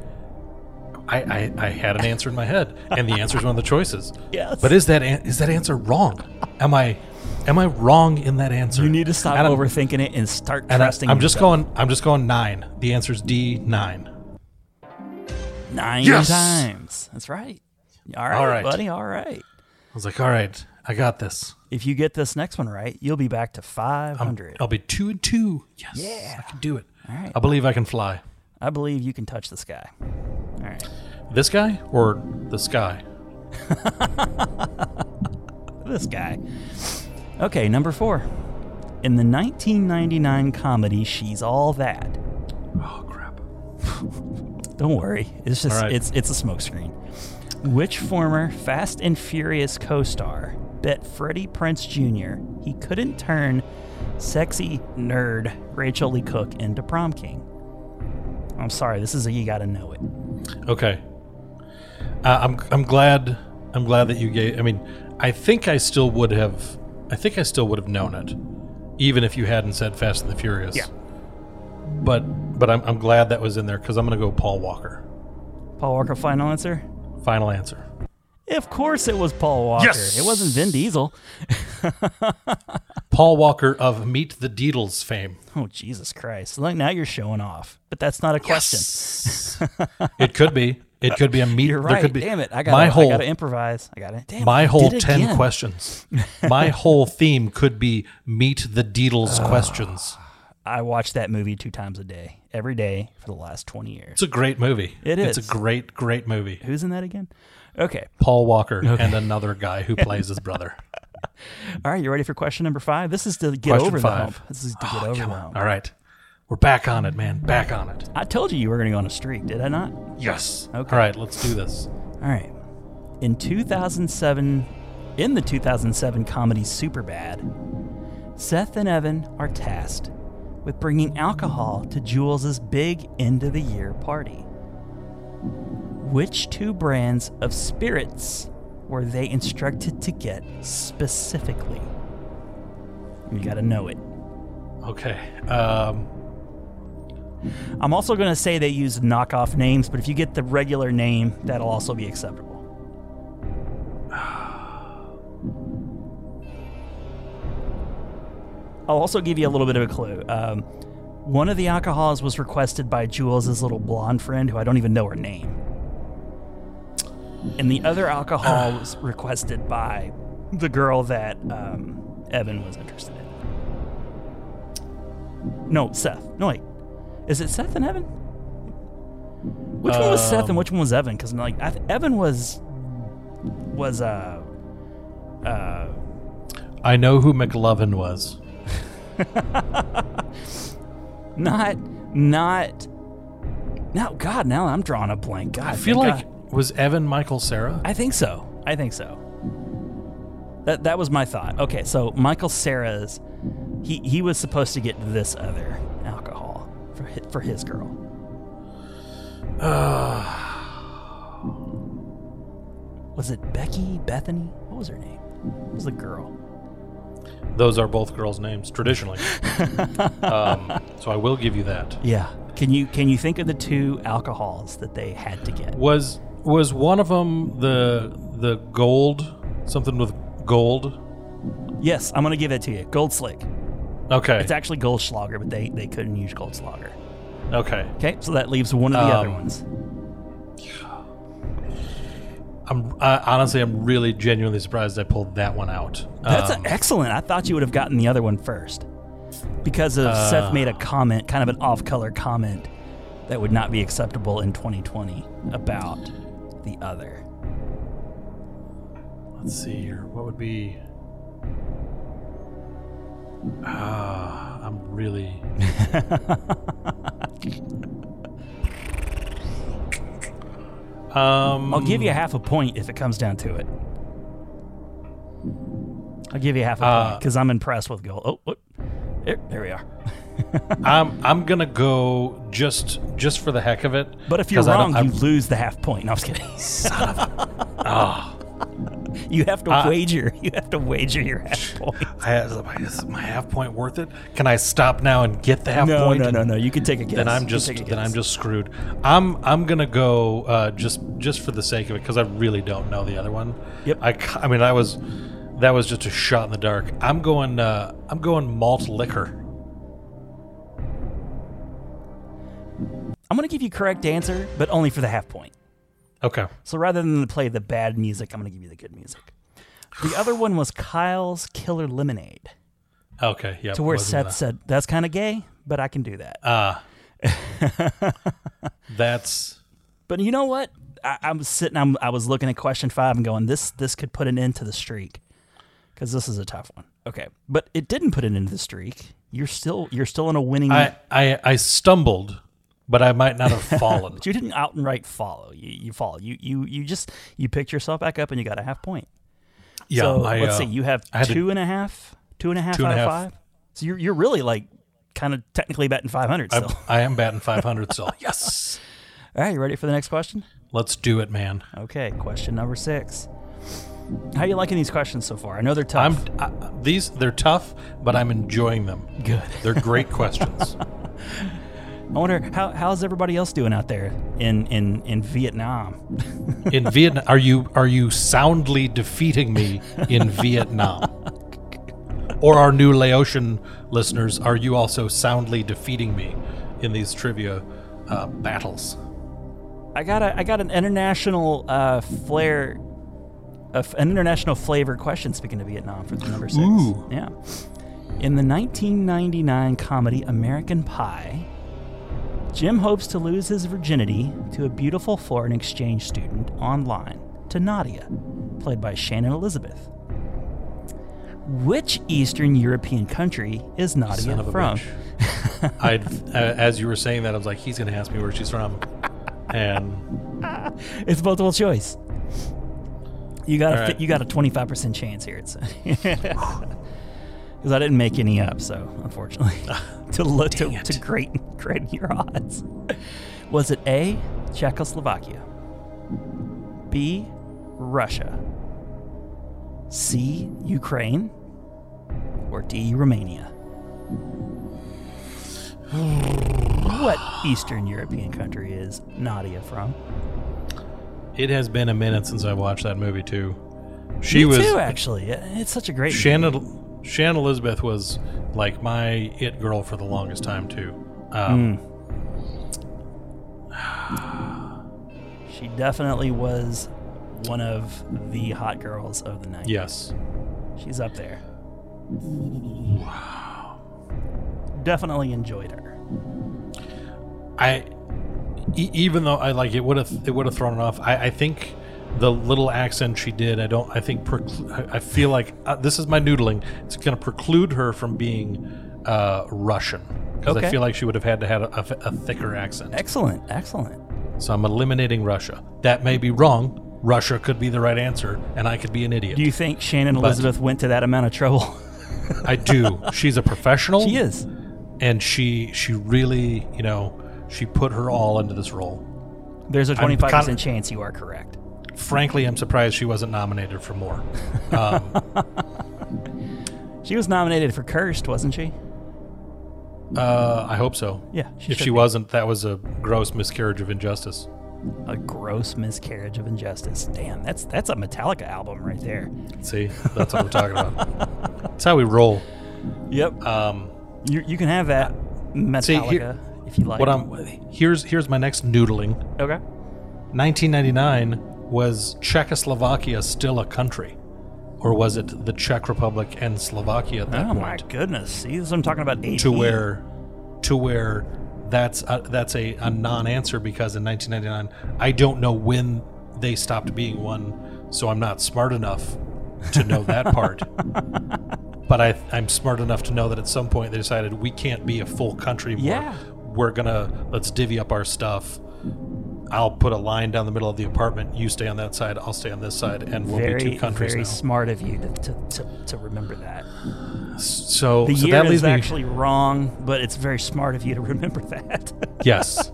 [SPEAKER 6] I I, I had an answer in my head, and the answer is one of the choices.
[SPEAKER 5] [laughs] Yes.
[SPEAKER 6] But is that an- is that answer wrong? Am I am I wrong in that answer?
[SPEAKER 5] You need to stop
[SPEAKER 6] And I'm-
[SPEAKER 5] overthinking it and start
[SPEAKER 6] And I,
[SPEAKER 5] trusting.
[SPEAKER 6] I'm just
[SPEAKER 5] yourself.
[SPEAKER 6] going. I'm just going nine. The answer's D nine.
[SPEAKER 5] nine
[SPEAKER 6] Yes!
[SPEAKER 5] times. That's right. All right,
[SPEAKER 6] All right.
[SPEAKER 5] buddy. All right.
[SPEAKER 6] I was like, all right, I got this.
[SPEAKER 5] If you get this next one right, you'll be back to five
[SPEAKER 6] I'm- oh.
[SPEAKER 5] hundred.
[SPEAKER 6] I'll be two and two. Yes,
[SPEAKER 5] Yeah.
[SPEAKER 6] I can do it.
[SPEAKER 5] All right.
[SPEAKER 6] I believe I can fly.
[SPEAKER 5] I believe you can touch the sky. All right.
[SPEAKER 6] This guy or the sky?
[SPEAKER 5] This guy. Okay, number four. In the 1999 comedy She's All That.
[SPEAKER 6] Oh crap!
[SPEAKER 5] Don't worry. It's just
[SPEAKER 6] All right.
[SPEAKER 5] it's it's a smokescreen. Which former Fast and Furious co-star bet Freddie Prince Jr. he couldn't turn sexy nerd Rachel Lee Cook into prom king? I'm sorry, this is a you gotta know it.
[SPEAKER 6] Okay. Uh, I'm I'm glad I'm glad that you gave. I mean, I think I still would have. I think I still would have known it, even if you hadn't said Fast and the Furious.
[SPEAKER 5] Yeah.
[SPEAKER 6] But but I'm I'm glad that was in there because I'm gonna go Paul Walker.
[SPEAKER 5] Paul Walker final answer?
[SPEAKER 6] Final answer.
[SPEAKER 5] Of course it was Paul Walker.
[SPEAKER 6] Yes!
[SPEAKER 5] It wasn't Vin Diesel.
[SPEAKER 6] Paul Walker of Meet the Deedles fame.
[SPEAKER 5] Oh Jesus Christ. Like now you're showing off. But that's not a question.
[SPEAKER 6] it could be. It could be a meet.
[SPEAKER 5] You're
[SPEAKER 6] There
[SPEAKER 5] right.
[SPEAKER 6] could be.
[SPEAKER 5] Damn it. I got
[SPEAKER 6] my whole
[SPEAKER 5] I gotta improvise. I got it. Damn
[SPEAKER 6] my
[SPEAKER 5] I
[SPEAKER 6] whole
[SPEAKER 5] did it
[SPEAKER 6] ten
[SPEAKER 5] again. [laughs]
[SPEAKER 6] questions. My whole theme could be meet the Deedles questions.
[SPEAKER 5] I watch that movie two times a day, every day for the last 20 years.
[SPEAKER 6] It's a great movie.
[SPEAKER 5] It is.
[SPEAKER 6] It's a great, great movie.
[SPEAKER 5] Who's in that again? Okay.
[SPEAKER 6] Paul Walker and another guy who plays
[SPEAKER 5] [laughs]
[SPEAKER 6] his brother.
[SPEAKER 5] All right. You ready for question number five? This is to get
[SPEAKER 6] Question
[SPEAKER 5] over
[SPEAKER 6] five. Oh,
[SPEAKER 5] the hump. This is to get over the hump.
[SPEAKER 6] All right, we're back on it, man. Back on it.
[SPEAKER 5] I told you you were going to go on a streak, did I not? All
[SPEAKER 6] Yes.
[SPEAKER 5] Okay.
[SPEAKER 6] All right, let's do this.
[SPEAKER 5] right. In 2007, in the 2007 comedy Superbad, Seth and Evan are tasked with bringing alcohol to Jules' big end of the year party. Which two brands of spirits were they instructed to get specifically? You gotta know it.
[SPEAKER 6] Okay. Um,
[SPEAKER 5] I'm also gonna say they use knockoff names, but if you get the regular name, that'll also be acceptable. I'll also give you a little bit of a clue. Um, one of the alcohols was requested by Jules' little blonde friend, who I don't even know her name. And the other alcohol was requested by the girl that um, Evan was interested in. No, Seth. No, wait. Is it Seth and Evan? Which one was Seth and
[SPEAKER 6] Um,
[SPEAKER 5] which one was Evan? Because like I th- Evan was was uh uh
[SPEAKER 6] I know who McLovin was.
[SPEAKER 5] not not now. God, now I'm drawing a blank. God,
[SPEAKER 6] I feel
[SPEAKER 5] thank
[SPEAKER 6] like
[SPEAKER 5] God.
[SPEAKER 6] was Evan Michael Sarah.
[SPEAKER 5] I think so. I think so. That that was my thought. Okay, so Michael Sarah's he he was supposed to get this other alcohol for his, for his girl. was it Becky Bethany? What was her name? It was the girl.
[SPEAKER 6] Those are both girls'
[SPEAKER 5] [laughs]
[SPEAKER 6] names traditionally. um, so I will give you that.
[SPEAKER 5] Yeah. Can you can you think of the two alcohols that they had to get?
[SPEAKER 6] Was was one of them the the gold something with gold?
[SPEAKER 5] Yes, I'm gonna give it to you. Gold Slick.
[SPEAKER 6] Okay.
[SPEAKER 5] It's actually Goldschlager, but they they couldn't use Goldschlager.
[SPEAKER 6] Okay.
[SPEAKER 5] Okay, so that leaves one of the other
[SPEAKER 6] Um,
[SPEAKER 5] ones.
[SPEAKER 6] I'm I, honestly I'm really genuinely surprised I pulled that one out.
[SPEAKER 5] That's
[SPEAKER 6] Um,
[SPEAKER 5] excellent. I thought you would have gotten the other one first because of
[SPEAKER 6] Uh,
[SPEAKER 5] Seth made a comment, kind of an off-color comment that would not be acceptable in 2020 about the other.
[SPEAKER 6] Let's see here. What would be? Ah, I'm really.
[SPEAKER 5] [laughs]
[SPEAKER 6] um,
[SPEAKER 5] I'll give you half a point if it comes down to it. I'll give you half a
[SPEAKER 6] Uh,
[SPEAKER 5] point because I'm impressed with gold. Oh, oh there, there we are.
[SPEAKER 6] I'm I'm gonna go just just for the heck of it.
[SPEAKER 5] But if you're
[SPEAKER 6] 'cause I don't-
[SPEAKER 5] wrong,
[SPEAKER 6] I'm-
[SPEAKER 5] you lose the half point. No, I was kidding. [laughs]
[SPEAKER 6] ah.
[SPEAKER 5] You have to
[SPEAKER 6] Uh,
[SPEAKER 5] wager. You have to wager your half point.
[SPEAKER 6] I, is my half point worth it? Can I stop now and get the half
[SPEAKER 5] no,
[SPEAKER 6] point?
[SPEAKER 5] no, no, no. You can take a guess.
[SPEAKER 6] Then I'm
[SPEAKER 5] You
[SPEAKER 6] just
[SPEAKER 5] take a
[SPEAKER 6] then I'm
[SPEAKER 5] guess.
[SPEAKER 6] just screwed. I'm I'm gonna go uh, just just for the sake of it because I really don't know the other one.
[SPEAKER 5] Yep.
[SPEAKER 6] I, c- I mean I was that was just a shot in the dark. I'm going uh, I'm going malt liquor.
[SPEAKER 5] I'm going to give you correct answer, but only for the half point.
[SPEAKER 6] Okay.
[SPEAKER 5] So rather than play the bad music, I'm going to give you the good music. The other one was Kyle's Killer Lemonade,
[SPEAKER 6] Okay. Yeah.
[SPEAKER 5] to where
[SPEAKER 6] wasn't Uh,
[SPEAKER 5] Seth
[SPEAKER 6] the-
[SPEAKER 5] said, "That's kind of gay, but I can do that."
[SPEAKER 6] that's
[SPEAKER 5] But you know what? I, I was sitting. I'm, I was looking at question five and going, "This this could put an end to the streak," because this is a tough one. Okay, but it didn't put an end to the streak. You're still you're still in a winning.
[SPEAKER 6] I I I stumbled, but I might
[SPEAKER 5] [laughs]
[SPEAKER 6] not have fallen.
[SPEAKER 5] but you didn't out and right follow. You you follow. You you you just you picked yourself back up and you got a half point.
[SPEAKER 6] yeah.
[SPEAKER 5] So
[SPEAKER 6] I,
[SPEAKER 5] let's
[SPEAKER 6] uh,
[SPEAKER 5] see. You have
[SPEAKER 6] I had to-
[SPEAKER 5] two and a half, two and a half
[SPEAKER 6] Two and a
[SPEAKER 5] out
[SPEAKER 6] half.
[SPEAKER 5] of five. So you're you're really like kind of technically batting 500 still.
[SPEAKER 6] I'm- [laughs] I am batting 500
[SPEAKER 5] [laughs]
[SPEAKER 6] still. yes.
[SPEAKER 5] All right, you ready for the next question?
[SPEAKER 6] Let's do it, man.
[SPEAKER 5] Okay, question number six. How you liking these questions so far? I know they're
[SPEAKER 6] I'm
[SPEAKER 5] tough.
[SPEAKER 6] I, these they're tough, but I'm enjoying them.
[SPEAKER 5] Good.
[SPEAKER 6] They're
[SPEAKER 5] [laughs]
[SPEAKER 6] great questions.
[SPEAKER 5] I wonder how how's everybody else doing out there in in in Vietnam?
[SPEAKER 6] In Vietnam, are you are you soundly defeating me
[SPEAKER 5] [laughs]
[SPEAKER 6] in Vietnam? Or our new Laotian listeners, are you also soundly defeating me in these trivia uh, battles?
[SPEAKER 5] I got a I got an international uh, flair, a f an international flavor question. Speaking of Vietnam, for the number six,
[SPEAKER 6] Ooh.
[SPEAKER 5] yeah. In the 1999 comedy American Pie, Jim hopes to lose his virginity to a beautiful foreign exchange student online to Nadia, played by Shannon Elizabeth. Which Eastern European country is Nadia
[SPEAKER 6] Son of a
[SPEAKER 5] from? [laughs]
[SPEAKER 6] bitch. I, uh, as you were saying that, I was like, he's going to ask me where she's from, and
[SPEAKER 5] It's multiple choice. You got a
[SPEAKER 6] All right.
[SPEAKER 5] you got a twenty five percent chance here. It's [laughs] because I didn't make any up, so
[SPEAKER 6] [laughs]
[SPEAKER 5] unfortunately, to look to, to great great your odds. Was it A. Czechoslovakia, B. Russia, C. Ukraine, or D.
[SPEAKER 6] [sighs]
[SPEAKER 5] Romania? what Eastern European country is Nadia from?
[SPEAKER 6] it has been a minute since I watched that movie too. She
[SPEAKER 5] Me
[SPEAKER 6] was
[SPEAKER 5] too, actually. It's such a great.
[SPEAKER 6] Shannon Shannon Elizabeth was like my it girl for the longest time too.
[SPEAKER 5] Hmm.
[SPEAKER 6] Um,
[SPEAKER 5] she definitely was one of the hot girls of the night.
[SPEAKER 6] Yes,
[SPEAKER 5] she's up there. Definitely enjoyed her.
[SPEAKER 6] I e- even though I like it would have it would have thrown it off. I, I think the little accent she did. I don't. I think preclu- I- I feel like uh, this is my noodling. It's going to preclude her from being uh, Russian because
[SPEAKER 5] Okay.
[SPEAKER 6] I feel like she would have had to have a, a- a thicker accent.
[SPEAKER 5] Excellent, excellent.
[SPEAKER 6] So I'm eliminating Russia. That may be wrong. Russia could be the right answer, and I could be an idiot.
[SPEAKER 5] Do you think Shannon Elizabeth went to that amount of trouble? [laughs]
[SPEAKER 6] I do. She's a professional.
[SPEAKER 5] she is.
[SPEAKER 6] and she she really you know she put her all into this role
[SPEAKER 5] There's a twenty five
[SPEAKER 6] con-
[SPEAKER 5] percent chance you are correct.
[SPEAKER 6] frankly i'm surprised she wasn't nominated for more
[SPEAKER 5] She was nominated for Cursed, wasn't she?
[SPEAKER 6] uh, i hope so
[SPEAKER 5] Yeah, she
[SPEAKER 6] if
[SPEAKER 5] should
[SPEAKER 6] she
[SPEAKER 5] be.
[SPEAKER 6] wasn't that was a gross miscarriage of injustice
[SPEAKER 5] A gross miscarriage of injustice. Damn, that's that's a Metallica album right there.
[SPEAKER 6] see that's what we're talking about
[SPEAKER 5] [laughs]
[SPEAKER 6] that's how we roll
[SPEAKER 5] Yep.
[SPEAKER 6] um,
[SPEAKER 5] you you can have that Metallica
[SPEAKER 6] see, here-
[SPEAKER 5] if you like.
[SPEAKER 6] what i'm here's here's my next noodling
[SPEAKER 5] okay.
[SPEAKER 6] 1999 was czechoslovakia still a country or was it the czech republic and slovakia at that
[SPEAKER 5] Oh
[SPEAKER 6] point
[SPEAKER 5] my goodness! See, this is what I'm talking about. AP.
[SPEAKER 6] to where to where that's a, that's a, a non-answer because in 1999 I don't know when they stopped being one so I'm not smart enough to know that
[SPEAKER 5] [laughs]
[SPEAKER 6] part. but I, I'm smart enough to know that at some point they decided we can't be a full country. More.
[SPEAKER 5] Yeah.
[SPEAKER 6] We're gonna let's divvy up our stuff. I'll put a line down the middle of the apartment. You stay on that side. I'll stay on this side, and we'll
[SPEAKER 5] very,
[SPEAKER 6] be two countries
[SPEAKER 5] very
[SPEAKER 6] now.
[SPEAKER 5] smart of you to, to, to, to remember that.
[SPEAKER 6] so
[SPEAKER 5] The
[SPEAKER 6] so
[SPEAKER 5] year
[SPEAKER 6] that
[SPEAKER 5] is
[SPEAKER 6] leaves me.
[SPEAKER 5] actually wrong, but it's very smart of you to [laughs] remember that.
[SPEAKER 6] yes.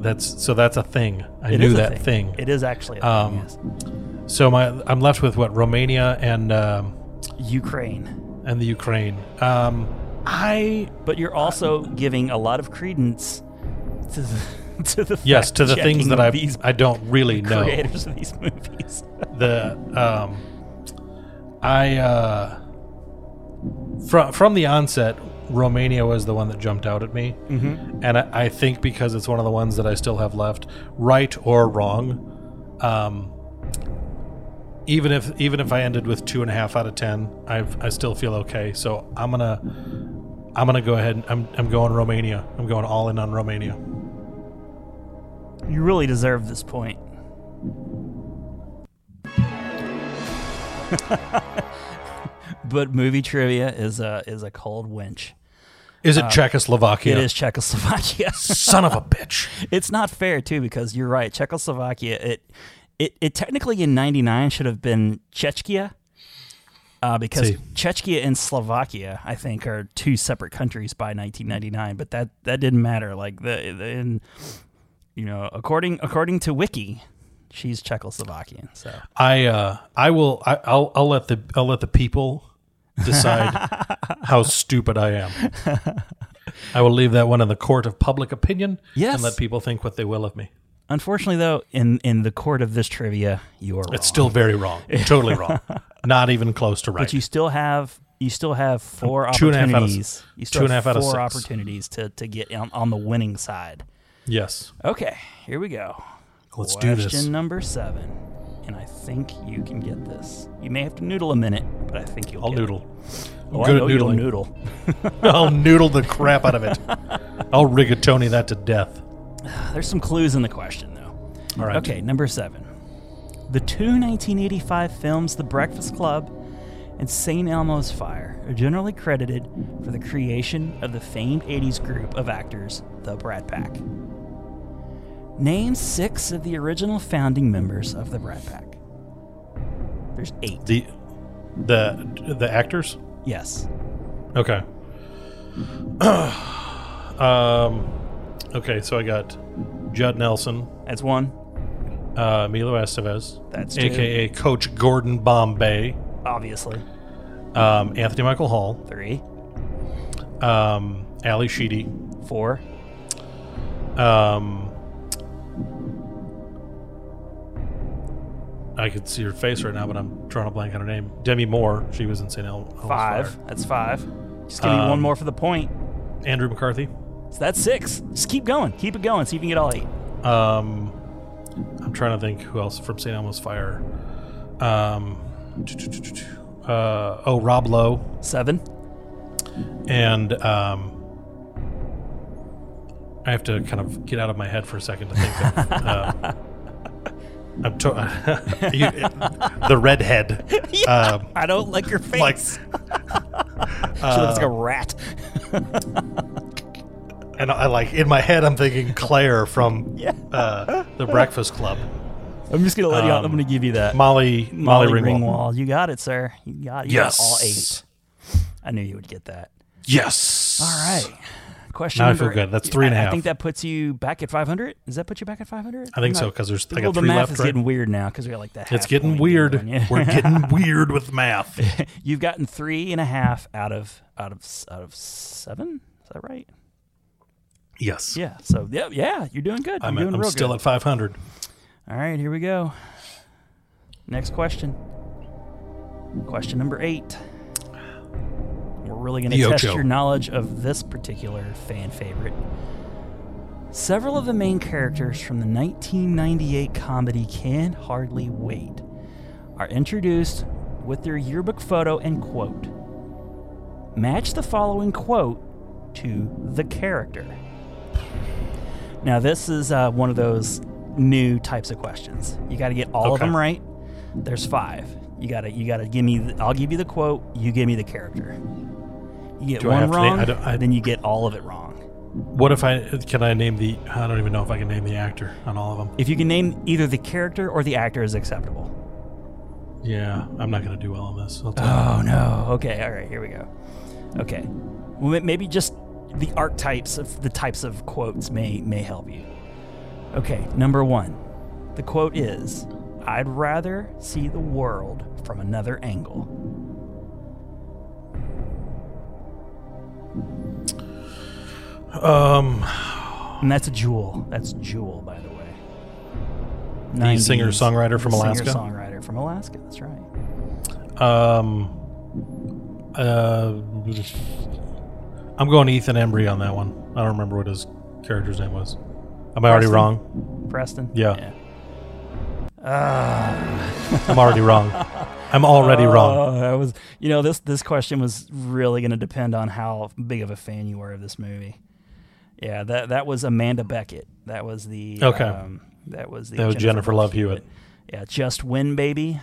[SPEAKER 6] That's so. That's a thing. I
[SPEAKER 5] It
[SPEAKER 6] knew
[SPEAKER 5] is a
[SPEAKER 6] that thing.
[SPEAKER 5] It is actually a
[SPEAKER 6] Um,
[SPEAKER 5] thing.
[SPEAKER 6] So my, I'm left with what Romania and um,
[SPEAKER 5] Yes. Ukraine.
[SPEAKER 6] and the Ukraine. Um, I
[SPEAKER 5] But you're also giving a lot of credence to the, [laughs] to the
[SPEAKER 6] yes to the
[SPEAKER 5] fact-checking
[SPEAKER 6] things that
[SPEAKER 5] of
[SPEAKER 6] I
[SPEAKER 5] these
[SPEAKER 6] I don't really know.
[SPEAKER 5] creators of these [laughs] movies.
[SPEAKER 6] the um, I uh, from from the onset, Romania was the one that jumped out at me, mm-hmm. and I, I think because it's one of the ones that I still have left, right or wrong, um, even if even if I ended with two and a half out of ten, I I still feel okay. So I'm gonna I'm gonna go ahead. And I'm I'm going Romania. I'm going all in on Romania.
[SPEAKER 5] You really deserve this point. [laughs] but movie trivia is a is a cold winch.
[SPEAKER 6] Is Uh, it Czechoslovakia?
[SPEAKER 5] It is Czechoslovakia. [laughs]
[SPEAKER 6] Son of a [laughs] bitch.
[SPEAKER 5] it's not fair too because you're right. Czechoslovakia. It it, it technically in '99 should have been Czechia. Uh, because
[SPEAKER 6] See.
[SPEAKER 5] Czechia and Slovakia, I think, are two separate countries by 1999, but that, that didn't matter. Like the, the in, you know, according according to Wiki, she's Czechoslovakian. So
[SPEAKER 6] I uh, I will I, I'll I'll let the I'll let the people
[SPEAKER 5] [laughs]
[SPEAKER 6] decide how stupid I am. I will leave that one in the court of public opinion.
[SPEAKER 5] Yes.
[SPEAKER 6] and let people think what they will of me.
[SPEAKER 5] unfortunately, though, in in the court of this trivia, you are wrong.
[SPEAKER 6] It's still very
[SPEAKER 5] [laughs]
[SPEAKER 6] wrong, totally wrong, not even close to right.
[SPEAKER 5] But you still have you still have four
[SPEAKER 6] Two and a half out of
[SPEAKER 5] opportunities.
[SPEAKER 6] s-
[SPEAKER 5] You still
[SPEAKER 6] two and a
[SPEAKER 5] have
[SPEAKER 6] half out of
[SPEAKER 5] four
[SPEAKER 6] six.
[SPEAKER 5] opportunities to to get on, on the winning side.
[SPEAKER 6] yes,
[SPEAKER 5] Okay, here we go.
[SPEAKER 6] let's
[SPEAKER 5] Question
[SPEAKER 6] do this.
[SPEAKER 5] number seven, and I think you can get this. You may have to noodle a minute, but I think you'll.
[SPEAKER 6] I'll
[SPEAKER 5] get it.
[SPEAKER 6] noodle.
[SPEAKER 5] Oh,
[SPEAKER 6] Good
[SPEAKER 5] I
[SPEAKER 6] at
[SPEAKER 5] know you'll noodle.
[SPEAKER 6] noodling. I'll noodle the crap out of
[SPEAKER 5] [laughs]
[SPEAKER 6] it. I'll rigatoni that to death.
[SPEAKER 5] There's some clues in the question though.
[SPEAKER 6] All right.
[SPEAKER 5] Okay, number seven. The two 1985 films The Breakfast Club and St. Elmo's Fire are generally credited for the creation of the famed 80s group of actors, the Brat Pack. Name six of the original founding members of the Brat Pack. There's eight.
[SPEAKER 6] The the the actors.
[SPEAKER 5] Yes.
[SPEAKER 6] Okay. [clears throat] um, okay, so I got Judd Nelson,
[SPEAKER 5] That's one.
[SPEAKER 6] uh, Milo Estevez,
[SPEAKER 5] That's two.
[SPEAKER 6] aka Coach Gordon Bombay,
[SPEAKER 5] Obviously.
[SPEAKER 6] um, Anthony Michael Hall,
[SPEAKER 5] Three.
[SPEAKER 6] um, Ali Sheedy,
[SPEAKER 5] Four.
[SPEAKER 6] um, I could see her face right now, but I'm drawing a blank on her name. Demi Moore, she was in St. El. Elmo's
[SPEAKER 5] Five.
[SPEAKER 6] Fire.
[SPEAKER 5] That's five. Just give me one
[SPEAKER 6] Um,
[SPEAKER 5] more for the point.
[SPEAKER 6] Andrew McCarthy.
[SPEAKER 5] So that's six. Just keep going. Keep it going. See if you can get all eight.
[SPEAKER 6] Um, I'm trying to think who else from St. Elmo's Fire. Um, uh, oh, Rob Lowe
[SPEAKER 5] Seven.
[SPEAKER 6] and um, I have to kind of get out of my head for a second to think. Of, uh, [laughs] I'm to- [laughs] you, the
[SPEAKER 5] [laughs]
[SPEAKER 6] redhead. Um,
[SPEAKER 5] I don't like your face.
[SPEAKER 6] like, uh,
[SPEAKER 5] she looks like a rat.
[SPEAKER 6] and I like in my head, I'm thinking Claire from
[SPEAKER 5] [laughs] Yeah.
[SPEAKER 6] uh, the Breakfast Club.
[SPEAKER 5] I'm just gonna let you out. I'm
[SPEAKER 6] Um,
[SPEAKER 5] gonna give you that.
[SPEAKER 6] Molly, Molly, Ringwald.
[SPEAKER 5] You got it, sir. You got you got all
[SPEAKER 6] Yes.
[SPEAKER 5] eight. I knew you would get that.
[SPEAKER 6] Yes.
[SPEAKER 5] All right. Question.
[SPEAKER 6] Now I
[SPEAKER 5] number,
[SPEAKER 6] feel good. That's three and a
[SPEAKER 5] I- I
[SPEAKER 6] half.
[SPEAKER 5] think that puts you back at 500. Does that put you back at 500?
[SPEAKER 6] I think so, 'cause there's- I got
[SPEAKER 5] well, the
[SPEAKER 6] three
[SPEAKER 5] math
[SPEAKER 6] left,
[SPEAKER 5] is
[SPEAKER 6] right?
[SPEAKER 5] getting weird now because we got like that.
[SPEAKER 6] It's getting weird. We're getting weird with math.
[SPEAKER 5] [laughs] You've gotten three and a half out of out of s- out of seven. Is that right?
[SPEAKER 6] Yes.
[SPEAKER 5] Yeah. So yeah, yeah, you're doing good.
[SPEAKER 6] I'm,
[SPEAKER 5] you're doing
[SPEAKER 6] I'm
[SPEAKER 5] real
[SPEAKER 6] still
[SPEAKER 5] good.
[SPEAKER 6] at 500.
[SPEAKER 5] All right, here we go. Next question. Question number eight. We're really going to
[SPEAKER 6] The
[SPEAKER 5] test
[SPEAKER 6] Ocho.
[SPEAKER 5] your knowledge of this particular fan favorite. Several of the main characters from the 1998 comedy Can Hardly Wait are introduced with their yearbook photo and quote. Match the following quote to the character. Now, this is uh, one of those new types of questions. You got to get all of
[SPEAKER 6] Okay.
[SPEAKER 5] them right. There's five. You gotta you gotta give me. The, I'll give you the quote. You give me the character. You get
[SPEAKER 6] Do I
[SPEAKER 5] one
[SPEAKER 6] have to name-
[SPEAKER 5] wrong,
[SPEAKER 6] I don't- I-
[SPEAKER 5] then you get all of it wrong.
[SPEAKER 6] What if I can I name the? I don't even know if I can name the actor on all of them.
[SPEAKER 5] If you can name either the character or the actor is acceptable.
[SPEAKER 6] Yeah, I'm not gonna do well on this. I'll tell you.
[SPEAKER 5] Oh no. Okay. All right. Here we go. Okay. Well, ma- maybe just the archetypes of the types of quotes may may help you. Okay. Number one, the quote is, "I'd rather see the world from another angle."
[SPEAKER 6] Um,
[SPEAKER 5] And that's a jewel. That's jewel, by the way.
[SPEAKER 6] the singer songwriter from Alaska.
[SPEAKER 5] Singer-songwriter from Alaska. That's right.
[SPEAKER 6] Um, uh, I'm going Ethan Embry on that one. I don't remember what his character's name was. Am I already
[SPEAKER 5] Preston?
[SPEAKER 6] wrong?
[SPEAKER 5] Preston. Ah.
[SPEAKER 6] Yeah. I'm already wrong.
[SPEAKER 5] [laughs]
[SPEAKER 6] I'm already wrong.
[SPEAKER 5] Oh, that was. You know this this question was really going to depend on how big of a fan you were of this movie. Yeah, that that was Amanda Beckett. That was the
[SPEAKER 6] Okay.
[SPEAKER 5] Um, that was the
[SPEAKER 6] That was Jennifer Love Hewitt.
[SPEAKER 5] Yeah, just win, baby.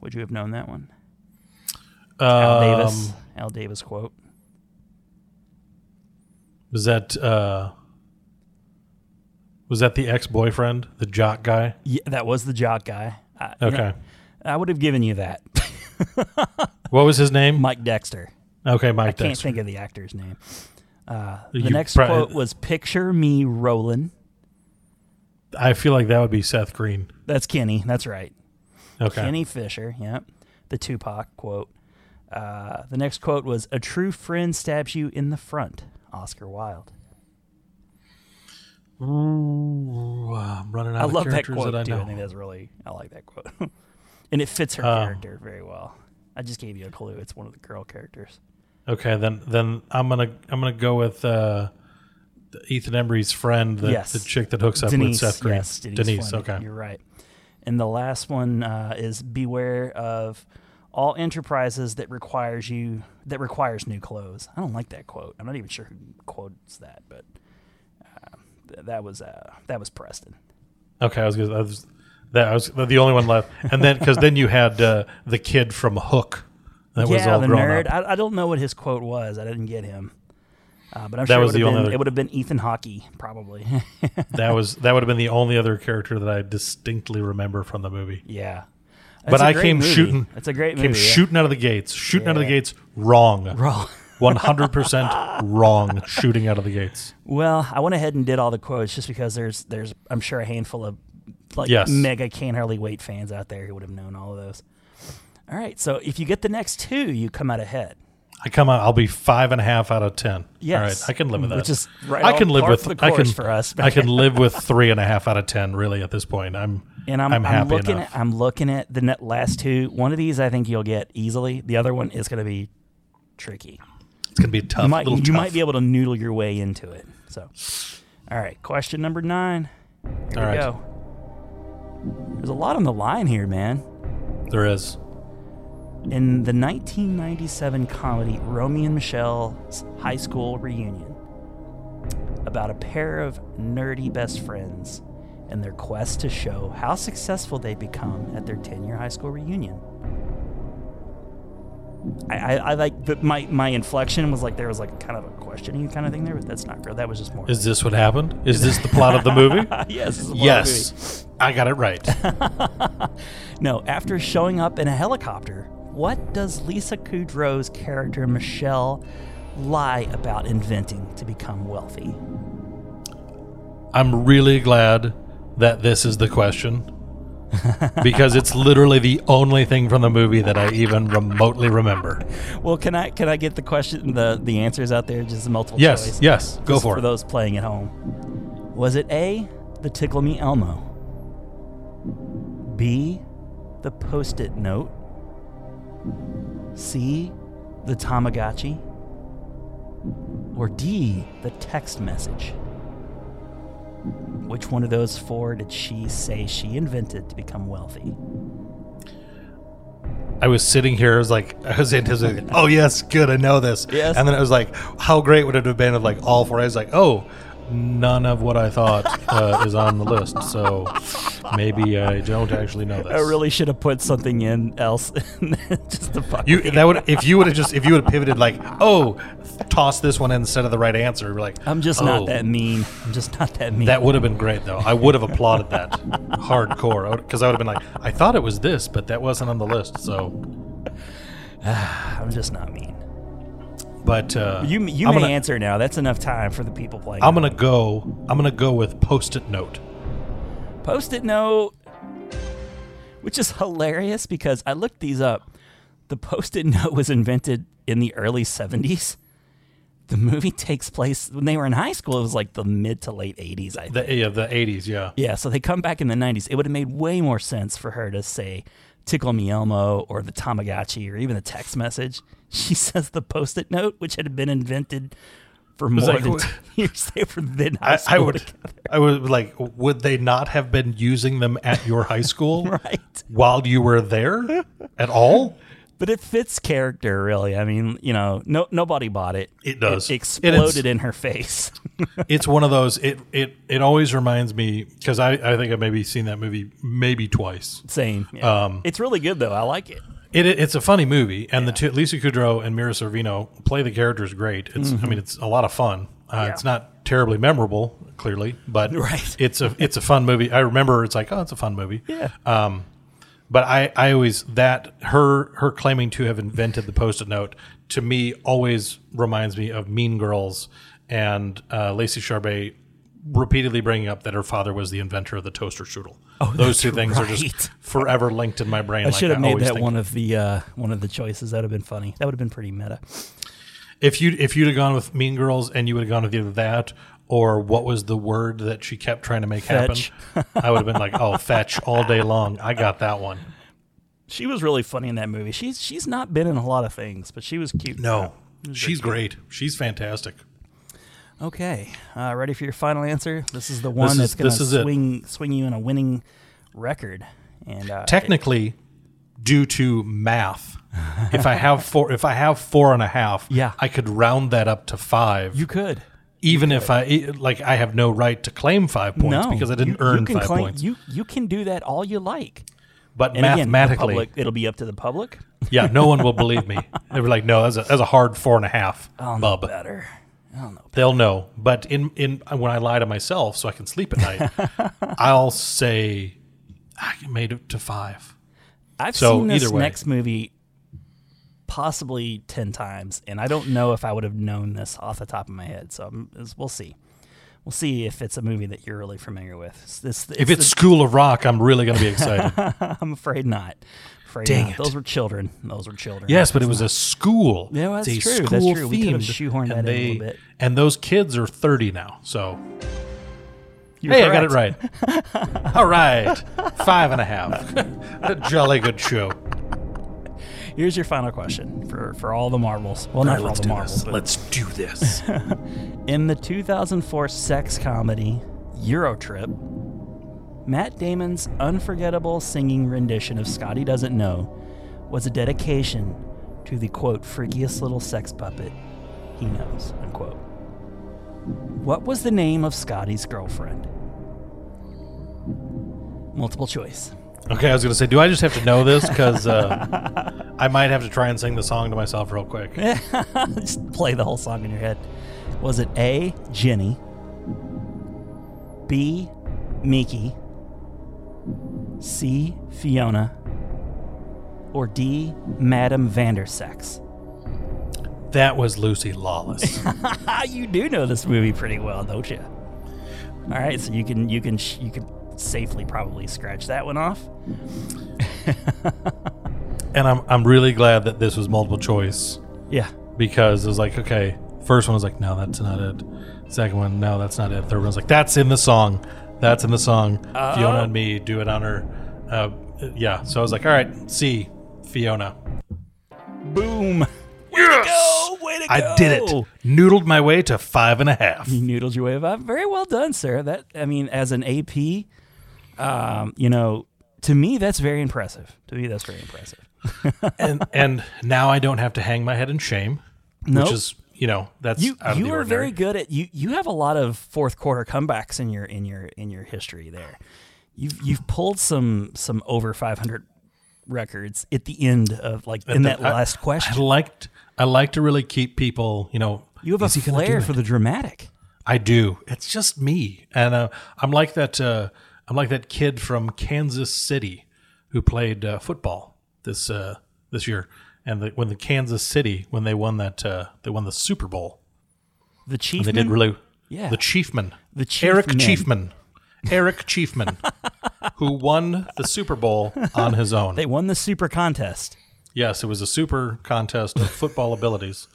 [SPEAKER 5] Would you have known that one? Al
[SPEAKER 6] Um,
[SPEAKER 5] Davis. Al Davis quote.
[SPEAKER 6] Was that uh, was that the ex-boyfriend, the jock guy?
[SPEAKER 5] Yeah, that was the jock guy. I, you know,
[SPEAKER 6] Okay.
[SPEAKER 5] I would have given you that. [laughs]
[SPEAKER 6] What was his name?
[SPEAKER 5] Mike Dexter.
[SPEAKER 6] okay, Mike
[SPEAKER 5] Can't
[SPEAKER 6] Dexter.
[SPEAKER 5] think of the actor's name. Uh, the
[SPEAKER 6] You
[SPEAKER 5] next
[SPEAKER 6] prob-
[SPEAKER 5] quote was "Picture me rolling."
[SPEAKER 6] I feel like that would be Seth Green.
[SPEAKER 5] That's Kenny. That's right.
[SPEAKER 6] Okay.
[SPEAKER 5] Kenny Fisher. Yep. The Tupac quote. Uh, the next quote was "A true friend stabs you in the front." Oscar Wilde.
[SPEAKER 6] Ooh, I'm running out
[SPEAKER 5] I
[SPEAKER 6] of
[SPEAKER 5] love that
[SPEAKER 6] characters
[SPEAKER 5] quote
[SPEAKER 6] that I
[SPEAKER 5] too. I
[SPEAKER 6] know. Uh,
[SPEAKER 5] think that's really. I like that quote, [laughs] and it fits her character very well. I just gave you a clue. It's one of the girl characters.
[SPEAKER 6] Okay, then then I'm gonna I'm gonna go with uh, Ethan Embry's friend, the,
[SPEAKER 5] Yes.
[SPEAKER 6] the chick that hooks up
[SPEAKER 5] Denise,
[SPEAKER 6] with Seth Green.
[SPEAKER 5] yes, Denise. Fleming.
[SPEAKER 6] okay.
[SPEAKER 5] you're right. And the last one uh, is beware of all enterprises that requires you that requires new clothes. I don't like that quote. I'm not even sure who quotes that, but uh, th- that was uh, that was Preston.
[SPEAKER 6] Okay, I was gonna, I was, that I was the only one left, and then because then you had uh, the kid from Hook, that was
[SPEAKER 5] yeah,
[SPEAKER 6] all
[SPEAKER 5] the
[SPEAKER 6] grown
[SPEAKER 5] nerd.
[SPEAKER 6] up.
[SPEAKER 5] I, I don't know what his quote was. I didn't get him. Uh, but I'm
[SPEAKER 6] That
[SPEAKER 5] sure
[SPEAKER 6] was
[SPEAKER 5] it,
[SPEAKER 6] the
[SPEAKER 5] would have
[SPEAKER 6] only
[SPEAKER 5] been,
[SPEAKER 6] other-
[SPEAKER 5] it would have been Ethan Hockey, probably. [laughs]
[SPEAKER 6] That was that would have been the only other character that I distinctly remember from the movie.
[SPEAKER 5] yeah.
[SPEAKER 6] but
[SPEAKER 5] It's a
[SPEAKER 6] I
[SPEAKER 5] great
[SPEAKER 6] came
[SPEAKER 5] movie.
[SPEAKER 6] shooting.
[SPEAKER 5] It's a great
[SPEAKER 6] Came
[SPEAKER 5] movie. yeah.
[SPEAKER 6] shooting out of the gates. Shooting out of the
[SPEAKER 5] Yeah.
[SPEAKER 6] gates. Wrong.
[SPEAKER 5] Wrong.
[SPEAKER 6] [laughs] One hundred percent wrong. Shooting out of the gates.
[SPEAKER 5] Well, I went ahead and did all the quotes just because there's there's I'm sure a handful of like
[SPEAKER 6] Yes.
[SPEAKER 5] mega can hardly wait fans out there who would have known all of those. All right, so if you get the next two, you come out ahead.
[SPEAKER 6] I come out. I'll be five and a half out of ten.
[SPEAKER 5] Yes.
[SPEAKER 6] All right, I can live with that.
[SPEAKER 5] Which is right
[SPEAKER 6] I can
[SPEAKER 5] on
[SPEAKER 6] live
[SPEAKER 5] par
[SPEAKER 6] with.
[SPEAKER 5] for the
[SPEAKER 6] I can
[SPEAKER 5] course for us.
[SPEAKER 6] I can live with three and a half out of ten. Really, at this point, I'm.
[SPEAKER 5] And I'm, I'm,
[SPEAKER 6] I'm happy
[SPEAKER 5] looking
[SPEAKER 6] enough.
[SPEAKER 5] at I'm looking at the net last two. One of these I think you'll get easily. The other one is going to be tricky.
[SPEAKER 6] It's gonna be a tough.
[SPEAKER 5] You might
[SPEAKER 6] little
[SPEAKER 5] you
[SPEAKER 6] tough.
[SPEAKER 5] might be able to noodle your way into it. So, all right, question number nine. Here we
[SPEAKER 6] All right.
[SPEAKER 5] go. There's a lot on the line here, man.
[SPEAKER 6] There is.
[SPEAKER 5] In the 1997 comedy Romeo and Michelle's High School Reunion, about a pair of nerdy best friends and their quest to show how successful they become at their 10 year high school reunion. I, I, I like the, my, my inflection was like there was like kind of a questioning kind of thing there, but that's not real. That was just more.
[SPEAKER 6] Is this what happened?
[SPEAKER 5] [laughs]
[SPEAKER 6] Is this the plot of the movie?
[SPEAKER 5] yes. this is a horror movie.
[SPEAKER 6] yes. I got it right.
[SPEAKER 5] [laughs] No, after showing up in a helicopter, what does Lisa Kudrow's character Michelle lie about inventing to become wealthy?
[SPEAKER 6] I'm really glad that this is the
[SPEAKER 5] [laughs]
[SPEAKER 6] question because it's literally the only thing from the movie that I even remotely remember.
[SPEAKER 5] Well, can I can I get the question the the answers out there just multiple
[SPEAKER 6] Yes.
[SPEAKER 5] choice?
[SPEAKER 6] Yes. Go
[SPEAKER 5] Just
[SPEAKER 6] for,
[SPEAKER 5] for
[SPEAKER 6] it.
[SPEAKER 5] those playing at home. Was it A, the Tickle Me Elmo? B, the Post-it note? C, the Tamagotchi? Or D, the text message? Which one of those four did she say she invented to become wealthy?
[SPEAKER 6] I was sitting here. I was like, I was anticipating. oh yes, good. I know this.
[SPEAKER 5] Yes.
[SPEAKER 6] And then I was like, how great would it have been if like all four? I was like, oh, none of what I thought uh, is on the list. So maybe I don't actually know this.
[SPEAKER 5] I really should have put something in else, [laughs] in there, just to fuck.
[SPEAKER 6] You
[SPEAKER 5] with
[SPEAKER 6] that would if you would have just if you would have pivoted like oh toss this one instead of the right answer you're like
[SPEAKER 5] I'm just
[SPEAKER 6] oh,
[SPEAKER 5] not that mean. I'm just not that mean.
[SPEAKER 6] that would have been great though I would have applauded that hardcore because I would have been like I thought it was this but that wasn't on the list so
[SPEAKER 5] I'm just not mean.
[SPEAKER 6] but uh,
[SPEAKER 5] You you
[SPEAKER 6] I'm
[SPEAKER 5] may
[SPEAKER 6] gonna,
[SPEAKER 5] answer now. That's enough time for the people playing.
[SPEAKER 6] I'm gonna go I'm gonna go with post-it note
[SPEAKER 5] post-it note which is hilarious because i looked these up the post-it [laughs] note was invented in the early 70s the movie takes place when they were in high school it was like the mid to late 80s i think
[SPEAKER 6] the yeah the 80s yeah
[SPEAKER 5] yeah so they come back in the 90s it would have made way more sense for her to say tickle me elmo or the tamagotchi or even the text message [laughs] she says the post-it note which had been invented for more [laughs]
[SPEAKER 6] like,
[SPEAKER 5] than
[SPEAKER 6] wh-
[SPEAKER 5] 10 years they were then high
[SPEAKER 6] I, I
[SPEAKER 5] school
[SPEAKER 6] would I would like would they not have been using them at your high [laughs] school
[SPEAKER 5] right
[SPEAKER 6] while you were there at all
[SPEAKER 5] But it fits character, really. I mean, you know, no nobody bought it.
[SPEAKER 6] It
[SPEAKER 5] It
[SPEAKER 6] does. And it's-
[SPEAKER 5] exploded in her face. [laughs]
[SPEAKER 6] it's one of those it it it always reminds me because I, I think I've maybe seen that movie maybe twice.
[SPEAKER 5] Same. yeah.
[SPEAKER 6] Um,
[SPEAKER 5] it's really good though. I like it.
[SPEAKER 6] It, it- it's a funny movie, and the two, Lisa Kudrow and Mira Sorvino play the characters great. It's I mean it's a lot of fun. Uh,
[SPEAKER 5] Mm-hmm. Yeah.
[SPEAKER 6] It's not terribly memorable, clearly,
[SPEAKER 5] [laughs]
[SPEAKER 6] but
[SPEAKER 5] Right.
[SPEAKER 6] it's a it's a fun movie. I remember it's like oh it's a fun movie.
[SPEAKER 5] Yeah.
[SPEAKER 6] But I, I always that her her claiming to have invented the post-it note to me always reminds me of Mean Girls and uh, Lacey Charbet repeatedly bringing up that her father was the inventor of the toaster strudel. Oh, those
[SPEAKER 5] that's
[SPEAKER 6] two things are just
[SPEAKER 5] right.
[SPEAKER 6] forever linked in my brain.
[SPEAKER 5] I should have made
[SPEAKER 6] always
[SPEAKER 5] that
[SPEAKER 6] think.
[SPEAKER 5] one of the uh, one of the choices. That would have been funny. That would have been pretty meta.
[SPEAKER 6] If you if you'd have gone with Mean Girls and you would have gone with either that or what was the word that she kept trying to make
[SPEAKER 5] Fetch.
[SPEAKER 6] happen, I would have been like, oh, fetch all day long. I got that one.
[SPEAKER 5] She was really funny in that movie. She's she's not been in a lot of things, but she was cute.
[SPEAKER 6] No, she's great. She's fantastic.
[SPEAKER 5] Okay. Uh, ready for your final answer? This is the one
[SPEAKER 6] is-
[SPEAKER 5] that's going
[SPEAKER 6] this is it.
[SPEAKER 5] to swing swing you in a winning record. And uh,
[SPEAKER 6] technically due to math if i have four if i have four and a half
[SPEAKER 5] Yeah.
[SPEAKER 6] i could round that up to five
[SPEAKER 5] you could.
[SPEAKER 6] even if i like i have no right to claim five points
[SPEAKER 5] no,
[SPEAKER 6] because i didn't
[SPEAKER 5] you- you
[SPEAKER 6] earn
[SPEAKER 5] can
[SPEAKER 6] five
[SPEAKER 5] claim-
[SPEAKER 6] points
[SPEAKER 5] You you can do that all you like.
[SPEAKER 6] but
[SPEAKER 5] And again, the
[SPEAKER 6] mathematically
[SPEAKER 5] public- it'll be up to the public.
[SPEAKER 6] yeah no one will believe me [laughs] they were like no that's a, that's a hard four and a half
[SPEAKER 5] I'll know
[SPEAKER 6] bub
[SPEAKER 5] better. I'll know.
[SPEAKER 6] they'll know but in in when i lie to myself so i can sleep at night
[SPEAKER 5] [laughs]
[SPEAKER 6] i'll say i made it to five
[SPEAKER 5] I've
[SPEAKER 6] So,
[SPEAKER 5] seen this
[SPEAKER 6] either way.
[SPEAKER 5] next movie possibly ten times, and I don't know if I would have known this off the top of my head. So I'm, it's- we'll see. We'll see if it's a movie that you're really familiar with. It's- it's-
[SPEAKER 6] if it's school of rock i'm really going to be
[SPEAKER 5] [laughs]
[SPEAKER 6] excited
[SPEAKER 5] I'm afraid not. Afraid
[SPEAKER 6] Dang
[SPEAKER 5] not.
[SPEAKER 6] it.
[SPEAKER 5] Those were children. Those were children.
[SPEAKER 6] Yes, but it was a school.
[SPEAKER 5] Yeah, well,
[SPEAKER 6] It's
[SPEAKER 5] that's
[SPEAKER 6] a
[SPEAKER 5] true. That's true. We could've
[SPEAKER 6] themed,
[SPEAKER 5] shoehorned that in
[SPEAKER 6] and
[SPEAKER 5] a little bit.
[SPEAKER 6] And those kids are 30 now. So,
[SPEAKER 5] You're
[SPEAKER 6] hey, I got it
[SPEAKER 5] correct. [laughs]
[SPEAKER 6] right. All right. Five and a half. a jolly good show.
[SPEAKER 5] Here's your final question for for all the marbles. Well, not for all
[SPEAKER 1] Let's
[SPEAKER 5] the
[SPEAKER 1] do
[SPEAKER 5] marbles.
[SPEAKER 1] this.
[SPEAKER 5] but-
[SPEAKER 1] Let's do this.
[SPEAKER 5] In the 2004 sex comedy Eurotrip, Matt Damon's unforgettable singing rendition of Scotty Doesn't Know was a dedication to the quote, freakiest little sex puppet he knows, unquote. What was the name of Scotty's girlfriend? Multiple choice.
[SPEAKER 6] Okay, I was going to say, do I just have to know this? Because uh, I might have to try and sing the song to myself real quick.
[SPEAKER 5] Just play the whole song in your head. Was it A, Jenny, B, Miki, C, Fiona, or D, Madame Vandersex?
[SPEAKER 6] That was Lucy Lawless.
[SPEAKER 5] [laughs] Ah, you do know this movie pretty well, don't you? All right, so you can you can sh- you can safely probably scratch that one off.
[SPEAKER 6] and I'm, I'm really glad that this was multiple choice
[SPEAKER 5] Yeah.
[SPEAKER 6] because it was like, okay, first one was like, no, that's not it. Second one, no, that's not it. Third one was like, that's in the song. That's in the song. Fiona and me do it on her. Uh, yeah. So I was like, all right, C, Fiona.
[SPEAKER 5] Boom.
[SPEAKER 6] Yes!
[SPEAKER 5] Oh, way to go!
[SPEAKER 6] I did
[SPEAKER 5] Oh.
[SPEAKER 6] it. Noodled my way to five and a half.
[SPEAKER 5] You noodled your way up. Very well done, sir. That I mean, as an AP, um, you know, to me that's very impressive. To me, that's very impressive.
[SPEAKER 6] and and now I don't have to hang my head in shame,
[SPEAKER 5] Nope.
[SPEAKER 6] which is you know, that's
[SPEAKER 5] You
[SPEAKER 6] out of
[SPEAKER 5] you
[SPEAKER 6] the
[SPEAKER 5] are very
[SPEAKER 6] ordinary.
[SPEAKER 5] good at you. You have a lot of fourth quarter comebacks in your in your in your history there. You've you've pulled some some over five hundred records at the end of like in that
[SPEAKER 6] I-
[SPEAKER 5] last
[SPEAKER 6] I
[SPEAKER 5] question.
[SPEAKER 6] liked. I like to really keep people. You know,
[SPEAKER 5] you have a
[SPEAKER 6] is he gonna do
[SPEAKER 5] flair
[SPEAKER 6] it?
[SPEAKER 5] for the dramatic.
[SPEAKER 6] I do. It's just me, and uh, I'm like that. Uh, I'm like that kid from Kansas City who played uh, football this uh, this year. And the, when the Kansas City, when they won that, uh, they won the Super Bowl.
[SPEAKER 5] The chief.
[SPEAKER 6] And they did really,
[SPEAKER 5] Yeah.
[SPEAKER 6] The Chiefman,
[SPEAKER 5] The Chiefman.
[SPEAKER 6] Eric Chiefman, Eric
[SPEAKER 5] [laughs]
[SPEAKER 6] Chiefman, who won the Super Bowl on his own.
[SPEAKER 5] They won the super contest.
[SPEAKER 6] yes, it was a super contest of football abilities.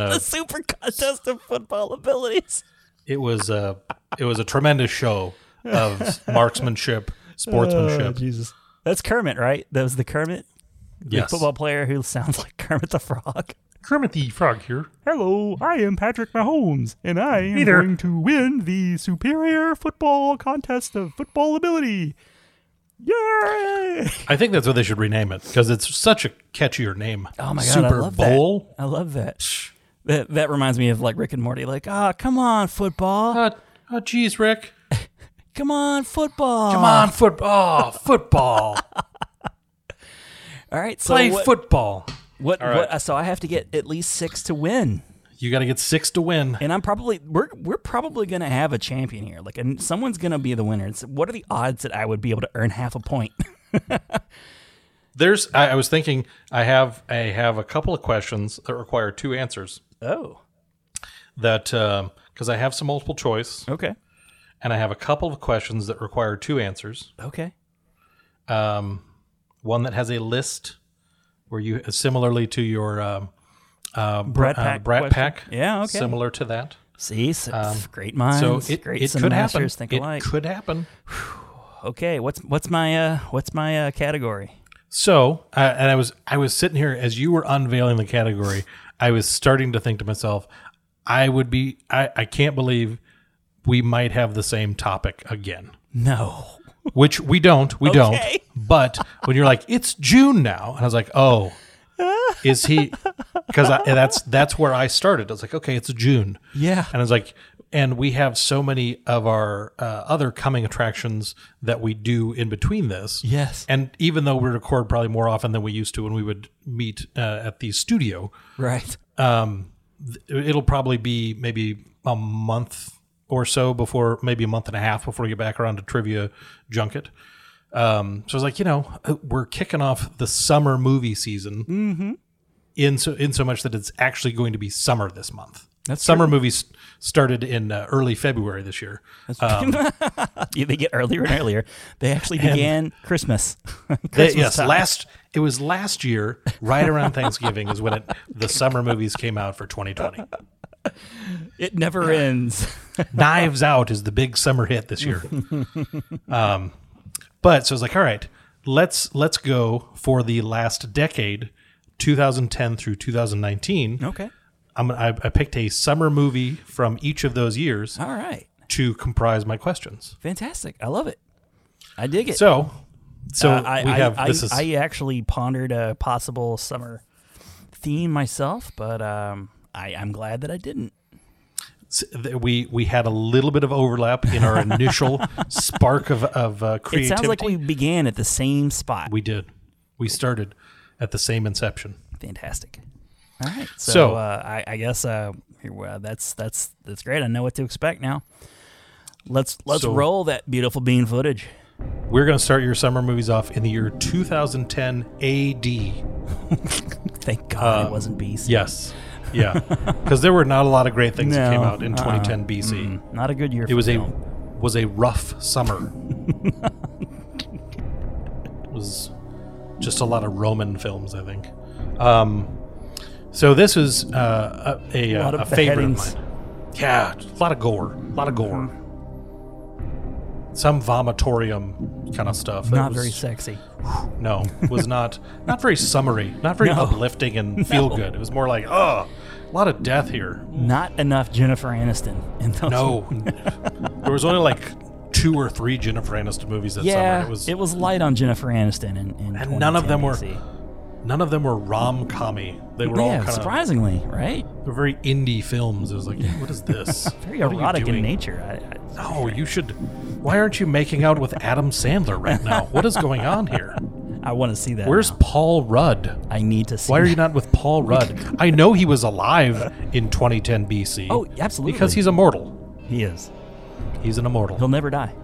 [SPEAKER 5] [laughs]
[SPEAKER 6] a,
[SPEAKER 5] Super contest of football abilities.
[SPEAKER 6] it was a it was a tremendous show of marksmanship, sportsmanship.
[SPEAKER 5] Jesus. That's Kermit, right? That was the Kermit, the
[SPEAKER 6] yes,
[SPEAKER 5] football player who sounds like Kermit the Frog.
[SPEAKER 6] Kermit the Frog here.
[SPEAKER 5] [laughs] Hello, I am Patrick Mahomes, and I am going to win the superior football contest of football ability. Yay!
[SPEAKER 6] I think that's what they should rename it because it's such a catchier name.
[SPEAKER 5] Oh my god,
[SPEAKER 6] Super
[SPEAKER 5] I love
[SPEAKER 6] Bowl.
[SPEAKER 5] that. I love that. That that reminds me of like Rick and Morty, like, ah, come on, football.
[SPEAKER 6] Uh, oh, geez, Rick.
[SPEAKER 5] Come on, football.
[SPEAKER 6] Come on,
[SPEAKER 5] ah,
[SPEAKER 6] football, football.
[SPEAKER 5] All right, so
[SPEAKER 6] Play
[SPEAKER 5] what,
[SPEAKER 6] football.
[SPEAKER 5] what,
[SPEAKER 6] right.
[SPEAKER 5] what- so I have to get at least 6 to win.
[SPEAKER 6] You got to get six to win.
[SPEAKER 5] And I'm probably we're we're probably going to have a champion here. Like and someone's going to be the winner. It's, what are the odds that I would be able to earn half a point? [laughs]
[SPEAKER 6] There's. I, I was thinking. I have. I have a couple of questions that require two answers.
[SPEAKER 5] oh,
[SPEAKER 6] That because I have some multiple choice,
[SPEAKER 5] okay.
[SPEAKER 6] and I have a couple of questions that require two answers.
[SPEAKER 5] Okay.
[SPEAKER 6] um, one that has a list where you uh, similarly to your um, uh,
[SPEAKER 5] Brat
[SPEAKER 6] Br- uh,
[SPEAKER 5] Pack
[SPEAKER 6] Brat
[SPEAKER 5] question.
[SPEAKER 6] Pack,
[SPEAKER 5] Yeah, okay.
[SPEAKER 6] similar to that.
[SPEAKER 5] See, s- pff, great minds,
[SPEAKER 6] so it,
[SPEAKER 5] great
[SPEAKER 6] it could
[SPEAKER 5] cinemasters
[SPEAKER 6] happen.
[SPEAKER 5] think
[SPEAKER 6] it
[SPEAKER 5] alike.
[SPEAKER 6] could happen.
[SPEAKER 5] okay, what's what's my uh, what's my uh, category?
[SPEAKER 6] So, uh, and I was I was sitting here as you were unveiling the category. I was starting to think to myself, I would be. I, I can't believe we might have the same topic again.
[SPEAKER 5] No,
[SPEAKER 6] Which we don't, we don't.
[SPEAKER 5] Okay.
[SPEAKER 6] But when you're like, it's June now, and I was like, oh, is he? Because that's that's where I started. I was like, okay, it's June.
[SPEAKER 5] Yeah.
[SPEAKER 6] And I was like, and we have so many of our uh, other coming attractions that we do in between this.
[SPEAKER 5] Yes.
[SPEAKER 6] And even though we record probably more often than we used to when we would meet uh, at the studio,
[SPEAKER 5] [laughs] right. [laughs]
[SPEAKER 6] um, th- it'll probably be maybe a month or so before, maybe a month and a half before we get back around to trivia junket. Um, so I was like, you know, uh, we're kicking off the summer movie season in so in so much that it's actually going to be summer this month.
[SPEAKER 5] That's
[SPEAKER 6] summer movies started in uh, early February this year. Um,
[SPEAKER 5] Yeah, they get earlier and earlier. They actually began
[SPEAKER 6] [laughs]
[SPEAKER 5] Christmas.
[SPEAKER 6] They-
[SPEAKER 5] Christmas
[SPEAKER 6] yes,
[SPEAKER 5] time.
[SPEAKER 6] last it was last year, right around Thanksgiving is when it, the summer movies came out for 2020.
[SPEAKER 5] It never ends.
[SPEAKER 6] Knives Out is the big summer hit this
[SPEAKER 5] [laughs]
[SPEAKER 6] year. um, but so I was like, all right, let's let's go for the last decade, 2010 through 2019.
[SPEAKER 5] okay.
[SPEAKER 6] I'm, I, I picked a summer movie from each of those years
[SPEAKER 5] All right.
[SPEAKER 6] to comprise my questions.
[SPEAKER 5] Fantastic. I love it. I dig it.
[SPEAKER 6] So, so
[SPEAKER 5] Uh, I,
[SPEAKER 6] we
[SPEAKER 5] I-
[SPEAKER 6] have
[SPEAKER 5] I,
[SPEAKER 6] this is
[SPEAKER 5] I actually pondered a possible summer theme myself, but um, I, I'm glad that I didn't.
[SPEAKER 6] th- we we had a little bit of overlap
[SPEAKER 5] [laughs]
[SPEAKER 6] in our initial spark of of uh,
[SPEAKER 5] It
[SPEAKER 6] creativity.
[SPEAKER 5] sounds like we began at the same spot.
[SPEAKER 6] we did we started at the same inception.
[SPEAKER 5] fantastic. All right, so,
[SPEAKER 6] So-
[SPEAKER 5] uh, I, I guess uh, here, well, that's that's that's great. I know what to expect now. Let's let's
[SPEAKER 6] So-
[SPEAKER 5] roll that beautiful bean footage.
[SPEAKER 6] We're going to start your summer movies off in the year 2010 AD.
[SPEAKER 5] Thank God
[SPEAKER 6] Uh,
[SPEAKER 5] it wasn't BC.
[SPEAKER 6] Yes.
[SPEAKER 5] [laughs]
[SPEAKER 6] Yeah. Because there were not a lot of great things that came
[SPEAKER 5] No. Uh-uh.
[SPEAKER 6] out in 2010 BC.
[SPEAKER 5] not a good year.
[SPEAKER 6] It was a
[SPEAKER 5] film.
[SPEAKER 6] was a
[SPEAKER 5] [laughs]
[SPEAKER 6] rough summer. it was just a lot of Roman films, I think. Um, so this is uh, a, a,
[SPEAKER 5] lot
[SPEAKER 6] a,
[SPEAKER 5] of
[SPEAKER 6] favorite of
[SPEAKER 5] beheadings. Mm-hmm.
[SPEAKER 6] mine. Yeah, a lot of gore, a lot of
[SPEAKER 5] Mm,
[SPEAKER 6] gore. Some vomitorium kind of stuff. that
[SPEAKER 5] not
[SPEAKER 6] was-
[SPEAKER 5] very sexy.
[SPEAKER 6] no
[SPEAKER 5] [laughs]
[SPEAKER 6] was not not very summary not very
[SPEAKER 5] No.
[SPEAKER 6] uplifting and feel good it was more like oh a lot of death here
[SPEAKER 5] Not enough Jennifer Aniston in those. [laughs]
[SPEAKER 6] no there was only like two or three jennifer aniston movies that
[SPEAKER 5] Yeah,
[SPEAKER 6] summer it was
[SPEAKER 5] light on Jennifer Aniston, in, in
[SPEAKER 6] and none of
[SPEAKER 5] 2010
[SPEAKER 6] them were
[SPEAKER 5] BC.
[SPEAKER 6] None of them were rom commy. They were all
[SPEAKER 5] yeah,
[SPEAKER 6] kind of
[SPEAKER 5] surprisingly, right?
[SPEAKER 6] very indie films. It was like, what is this?
[SPEAKER 5] [laughs] Very
[SPEAKER 6] What are you
[SPEAKER 5] erotic in
[SPEAKER 6] doing?
[SPEAKER 5] nature. I, I,
[SPEAKER 6] No, you should. Why aren't you making out with Adam Sandler right now? What is going
[SPEAKER 5] [laughs]
[SPEAKER 6] on here?
[SPEAKER 5] I want to see that.
[SPEAKER 6] Where's
[SPEAKER 5] now.
[SPEAKER 6] Paul Rudd?
[SPEAKER 5] I need to see.
[SPEAKER 6] Why are
[SPEAKER 5] that.
[SPEAKER 6] you not with Paul Rudd? [laughs] I know he was alive in 2010 BC.
[SPEAKER 5] Oh, absolutely.
[SPEAKER 6] Because he's immortal.
[SPEAKER 5] He is.
[SPEAKER 6] He's an immortal.
[SPEAKER 5] He'll never die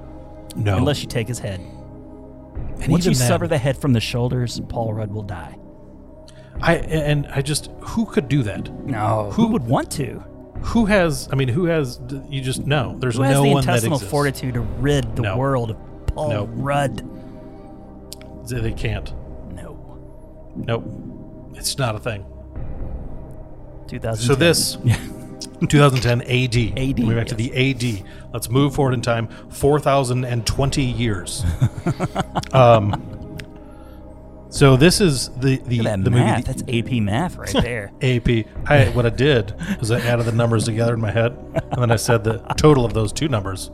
[SPEAKER 6] no.
[SPEAKER 5] unless you take his head.
[SPEAKER 6] And
[SPEAKER 5] Once you
[SPEAKER 6] even then-
[SPEAKER 5] sever the head from the shoulders, Paul Rudd will die.
[SPEAKER 6] I and I just who could do that?
[SPEAKER 5] No, who,
[SPEAKER 6] Who-
[SPEAKER 5] would want to?
[SPEAKER 6] Who has? I mean, who has? You just no. There's
[SPEAKER 5] Who
[SPEAKER 6] no
[SPEAKER 5] has the
[SPEAKER 6] one that
[SPEAKER 5] intestinal
[SPEAKER 6] exists.
[SPEAKER 5] fortitude to rid the
[SPEAKER 6] No.
[SPEAKER 5] world of Paul
[SPEAKER 6] No.
[SPEAKER 5] Rudd?
[SPEAKER 6] They they can't.
[SPEAKER 5] No.
[SPEAKER 6] Nope. It's not
[SPEAKER 5] [laughs]
[SPEAKER 6] a thing.
[SPEAKER 5] 2000.
[SPEAKER 6] So this 2010 AD.
[SPEAKER 5] AD,
[SPEAKER 6] We're back to
[SPEAKER 5] yes.
[SPEAKER 6] the AD. Let's move forward in time
[SPEAKER 5] [laughs]
[SPEAKER 6] 4020 years. um So this is the the
[SPEAKER 5] Look at that
[SPEAKER 6] the
[SPEAKER 5] math.
[SPEAKER 6] movie
[SPEAKER 5] That's AP math
[SPEAKER 6] [laughs]
[SPEAKER 5] right there.
[SPEAKER 6] the AP. I what I did was I added the numbers together in my head and then I said the total of those two numbers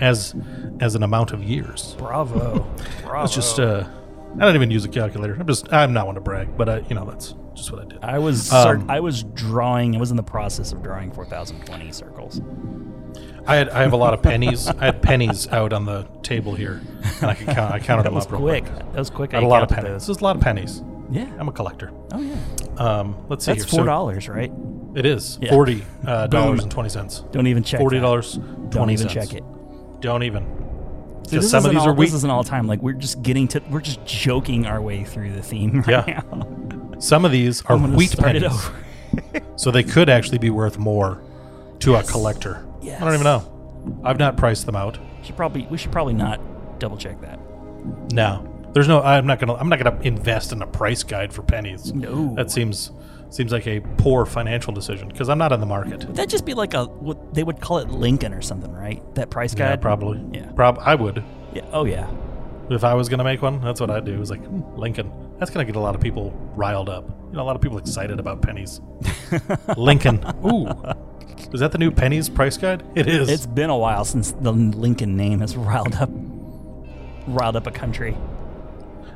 [SPEAKER 6] as as an amount of years.
[SPEAKER 5] Bravo. Bravo.
[SPEAKER 6] It's just uh I don't even use a calculator. I'm just I'm not one to brag, but I you know that's just what I did.
[SPEAKER 5] I was
[SPEAKER 6] Um,
[SPEAKER 5] cir- I was drawing. I was in the process of drawing 4020 circles.
[SPEAKER 6] I had I have a lot of pennies. I had pennies out on the table here, and I could count. I counted
[SPEAKER 5] That
[SPEAKER 6] them
[SPEAKER 5] was
[SPEAKER 6] up real
[SPEAKER 5] quick.
[SPEAKER 6] quick.
[SPEAKER 5] That was quick.
[SPEAKER 6] I had a lot of
[SPEAKER 5] counted
[SPEAKER 6] pennies. This is a lot of pennies.
[SPEAKER 5] those. Yeah.
[SPEAKER 6] I'm a collector.
[SPEAKER 5] Oh yeah.
[SPEAKER 6] Um, let's see.
[SPEAKER 5] That's
[SPEAKER 6] here. So
[SPEAKER 5] four dollars, right?
[SPEAKER 6] it is
[SPEAKER 5] Yeah.
[SPEAKER 6] forty uh, dollars
[SPEAKER 5] Boom.
[SPEAKER 6] and twenty cents.
[SPEAKER 5] Don't even check.
[SPEAKER 6] Forty
[SPEAKER 5] that.
[SPEAKER 6] dollars.
[SPEAKER 5] Don't even check it.
[SPEAKER 6] Don't even.
[SPEAKER 5] See, this
[SPEAKER 6] some of
[SPEAKER 5] isn't
[SPEAKER 6] these
[SPEAKER 5] all-
[SPEAKER 6] are weak.
[SPEAKER 5] This is an all-time. Like we're just getting to. We're just joking our way through the theme. Right
[SPEAKER 6] Yeah.
[SPEAKER 5] Now.
[SPEAKER 6] Some of these
[SPEAKER 5] [laughs]
[SPEAKER 6] are
[SPEAKER 5] I'm gonna
[SPEAKER 6] wheat
[SPEAKER 5] start it
[SPEAKER 6] pennies,
[SPEAKER 5] over.
[SPEAKER 6] so they could actually be worth more to a collector. I don't
[SPEAKER 5] Yes.
[SPEAKER 6] even know. I've not priced them out.
[SPEAKER 5] Should probably. We should probably not double check that.
[SPEAKER 6] No, there's no. I'm not gonna. I'm not gonna invest in a price guide for pennies.
[SPEAKER 5] No.
[SPEAKER 6] that seems seems like a poor financial decision because I'm not in the market.
[SPEAKER 5] That'd just be like a. What they would call it Lincoln or something, right? That price guide.
[SPEAKER 6] Yeah, probably.
[SPEAKER 5] Yeah.
[SPEAKER 6] Prob. I would
[SPEAKER 5] Yeah. Oh yeah.
[SPEAKER 6] if I was gonna make one. That's what I'd do. Is like "Hmm, Lincoln. That's gonna get a lot of people riled up. You know, a lot of people excited about
[SPEAKER 5] [laughs]
[SPEAKER 6] pennies. Lincoln. Ooh. Is that the new pennies price guide? It is.
[SPEAKER 5] It's been a while since the Lincoln name has [laughs] riled up, riled up a country.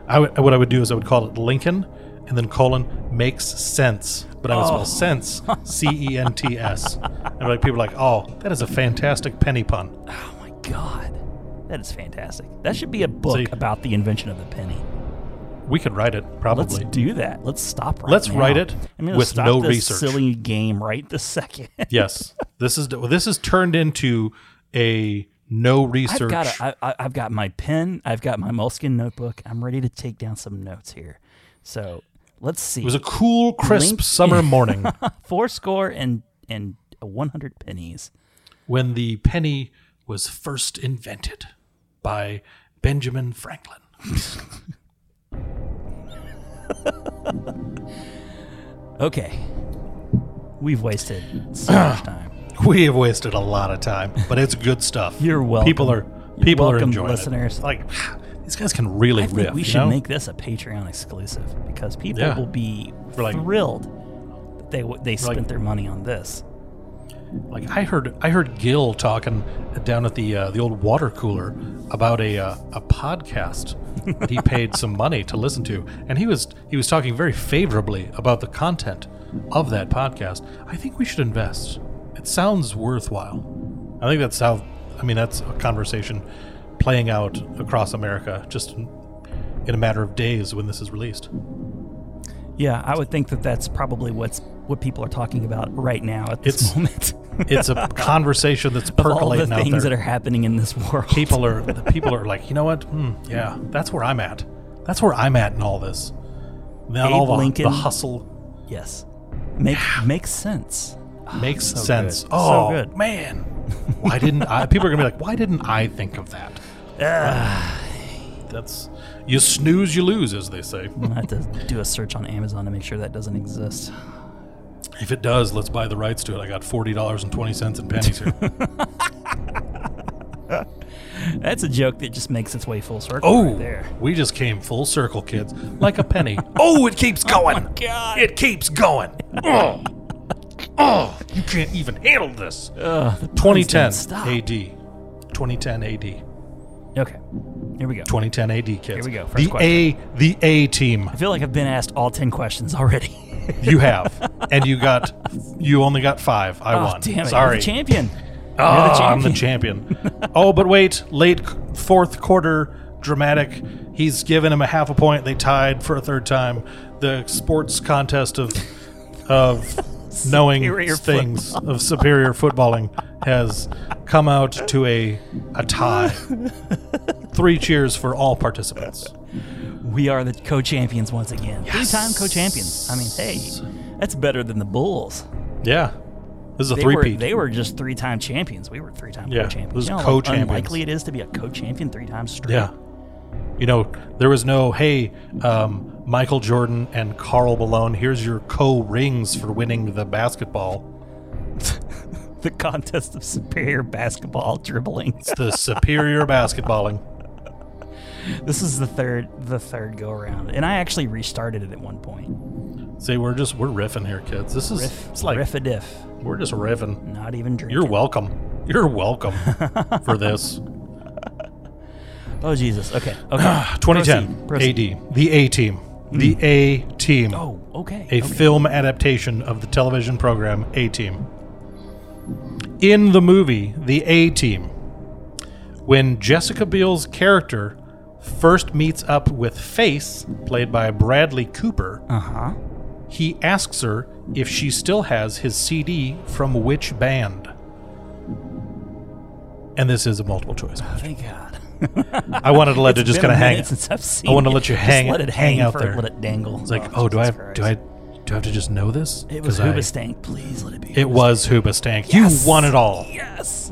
[SPEAKER 6] I would, what I would do is I would call it Lincoln, and then colon makes sense, but I would
[SPEAKER 5] Oh. [laughs]
[SPEAKER 6] spell sense C E N T S, and like people are like, oh, that is a fantastic penny pun.
[SPEAKER 5] Oh my God, that is fantastic. That should be a book
[SPEAKER 6] See-
[SPEAKER 5] about the invention of the penny.
[SPEAKER 6] We could write it
[SPEAKER 5] Let's
[SPEAKER 6] probably.
[SPEAKER 5] do that. Let's stop right
[SPEAKER 6] Let's
[SPEAKER 5] now.
[SPEAKER 6] write it
[SPEAKER 5] I'm gonna
[SPEAKER 6] with
[SPEAKER 5] stop
[SPEAKER 6] no
[SPEAKER 5] this
[SPEAKER 6] research.
[SPEAKER 5] Silly game, right this [laughs] second.
[SPEAKER 6] yes, this is this is turned into a no
[SPEAKER 5] I've
[SPEAKER 6] research.
[SPEAKER 5] got a, I, I- I've got my pen. I've got my moleskin notebook. I'm ready to take down some notes here. So let's see.
[SPEAKER 6] it was a cool, crisp
[SPEAKER 5] Link- [laughs]
[SPEAKER 6] summer morning
[SPEAKER 5] four score and and one hundred pennies.
[SPEAKER 6] when the penny was first invented by Benjamin Franklin.
[SPEAKER 5] Okay, we've wasted so
[SPEAKER 6] [clears throat]
[SPEAKER 5] much time.
[SPEAKER 6] [laughs] We have wasted a lot of time, but it's good stuff.
[SPEAKER 5] You're welcome.
[SPEAKER 6] People are
[SPEAKER 5] You're
[SPEAKER 6] people are
[SPEAKER 5] welcome,
[SPEAKER 6] enjoying
[SPEAKER 5] listeners.
[SPEAKER 6] it. Like [sighs] these guys can really
[SPEAKER 5] I
[SPEAKER 6] riff.
[SPEAKER 5] think we
[SPEAKER 6] you
[SPEAKER 5] should
[SPEAKER 6] know?
[SPEAKER 5] make this a Patreon exclusive because people
[SPEAKER 6] Yeah.
[SPEAKER 5] will be
[SPEAKER 6] We're like-
[SPEAKER 5] thrilled that they w- they spent
[SPEAKER 6] like-
[SPEAKER 5] their money on this.
[SPEAKER 6] like I heard I heard Gil talking down at the uh, the old water cooler about a uh, a podcast that
[SPEAKER 5] [laughs]
[SPEAKER 6] he paid some money to listen to, and he was he was talking very favorably about the content of that podcast. I think we should invest. It sounds worthwhile. I think that's how. I mean, that's a conversation playing out across America just in in a matter of days when this is released.
[SPEAKER 5] Yeah, I would think that that's probably what's what people are talking about right now at this
[SPEAKER 6] It's-
[SPEAKER 5] moment. [laughs]
[SPEAKER 6] It's a conversation that's
[SPEAKER 5] Of all the
[SPEAKER 6] percolating out there.
[SPEAKER 5] things that are happening in this world.
[SPEAKER 6] people are the people are like, you know what? Hmm, yeah, that's where I'm at. That's where I'm at in all this. Now
[SPEAKER 5] Abe
[SPEAKER 6] all the,
[SPEAKER 5] Lincoln.
[SPEAKER 6] the hustle
[SPEAKER 5] [laughs] yes, make makes sense.
[SPEAKER 6] makes sense.
[SPEAKER 5] good. Ah, So
[SPEAKER 6] Oh
[SPEAKER 5] good.
[SPEAKER 6] man, why didn't I? People are gonna be like, why didn't I think of
[SPEAKER 5] [sighs]
[SPEAKER 6] that? that's you snooze, you lose, as they say.
[SPEAKER 5] I have to do a search on Amazon to make sure that doesn't exist.
[SPEAKER 6] If it does, let's buy the rights to it. I got forty dollars and twenty cents in pennies here.
[SPEAKER 5] That's a joke that just makes its way full circle.
[SPEAKER 6] Oh,
[SPEAKER 5] right there.
[SPEAKER 6] we just came full circle, kids, like a penny. [laughs] oh, it keeps going.
[SPEAKER 5] God.
[SPEAKER 6] It
[SPEAKER 5] [laughs]
[SPEAKER 6] keeps going. oh. oh, you can't even handle this. 2010
[SPEAKER 5] Stop.
[SPEAKER 6] AD. 2010 AD.
[SPEAKER 5] Okay. Here we go.
[SPEAKER 6] 2010 AD kids.
[SPEAKER 5] Here we go, first
[SPEAKER 6] The A, the A team.
[SPEAKER 5] I feel like I've been asked all 10 questions already. [laughs]
[SPEAKER 6] You have, and you got, you only got five.
[SPEAKER 5] [laughs]
[SPEAKER 6] I
[SPEAKER 5] oh,
[SPEAKER 6] won.
[SPEAKER 5] damn it. You're
[SPEAKER 6] Sorry,
[SPEAKER 5] the champion.
[SPEAKER 6] Oh,
[SPEAKER 5] You're the
[SPEAKER 6] I'm the
[SPEAKER 5] champion.
[SPEAKER 6] champion. oh, but wait, late c- fourth quarter dramatic. He's given him a half a point. They tied for a third time. The sports contest of
[SPEAKER 5] [laughs]
[SPEAKER 6] of knowing
[SPEAKER 5] Superior
[SPEAKER 6] things of superior footballing has come out to a
[SPEAKER 5] [laughs]
[SPEAKER 6] a tie. Three cheers for all participants.
[SPEAKER 5] We are the co champions once again. Three time co champions. I mean, hey, that's better than the Bulls.
[SPEAKER 6] Yeah, this is a
[SPEAKER 5] They
[SPEAKER 6] three
[SPEAKER 5] were,
[SPEAKER 6] peat.
[SPEAKER 5] they were just three time champions. We were three time
[SPEAKER 6] Yeah,
[SPEAKER 5] co champions.
[SPEAKER 6] those
[SPEAKER 5] you know how
[SPEAKER 6] co-champions.
[SPEAKER 5] unlikely it is to be a co champion three times straight.
[SPEAKER 6] Yeah. You know, there was no, hey, um, Michael Jordan and Carl Malone, here's your co rings for winning the basketball.
[SPEAKER 5] The contest of superior basketball dribbling.
[SPEAKER 6] [laughs]
[SPEAKER 5] [laughs]
[SPEAKER 6] It's the superior basketballing.
[SPEAKER 5] this is the third the third go around. And I actually restarted it at one point.
[SPEAKER 6] See, we're just, we're riffing here, kids. This is,
[SPEAKER 5] Riff
[SPEAKER 6] it's like,
[SPEAKER 5] riff a diff.
[SPEAKER 6] we're just riffing.
[SPEAKER 5] Not even drinking.
[SPEAKER 6] You're welcome.
[SPEAKER 5] [laughs]
[SPEAKER 6] You're welcome for this.
[SPEAKER 5] Oh Jesus.
[SPEAKER 6] [sighs]
[SPEAKER 5] Okay. Okay. Proceed,
[SPEAKER 6] 2010
[SPEAKER 5] proceed.
[SPEAKER 6] AD, the A team. The A team.
[SPEAKER 5] oh, okay.
[SPEAKER 6] a
[SPEAKER 5] okay.
[SPEAKER 6] film adaptation of the television program A Team. In the movie The A Team, when Jessica Biel's character first meets up with Face, played by Bradley Cooper,
[SPEAKER 5] Uh-huh.
[SPEAKER 6] he asks her if she still has his CD from which band. And this is a multiple
[SPEAKER 5] [laughs]
[SPEAKER 6] choice.
[SPEAKER 5] Thank God.
[SPEAKER 6] I wanted to let it just kind of hang.
[SPEAKER 5] Since I've seen
[SPEAKER 6] I want to
[SPEAKER 5] it.
[SPEAKER 6] let you
[SPEAKER 5] Just
[SPEAKER 6] hang.
[SPEAKER 5] let it
[SPEAKER 6] hang,
[SPEAKER 5] hang,
[SPEAKER 6] out
[SPEAKER 5] for-
[SPEAKER 6] there.
[SPEAKER 5] Let it dangle.
[SPEAKER 6] It's like, oh, do I,
[SPEAKER 5] Jesus
[SPEAKER 6] have, do I,
[SPEAKER 5] Christ.
[SPEAKER 6] do I have to just know this?
[SPEAKER 5] It was
[SPEAKER 6] 'Cause I-
[SPEAKER 5] Hoobastank. Please let it be.
[SPEAKER 6] It was Hoobastank.
[SPEAKER 5] Yes.
[SPEAKER 6] You won it all. [laughs]
[SPEAKER 5] Yes.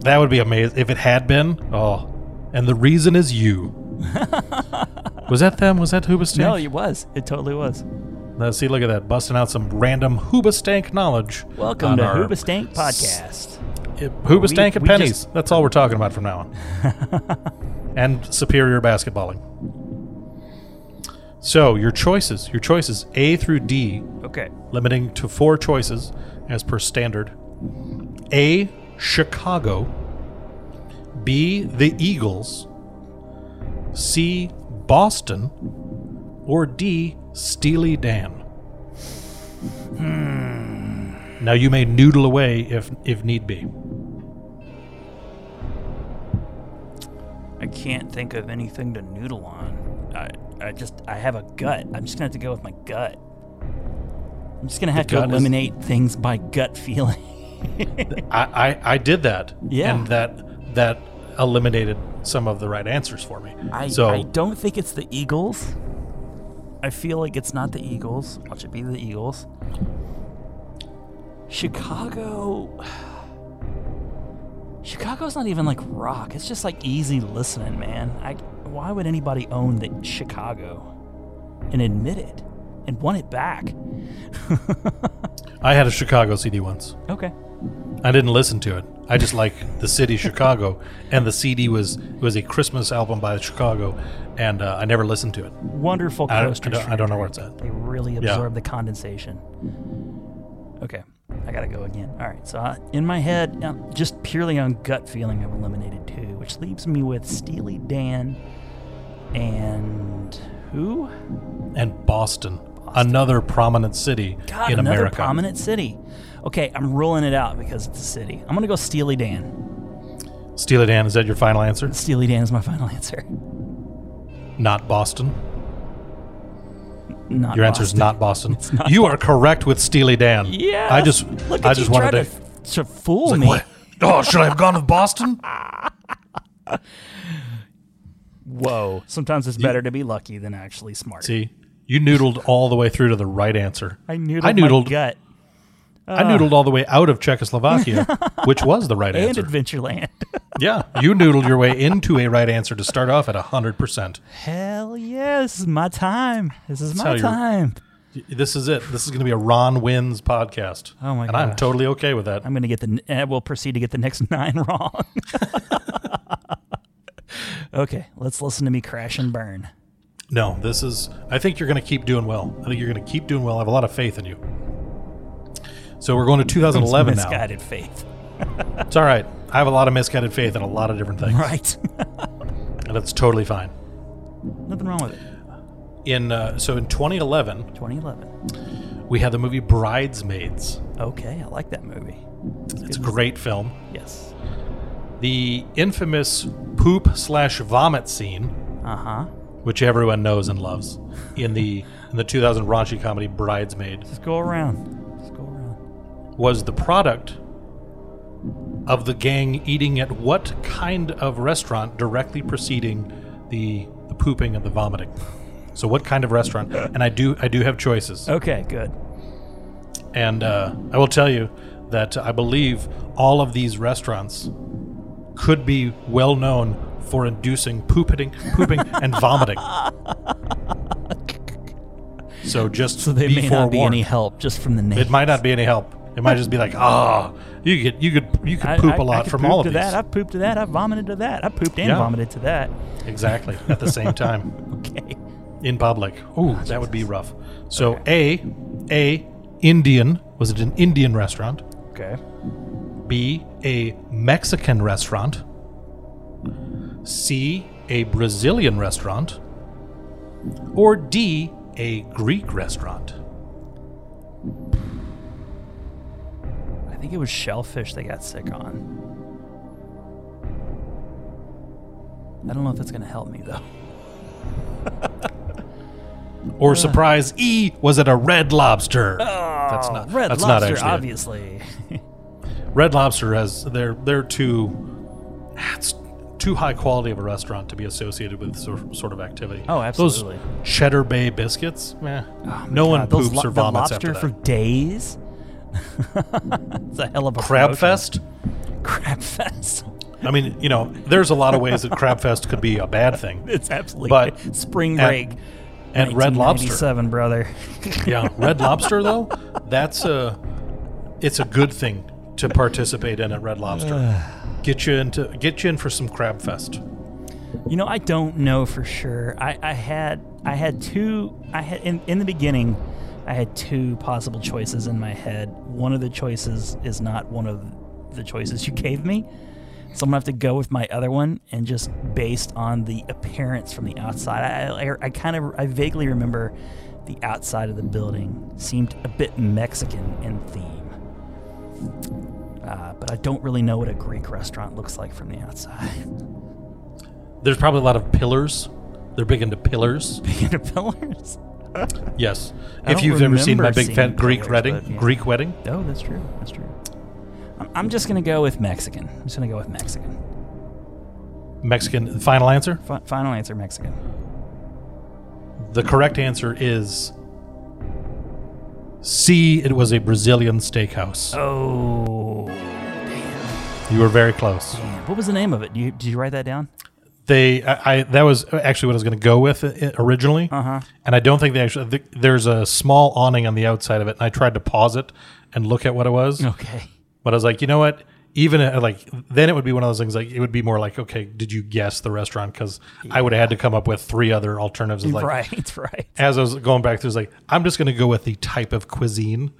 [SPEAKER 6] That would be amazing if it had been. Oh, and the reason is you.
[SPEAKER 5] [laughs]
[SPEAKER 6] was that them? Was that Hoobastank?
[SPEAKER 5] no, it was. It totally was.
[SPEAKER 6] Now, see, look at that, busting out some random Hoobastank knowledge.
[SPEAKER 5] Welcome
[SPEAKER 6] on
[SPEAKER 5] to
[SPEAKER 6] our-
[SPEAKER 5] Hoobastank Podcast.
[SPEAKER 6] It- Hoobastank
[SPEAKER 5] We-
[SPEAKER 6] and
[SPEAKER 5] we
[SPEAKER 6] pennies.
[SPEAKER 5] just-
[SPEAKER 6] That's all we're talking about from now on.
[SPEAKER 5] [laughs]
[SPEAKER 6] and superior basketballing. So your choices, your choices, A through D
[SPEAKER 5] Okay.
[SPEAKER 6] limiting to four choices as per standard. A. Chicago. B. The Eagles. C. Boston. Or D. Steely Dan. Hmm. Now you may noodle away if if need be.
[SPEAKER 5] I can't think of anything to noodle on. I, I just, I have a gut. I'm just gonna have to go with my gut. I'm just gonna have to
[SPEAKER 6] gut is-
[SPEAKER 5] eliminate things by gut [laughs] feeling.
[SPEAKER 6] I, I, I did that.
[SPEAKER 5] Yeah.
[SPEAKER 6] And that that eliminated some of the right answers for me.
[SPEAKER 5] I,
[SPEAKER 6] so
[SPEAKER 5] I don't think it's the Eagles. I feel like it's not the Eagles. Watch it be the Eagles. Chicago. [sighs] Chicago's not even like rock. It's just like easy listening, man. I, why would anybody own the Chicago and admit it and want it back?
[SPEAKER 6] I had a Chicago CD once.
[SPEAKER 5] Okay.
[SPEAKER 6] I didn't listen to it. I just like the city Chicago, and the CD was was a Christmas album by Chicago, and uh, I never listened to it.
[SPEAKER 5] Wonderful
[SPEAKER 6] I don't-
[SPEAKER 5] coaster.
[SPEAKER 6] I don't- I
[SPEAKER 5] strategy.
[SPEAKER 6] don't know where it's at.
[SPEAKER 5] They really absorb the condensation. Okay, I gotta go again. All right, so I, in my head, uh, just purely on gut feeling, I've eliminated two, which leaves me with Steely Dan and who?
[SPEAKER 6] And Boston, another prominent city
[SPEAKER 5] God,
[SPEAKER 6] in
[SPEAKER 5] another
[SPEAKER 6] America.
[SPEAKER 5] prominent city. Okay, I'm ruling it out because it's a city. I'm gonna go Steely Dan.
[SPEAKER 6] Steely Dan, is that your final answer?
[SPEAKER 5] Steely Dan is my [laughs] final answer.
[SPEAKER 6] Not Boston.
[SPEAKER 5] Not
[SPEAKER 6] Your answer is
[SPEAKER 5] Boston.
[SPEAKER 6] not Boston. you are correct with Steely Dan.
[SPEAKER 5] Yeah.
[SPEAKER 6] I just
[SPEAKER 5] look at
[SPEAKER 6] I
[SPEAKER 5] you
[SPEAKER 6] just wanted
[SPEAKER 5] trying
[SPEAKER 6] to.
[SPEAKER 5] to, to fool me.
[SPEAKER 6] What? Oh, should I have gone with Boston?
[SPEAKER 5] Whoa. Sometimes it's better to be lucky than actually smart.
[SPEAKER 6] See, you noodled all the way through to the right answer.
[SPEAKER 5] I noodled,
[SPEAKER 6] I noodled.
[SPEAKER 5] my gut
[SPEAKER 6] I noodled all the way out of
[SPEAKER 5] [laughs]
[SPEAKER 6] Czechoslovakia, which was the right
[SPEAKER 5] and
[SPEAKER 6] answer. [laughs]
[SPEAKER 5] Adventureland.
[SPEAKER 6] Yeah, you noodled your way into a right answer to start off at 100%.
[SPEAKER 5] Hell yes, this is my time. This is
[SPEAKER 6] how
[SPEAKER 5] my
[SPEAKER 6] you're-
[SPEAKER 5] time.
[SPEAKER 6] This is it. This is going to be a Ron Wins podcast.
[SPEAKER 5] Oh my
[SPEAKER 6] And I'm
[SPEAKER 5] gosh.
[SPEAKER 6] totally okay with that.
[SPEAKER 5] I'm gonna get the. Uh, we'll proceed to get the next [laughs] nine wrong. okay, let's listen to me crash and burn.
[SPEAKER 6] No, this is. I think you're going to keep doing well. I think you're going to keep doing well. I have a lot of faith in you. So we're going to 2011 now.
[SPEAKER 5] Misguided faith. [laughs]
[SPEAKER 6] It's all right. I have a lot of misguided faith in a lot of different things.
[SPEAKER 5] Right. [laughs]
[SPEAKER 6] And That's totally fine.
[SPEAKER 5] Nothing wrong with it.
[SPEAKER 6] In uh, so in 2011,
[SPEAKER 5] 2011.
[SPEAKER 6] we had the movie Bridesmaids.
[SPEAKER 5] Okay, I like that movie.
[SPEAKER 6] It's a great film.
[SPEAKER 5] Yes.
[SPEAKER 6] The infamous poop slash vomit scene,
[SPEAKER 5] Uh huh.
[SPEAKER 6] which everyone knows and loves, in the in the 2000 raunchy comedy Bridesmaid,
[SPEAKER 5] Just go around. Just go around.
[SPEAKER 6] was the product of the gang eating at what kind of restaurant directly preceding the the pooping and the vomiting. So what kind of restaurant? And I do I do have choices.
[SPEAKER 5] Okay, good.
[SPEAKER 6] And uh, I will tell you that I believe all of these restaurants could be well known for inducing pooping, pooping and vomiting. So just
[SPEAKER 5] So they
[SPEAKER 6] be
[SPEAKER 5] may not be
[SPEAKER 6] forewarned.
[SPEAKER 5] any help just from the name.
[SPEAKER 6] It might not be any help. It might just be like, ah, you could you could you could poop
[SPEAKER 5] a
[SPEAKER 6] a lot from all of
[SPEAKER 5] to
[SPEAKER 6] these.
[SPEAKER 5] that. I pooped to that. I vomited to that. I pooped and
[SPEAKER 6] Yeah.
[SPEAKER 5] vomited to that.
[SPEAKER 6] Exactly at the same time
[SPEAKER 5] Okay.
[SPEAKER 6] in public. Ooh, that would be rough. So a a Indian was it an Indian restaurant?
[SPEAKER 5] Okay.
[SPEAKER 6] B, a Mexican restaurant. C, a Brazilian restaurant. Or D, a Greek restaurant.
[SPEAKER 5] I think it was shellfish they got sick on. I don't know if that's gonna help me though. Ah.
[SPEAKER 6] Or surprise E, was it a red lobster? that's not
[SPEAKER 5] Oh, Red
[SPEAKER 6] that's
[SPEAKER 5] lobster,
[SPEAKER 6] not actually. it.
[SPEAKER 5] obviously.
[SPEAKER 6] Red lobster has they're they're too it's too high quality of a restaurant to be associated with sor- sort of activity.
[SPEAKER 5] Oh, absolutely. Oh
[SPEAKER 6] Those cheddar bay biscuits, meh. no one
[SPEAKER 5] God, those
[SPEAKER 6] poops
[SPEAKER 5] lo-
[SPEAKER 6] or
[SPEAKER 5] the
[SPEAKER 6] vomits
[SPEAKER 5] lobster
[SPEAKER 6] after that.
[SPEAKER 5] for days. [laughs] it's a hell of a
[SPEAKER 6] Crab
[SPEAKER 5] promotion.
[SPEAKER 6] fest?
[SPEAKER 5] [laughs] Crab fest.
[SPEAKER 6] I mean, you know, there's a lot of ways that Crabfest could be a bad thing.
[SPEAKER 5] [laughs] It's absolutely
[SPEAKER 6] But-
[SPEAKER 5] spring
[SPEAKER 6] and-
[SPEAKER 5] break.
[SPEAKER 6] And Red Lobster.
[SPEAKER 5] Seven brother.
[SPEAKER 6] Yeah, Red Lobster though, that's a it's a good thing to participate in at Red
[SPEAKER 5] [sighs]
[SPEAKER 6] Lobster. Get you into get you in for some Crabfest.
[SPEAKER 5] You know, I don't know for sure. I, I had I had two I had in, in the beginning I had two possible choices in my head. One of the choices is not one of the choices you [laughs] gave me. So I'm gonna have to go with my other one and just based on the appearance from the outside. I I, I kind of I vaguely remember the outside of the building seemed a bit Mexican in theme. Uh, but I don't really know what a Greek restaurant looks like from the outside. [laughs]
[SPEAKER 6] There's probably a lot of pillars. They're big into pillars.
[SPEAKER 5] Bigger pillars.
[SPEAKER 6] Yes.
[SPEAKER 5] I
[SPEAKER 6] If
[SPEAKER 5] don't
[SPEAKER 6] you've ever seen my
[SPEAKER 5] remember
[SPEAKER 6] big
[SPEAKER 5] seeing
[SPEAKER 6] fat Greek
[SPEAKER 5] pillars,
[SPEAKER 6] wedding,
[SPEAKER 5] but yeah.
[SPEAKER 6] Greek wedding,
[SPEAKER 5] Oh, that's true. That's true. I'm, I'm just gonna go with Mexican. I'm just gonna go with Mexican.
[SPEAKER 6] Mexican final answer?
[SPEAKER 5] Fi- final answer, Mexican.
[SPEAKER 6] The correct answer is C, it was a Brazilian steakhouse.
[SPEAKER 5] Oh,
[SPEAKER 6] You were very close.
[SPEAKER 5] man. what was the name of it? Do you, did you write that down?
[SPEAKER 6] they I, I that was actually what I was going to go with i- originally, uh-huh. and I don't think they actually. th there's a small awning on the outside of it, and I tried to pause it and look at what it was,
[SPEAKER 5] [laughs] Okay.
[SPEAKER 6] but I was like, you know what? Even uh, like then it would be one of those things like it would be more like, okay, did you guess the restaurant? Because I would have had to come up with three other alternatives. It's Like
[SPEAKER 5] right. [laughs] Right.
[SPEAKER 6] as I was going back, there's like I'm just going to go with the type of cuisine,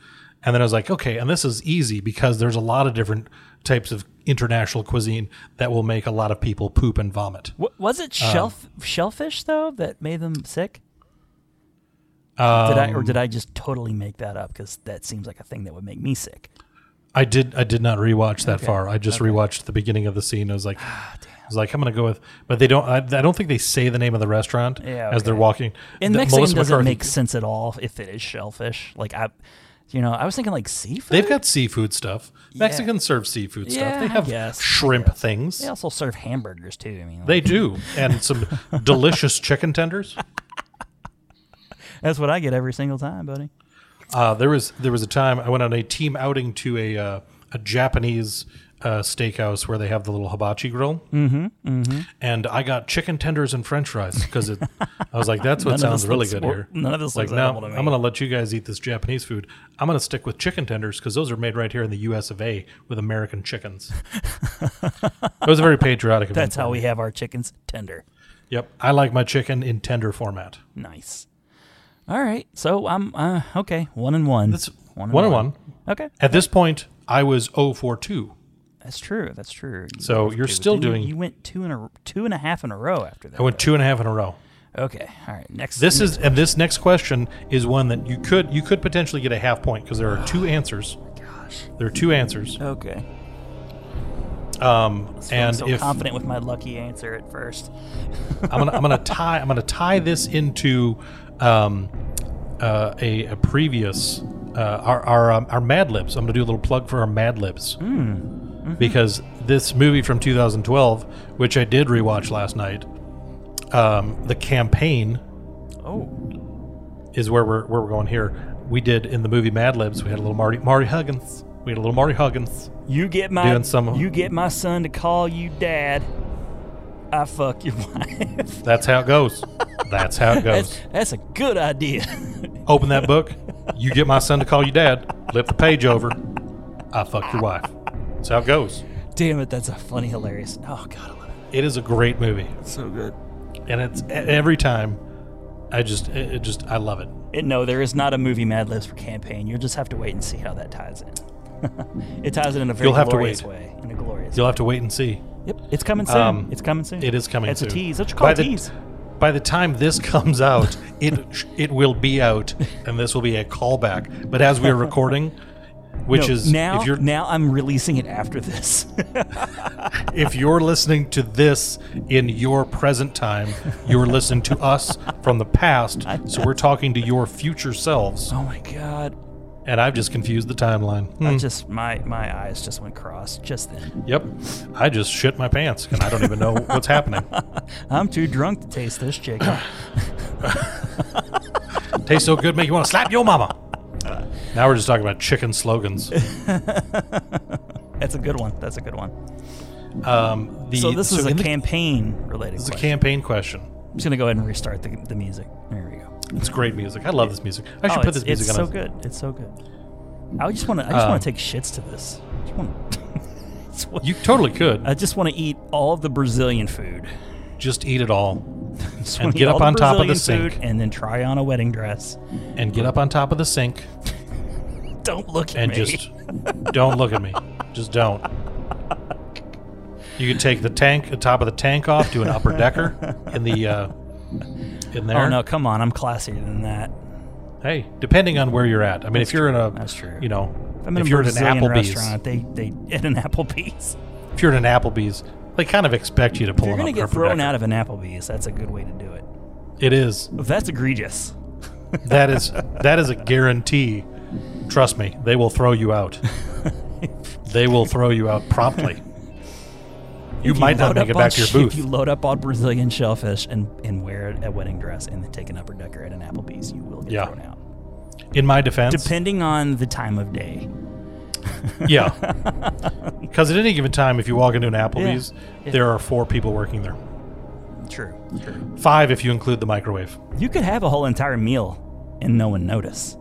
[SPEAKER 6] and then I was like, okay, and this is easy because there's a lot of different types of international cuisine that will make a lot of people poop and vomit.
[SPEAKER 5] W- was it shelf shellfish though that made them sick? did I or did I just totally make that up? Because that seems like a thing that would make me sick.
[SPEAKER 6] I did. I did not rewatch that far. I just rewatched the beginning of the scene. I was like,
[SPEAKER 5] Ah,
[SPEAKER 6] I was like, I'm gonna go with. But they don't. I, I don't think they say the name of the restaurant
[SPEAKER 5] Yeah,
[SPEAKER 6] as they're
[SPEAKER 5] okay.
[SPEAKER 6] walking.
[SPEAKER 5] And
[SPEAKER 6] The-
[SPEAKER 5] Mexican
[SPEAKER 6] Melissa
[SPEAKER 5] doesn't
[SPEAKER 6] McCarthy-
[SPEAKER 5] make sense at all if it is shellfish. Like I, you know, I was thinking like seafood.
[SPEAKER 6] They've got seafood stuff. Mexicans serve seafood
[SPEAKER 5] Yeah,
[SPEAKER 6] stuff. They
[SPEAKER 5] I
[SPEAKER 6] have
[SPEAKER 5] guess, I
[SPEAKER 6] shrimp
[SPEAKER 5] guess.
[SPEAKER 6] things.
[SPEAKER 5] They also serve hamburgers too. I mean, like-
[SPEAKER 6] They do,
[SPEAKER 5] [laughs]
[SPEAKER 6] and some delicious chicken tenders.
[SPEAKER 5] That's what I get every single time, buddy.
[SPEAKER 6] Uh, there was there was a time I went on a team outing to a uh, a Japanese uh, steakhouse where they have the little hibachi grill, mm-hmm, and I got chicken tenders and French fries because it. I was like, "That's what
[SPEAKER 5] of
[SPEAKER 6] sounds
[SPEAKER 5] this
[SPEAKER 6] really
[SPEAKER 5] looks
[SPEAKER 6] good
[SPEAKER 5] wor-
[SPEAKER 6] here."
[SPEAKER 5] none of this
[SPEAKER 6] like
[SPEAKER 5] looks
[SPEAKER 6] now,
[SPEAKER 5] edible to me.
[SPEAKER 6] I'm gonna let you guys eat this Japanese food. I'm gonna stick with chicken tenders because those are made right here in the U.S. of A. with American chickens. it was a very patriotic. Event
[SPEAKER 5] That's
[SPEAKER 6] for
[SPEAKER 5] how we
[SPEAKER 6] me.
[SPEAKER 5] have our chickens tender.
[SPEAKER 6] Yep, I like my chicken in tender format.
[SPEAKER 5] Nice. All right, so I'm uh, okay. One and one.
[SPEAKER 6] That's one and one.
[SPEAKER 5] Okay.
[SPEAKER 6] At this point, I was 0 for oh two.
[SPEAKER 5] That's true. That's true. You
[SPEAKER 6] So
[SPEAKER 5] have to
[SPEAKER 6] you're
[SPEAKER 5] do it.
[SPEAKER 6] still
[SPEAKER 5] Then you-
[SPEAKER 6] doing-
[SPEAKER 5] You, went two and a two and a half in a row after that.
[SPEAKER 6] I went two and a half in a row.
[SPEAKER 5] though. Okay. All right. Next.
[SPEAKER 6] This is and this next question is one that you could you could potentially get a half point because there are two answers. Gosh, there are two answers.
[SPEAKER 5] okay.
[SPEAKER 6] Um,
[SPEAKER 5] I'm
[SPEAKER 6] and
[SPEAKER 5] so
[SPEAKER 6] if
[SPEAKER 5] confident with my lucky answer at first.
[SPEAKER 6] I'm gonna I'm gonna tie I'm gonna tie this into um, uh, a, a previous uh, our our um, our Mad Libs. I'm gonna do a little plug for our Mad Libs
[SPEAKER 5] Hmm. Mm-hmm.
[SPEAKER 6] because this movie from 2012, which I did rewatch last night, um, the campaign
[SPEAKER 5] Oh.
[SPEAKER 6] is where we're where we're going here. We did in the movie Mad Libs. We had a little Marty Marty Huggins. We had a little Marty Huggins.
[SPEAKER 5] You get my
[SPEAKER 6] Doing some-
[SPEAKER 5] you get my son to call you dad. I fuck your [laughs] wife.
[SPEAKER 6] That's how it goes. That's how it goes.
[SPEAKER 5] [laughs] That's, that's a good idea. [laughs]
[SPEAKER 6] Open that book. You get my son to call you dad. Flip the page over. I fuck your wife. That's how it goes.
[SPEAKER 5] Damn it, that's a funny, hilarious. Oh god, I love it.
[SPEAKER 6] It is a great movie,
[SPEAKER 5] It's so good.
[SPEAKER 6] and it's e- every time. I just, it it just, I love it.
[SPEAKER 5] And no, there is not a movie Mad Libs for campaign. You'll just have to wait and see how that ties in. it ties it in [laughs] a very
[SPEAKER 6] You'll have to
[SPEAKER 5] glorious
[SPEAKER 6] wait.
[SPEAKER 5] way. In a glorious.
[SPEAKER 6] You'll have to wait and see.
[SPEAKER 5] Yep, it's coming soon.
[SPEAKER 6] Um,
[SPEAKER 5] it's coming soon.
[SPEAKER 6] It is coming.
[SPEAKER 5] It's
[SPEAKER 6] soon.
[SPEAKER 5] a tease. What you call
[SPEAKER 6] by
[SPEAKER 5] a tease?
[SPEAKER 6] The, by the time this [laughs] comes out, it it will be out, and this will be a callback. But as we are recording, which
[SPEAKER 5] No,
[SPEAKER 6] is
[SPEAKER 5] now.
[SPEAKER 6] if you're
[SPEAKER 5] now I'm releasing it after this. [laughs]
[SPEAKER 6] if you're listening to this in your present time, you're listening to us from the past. So we're talking to your future selves,
[SPEAKER 5] oh my god.
[SPEAKER 6] and I've just confused the timeline. Hmm.
[SPEAKER 5] I just my my eyes just went cross just then.
[SPEAKER 6] Yep, I just shit my pants, and I don't even know what's happening.
[SPEAKER 5] I'm too drunk to taste this
[SPEAKER 6] [clears throat]
[SPEAKER 5] chicken.
[SPEAKER 6] Tastes so good, make you want to slap your mama. Now we're just talking about chicken slogans.
[SPEAKER 5] That's a good one. That's a good one.
[SPEAKER 6] Um, the,
[SPEAKER 5] So this is a
[SPEAKER 6] in the-
[SPEAKER 5] campaign related.
[SPEAKER 6] It's a
[SPEAKER 5] question.
[SPEAKER 6] campaign question.
[SPEAKER 5] I'm just gonna go ahead and restart the, the music. There we go.
[SPEAKER 6] It's great music. I love this music. I should
[SPEAKER 5] Oh,
[SPEAKER 6] put
[SPEAKER 5] it's,
[SPEAKER 6] this music
[SPEAKER 5] it's
[SPEAKER 6] on.
[SPEAKER 5] so
[SPEAKER 6] a-
[SPEAKER 5] good. It's so good. I just want to. I just
[SPEAKER 6] Um,
[SPEAKER 5] want to take shits to this. I just [laughs] want to.
[SPEAKER 6] You totally could
[SPEAKER 5] I just want to eat all of the Brazilian food. [laughs]
[SPEAKER 6] just eat it all
[SPEAKER 5] Just
[SPEAKER 6] And
[SPEAKER 5] wanna eat
[SPEAKER 6] get
[SPEAKER 5] all
[SPEAKER 6] up
[SPEAKER 5] the
[SPEAKER 6] on top of the
[SPEAKER 5] Brazilian food
[SPEAKER 6] sink.
[SPEAKER 5] and then try on a wedding dress.
[SPEAKER 6] and get up on top of the sink
[SPEAKER 5] Don't look at
[SPEAKER 6] and
[SPEAKER 5] me.
[SPEAKER 6] just don't look at me. Just don't. You could take the tank, the top of the tank off, do an upper decker in the uh, in there.
[SPEAKER 5] oh no, come on! I'm classier than that.
[SPEAKER 6] Hey, depending on where you're at. I mean, if you're in a,
[SPEAKER 5] That's true.
[SPEAKER 6] you know,
[SPEAKER 5] If I'm in
[SPEAKER 6] if
[SPEAKER 5] a
[SPEAKER 6] you're at an
[SPEAKER 5] Brazilian
[SPEAKER 6] Applebee's,
[SPEAKER 5] restaurant, they they at an [laughs] Applebee's.
[SPEAKER 6] if you're at an Applebee's, they kind of expect you to pull
[SPEAKER 5] You're
[SPEAKER 6] an
[SPEAKER 5] gonna
[SPEAKER 6] upper
[SPEAKER 5] get thrown
[SPEAKER 6] decker.
[SPEAKER 5] out of an Applebee's. That's a good way to do it.
[SPEAKER 6] It is.
[SPEAKER 5] That's egregious.
[SPEAKER 6] That is that is a guarantee. Trust me, they will throw
[SPEAKER 5] [laughs]
[SPEAKER 6] you out. they will throw you out promptly. You
[SPEAKER 5] If
[SPEAKER 6] might not
[SPEAKER 5] load
[SPEAKER 6] make it
[SPEAKER 5] up on
[SPEAKER 6] back to your
[SPEAKER 5] sh-
[SPEAKER 6] booth.
[SPEAKER 5] If you load up on Brazilian shellfish and, and wear a wedding dress and then take an upper decker at an Applebee's, you will get
[SPEAKER 6] Yeah.
[SPEAKER 5] thrown out.
[SPEAKER 6] In my defense,
[SPEAKER 5] Depending on the time of day.
[SPEAKER 6] yeah, [laughs] because at any given time, if you walk into an Applebee's,
[SPEAKER 5] Yeah.
[SPEAKER 6] there are four people working there.
[SPEAKER 5] True. True.
[SPEAKER 6] Five if you include the microwave.
[SPEAKER 5] You could have a whole entire meal and no one notice.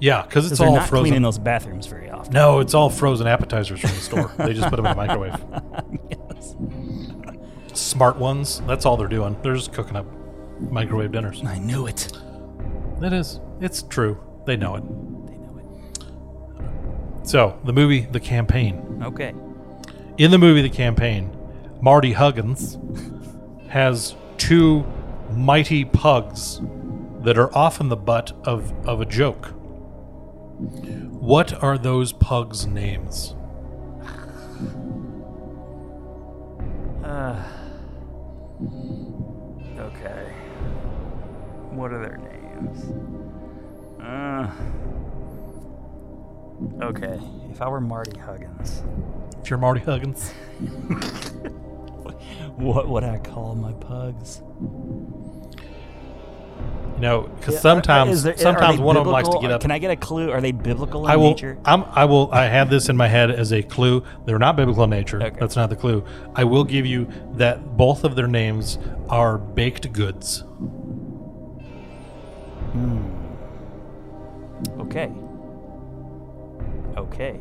[SPEAKER 6] Yeah, because
[SPEAKER 5] Because
[SPEAKER 6] it's
[SPEAKER 5] they're
[SPEAKER 6] all
[SPEAKER 5] not cleaning
[SPEAKER 6] frozen.
[SPEAKER 5] those bathrooms very often.
[SPEAKER 6] No, it's all frozen appetizers from the
[SPEAKER 5] [laughs]
[SPEAKER 6] store. they just put them in the microwave.
[SPEAKER 5] Yes.
[SPEAKER 6] Smart ones. That's all they're doing. They're just cooking up microwave dinners.
[SPEAKER 5] I knew it.
[SPEAKER 6] It is. It's true. They know it.
[SPEAKER 5] They know it.
[SPEAKER 6] So, the movie The Campaign.
[SPEAKER 5] Okay.
[SPEAKER 6] In the movie The Campaign, Marty Huggins has two mighty pugs that are often the butt of, of a joke. What are those pugs' names?
[SPEAKER 5] Uh, Okay. What are their names? Uh, okay. If I were Marty Huggins,
[SPEAKER 6] If you're Marty Huggins,
[SPEAKER 5] what would I call my pugs?
[SPEAKER 6] you know,
[SPEAKER 5] uh,
[SPEAKER 6] because sometimes sometimes one of them likes to get up.
[SPEAKER 5] Can I get a clue? Are they biblical in
[SPEAKER 6] I will.
[SPEAKER 5] nature?
[SPEAKER 6] I'm, I will. I have this in my head as a clue. They're not biblical in nature.
[SPEAKER 5] Okay.
[SPEAKER 6] That's not the clue. I will give you that both of their names are baked goods.
[SPEAKER 5] Okay. Okay.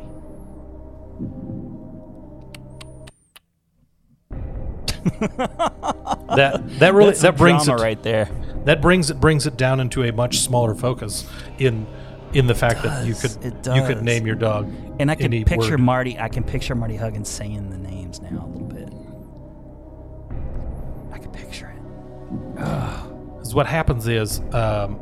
[SPEAKER 6] That that really
[SPEAKER 5] That's some
[SPEAKER 6] that brings it
[SPEAKER 5] drama right there.
[SPEAKER 6] that brings it brings it down into a much smaller focus in in the fact that you
[SPEAKER 5] does.
[SPEAKER 6] could
[SPEAKER 5] It
[SPEAKER 6] you could
[SPEAKER 5] does.
[SPEAKER 6] name your dog
[SPEAKER 5] And I can
[SPEAKER 6] any
[SPEAKER 5] picture
[SPEAKER 6] word.
[SPEAKER 5] Marty. I can picture Marty Huggins saying the names now a little bit. I can picture it.
[SPEAKER 6] Because what happens is um,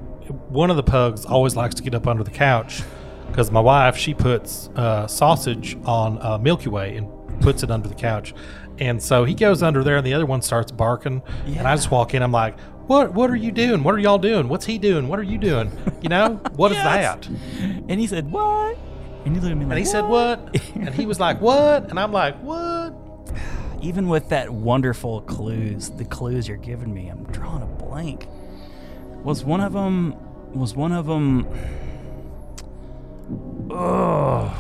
[SPEAKER 6] one of the pugs always likes to get up under the couch because my wife she puts uh, sausage on uh, Milky Way and puts it under the couch, and so he goes under there and the other one starts barking, and I just walk in. I'm like, "What? What are you doing? What are y'all doing? What's he doing? What are you doing?
[SPEAKER 5] [laughs]
[SPEAKER 6] You know what is that?"
[SPEAKER 5] And he said, "What?" And he looked at me like,
[SPEAKER 6] And he said, "What?" and he was like, "What?" And I'm like, "What?"
[SPEAKER 5] Even with that wonderful clues, the clues you're giving me, I'm drawing a blank. Was one of them? Was one of them? Oh.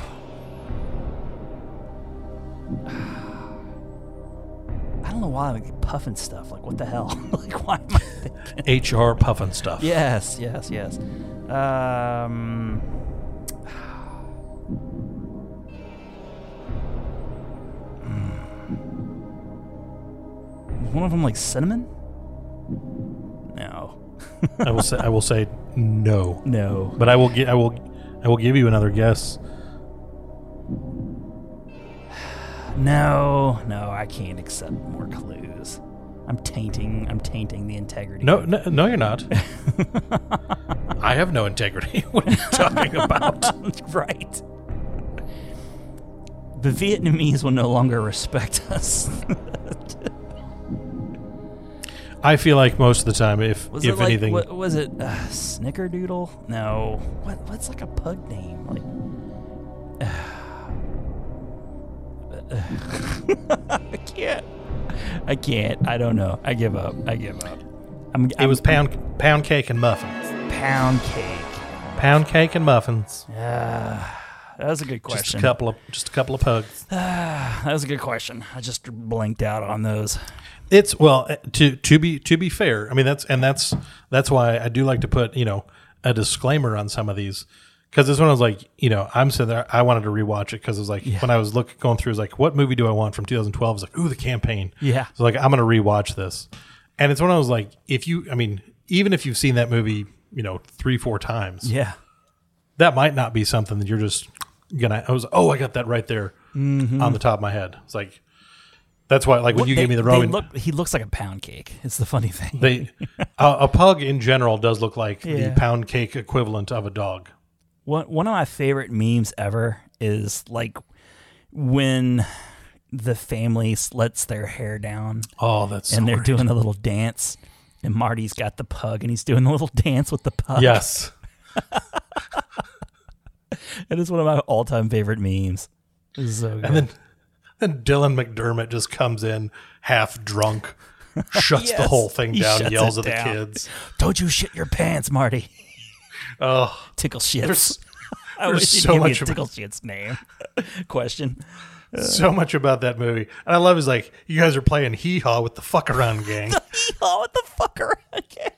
[SPEAKER 5] [sighs] I don't know why I'm like, puffing stuff. Like, what the hell? [laughs] like, why am I thinking?
[SPEAKER 6] HR puffin stuff.
[SPEAKER 5] Yes, yes, yes. Um, [sighs] Mm. one of them like cinnamon? No,
[SPEAKER 6] I will say. I will say no.
[SPEAKER 5] no.
[SPEAKER 6] But I will get. I will. I will give you another guess.
[SPEAKER 5] No, no, I can't accept more clues. I'm tainting. I'm tainting the integrity.
[SPEAKER 6] No,
[SPEAKER 5] of-
[SPEAKER 6] no, no,
[SPEAKER 5] [laughs]
[SPEAKER 6] you're not. I have no integrity. [laughs] What are you
[SPEAKER 5] [laughs]
[SPEAKER 6] talking about?
[SPEAKER 5] right. The Vietnamese will no longer respect [laughs] us.
[SPEAKER 6] I feel like most of the time, if
[SPEAKER 5] Was
[SPEAKER 6] if
[SPEAKER 5] it like,
[SPEAKER 6] anything,
[SPEAKER 5] what was it? Uh, Snickerdoodle? No. What what's like a pug name? Like [sighs] I can't. I can't. I don't know. I give up. I give up. I'm,
[SPEAKER 6] it
[SPEAKER 5] I'm
[SPEAKER 6] was pound pound cake and muffins.
[SPEAKER 5] pound cake.
[SPEAKER 6] Pound cake and muffins.
[SPEAKER 5] That was a good
[SPEAKER 6] Just a
[SPEAKER 5] question.
[SPEAKER 6] couple of just a couple of pugs.
[SPEAKER 5] That was a good question. I just blanked out on those.
[SPEAKER 6] It's well eh, to to be to be fair. I mean that's and that's that's why I do like to put you know a disclaimer on some of these because this one I was like you know I'm sitting there I wanted to rewatch it because it was like when I was look going through it was like what movie do I want from 2012 I was like ooh the campaign
[SPEAKER 5] Yeah.
[SPEAKER 6] so like I'm gonna rewatch this and it's one of those like if you I mean even if you've seen that movie you know three four times
[SPEAKER 5] Yeah.
[SPEAKER 6] that might not be something that you're just gonna. I was oh, I got that right there on the top of my head. It's like that's why like when you
[SPEAKER 5] Mm-hmm. They-
[SPEAKER 6] gave me the
[SPEAKER 5] they
[SPEAKER 6] Roman, they,
[SPEAKER 5] look- he looks like a pound cake. It's the funny thing. [laughs]
[SPEAKER 6] a, a pug in general does look like
[SPEAKER 5] Yeah.
[SPEAKER 6] the pound cake equivalent of a dog.
[SPEAKER 5] One one of my favorite memes ever is like when the family lets their hair down
[SPEAKER 6] Oh, that's
[SPEAKER 5] and
[SPEAKER 6] so
[SPEAKER 5] they're
[SPEAKER 6] great.
[SPEAKER 5] doing a little dance, and Marty's got the pug and he's doing the little [laughs] dance with the pug. [laughs]
[SPEAKER 6] yes.
[SPEAKER 5] it is one of my all time favorite memes. It's so good.
[SPEAKER 6] And then then Dylan McDermott just comes in half drunk, shuts the
[SPEAKER 5] Yes.
[SPEAKER 6] whole thing
[SPEAKER 5] He
[SPEAKER 6] down,
[SPEAKER 5] shuts
[SPEAKER 6] yells
[SPEAKER 5] it
[SPEAKER 6] at the
[SPEAKER 5] down. [laughs]
[SPEAKER 6] kids.
[SPEAKER 5] Don't you shit your pants, Marty?
[SPEAKER 6] [laughs] Oh,
[SPEAKER 5] Tickle
[SPEAKER 6] there's
[SPEAKER 5] shits. I
[SPEAKER 6] there's
[SPEAKER 5] wish you'd
[SPEAKER 6] so
[SPEAKER 5] give me
[SPEAKER 6] much
[SPEAKER 5] a
[SPEAKER 6] of it.
[SPEAKER 5] tickle shits name. [laughs] Question. [laughs]
[SPEAKER 6] so much about that movie, and I love is like you guys are playing hee haw with the fuck
[SPEAKER 5] [laughs]
[SPEAKER 6] around gang,
[SPEAKER 5] Oh, what the fucker? [laughs] Okay.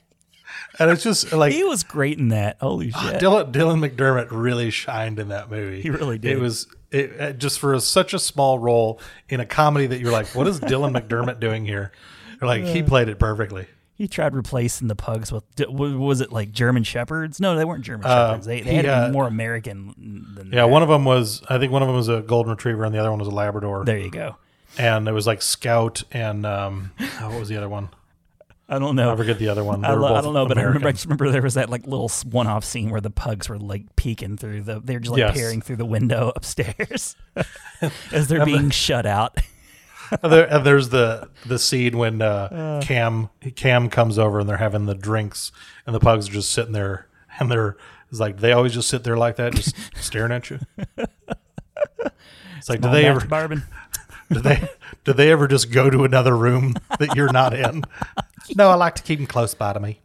[SPEAKER 6] and it's just like
[SPEAKER 5] He was great in that. Holy shit.
[SPEAKER 6] Dylan, Dylan McDermott really shined in that movie.
[SPEAKER 5] He really did.
[SPEAKER 6] It was it, it- just for a, such a small role in a comedy that you're like, what is
[SPEAKER 5] [laughs]
[SPEAKER 6] Dylan McDermott doing here? You're like, he played it perfectly.
[SPEAKER 5] He tried replacing the pugs with d- w- was it like German shepherds? No, they weren't German shepherds. They, they
[SPEAKER 6] he,
[SPEAKER 5] had to
[SPEAKER 6] uh,
[SPEAKER 5] be more American than
[SPEAKER 6] Yeah, one of them was, I think one of them was a golden retriever, and the other one was a Labrador.
[SPEAKER 5] There you go.
[SPEAKER 6] And it was like Scout and um, oh, what was the other one?
[SPEAKER 5] I don't know.
[SPEAKER 6] I forget the other one. They
[SPEAKER 5] [laughs] I,
[SPEAKER 6] were
[SPEAKER 5] lo- I
[SPEAKER 6] both
[SPEAKER 5] don't know, but I remember. I
[SPEAKER 6] American.
[SPEAKER 5] just remember there was that like little s- one-off scene where the pugs were like peeking through the. They're just like
[SPEAKER 6] Yes.
[SPEAKER 5] peering through the window [laughs] upstairs as they're being shut out.
[SPEAKER 6] And Uh, there- and there's the the scene when uh, Cam Cam comes over and they're having the drinks, and the pugs are just sitting there, and they're it's like they always just sit there like that, [laughs] just staring at you. It's like, do [laughs] they
[SPEAKER 5] Back
[SPEAKER 6] ever
[SPEAKER 5] to Barbin?
[SPEAKER 6] do they do they ever just go to another room that you're not in? [laughs] No, I like to keep them close by to me.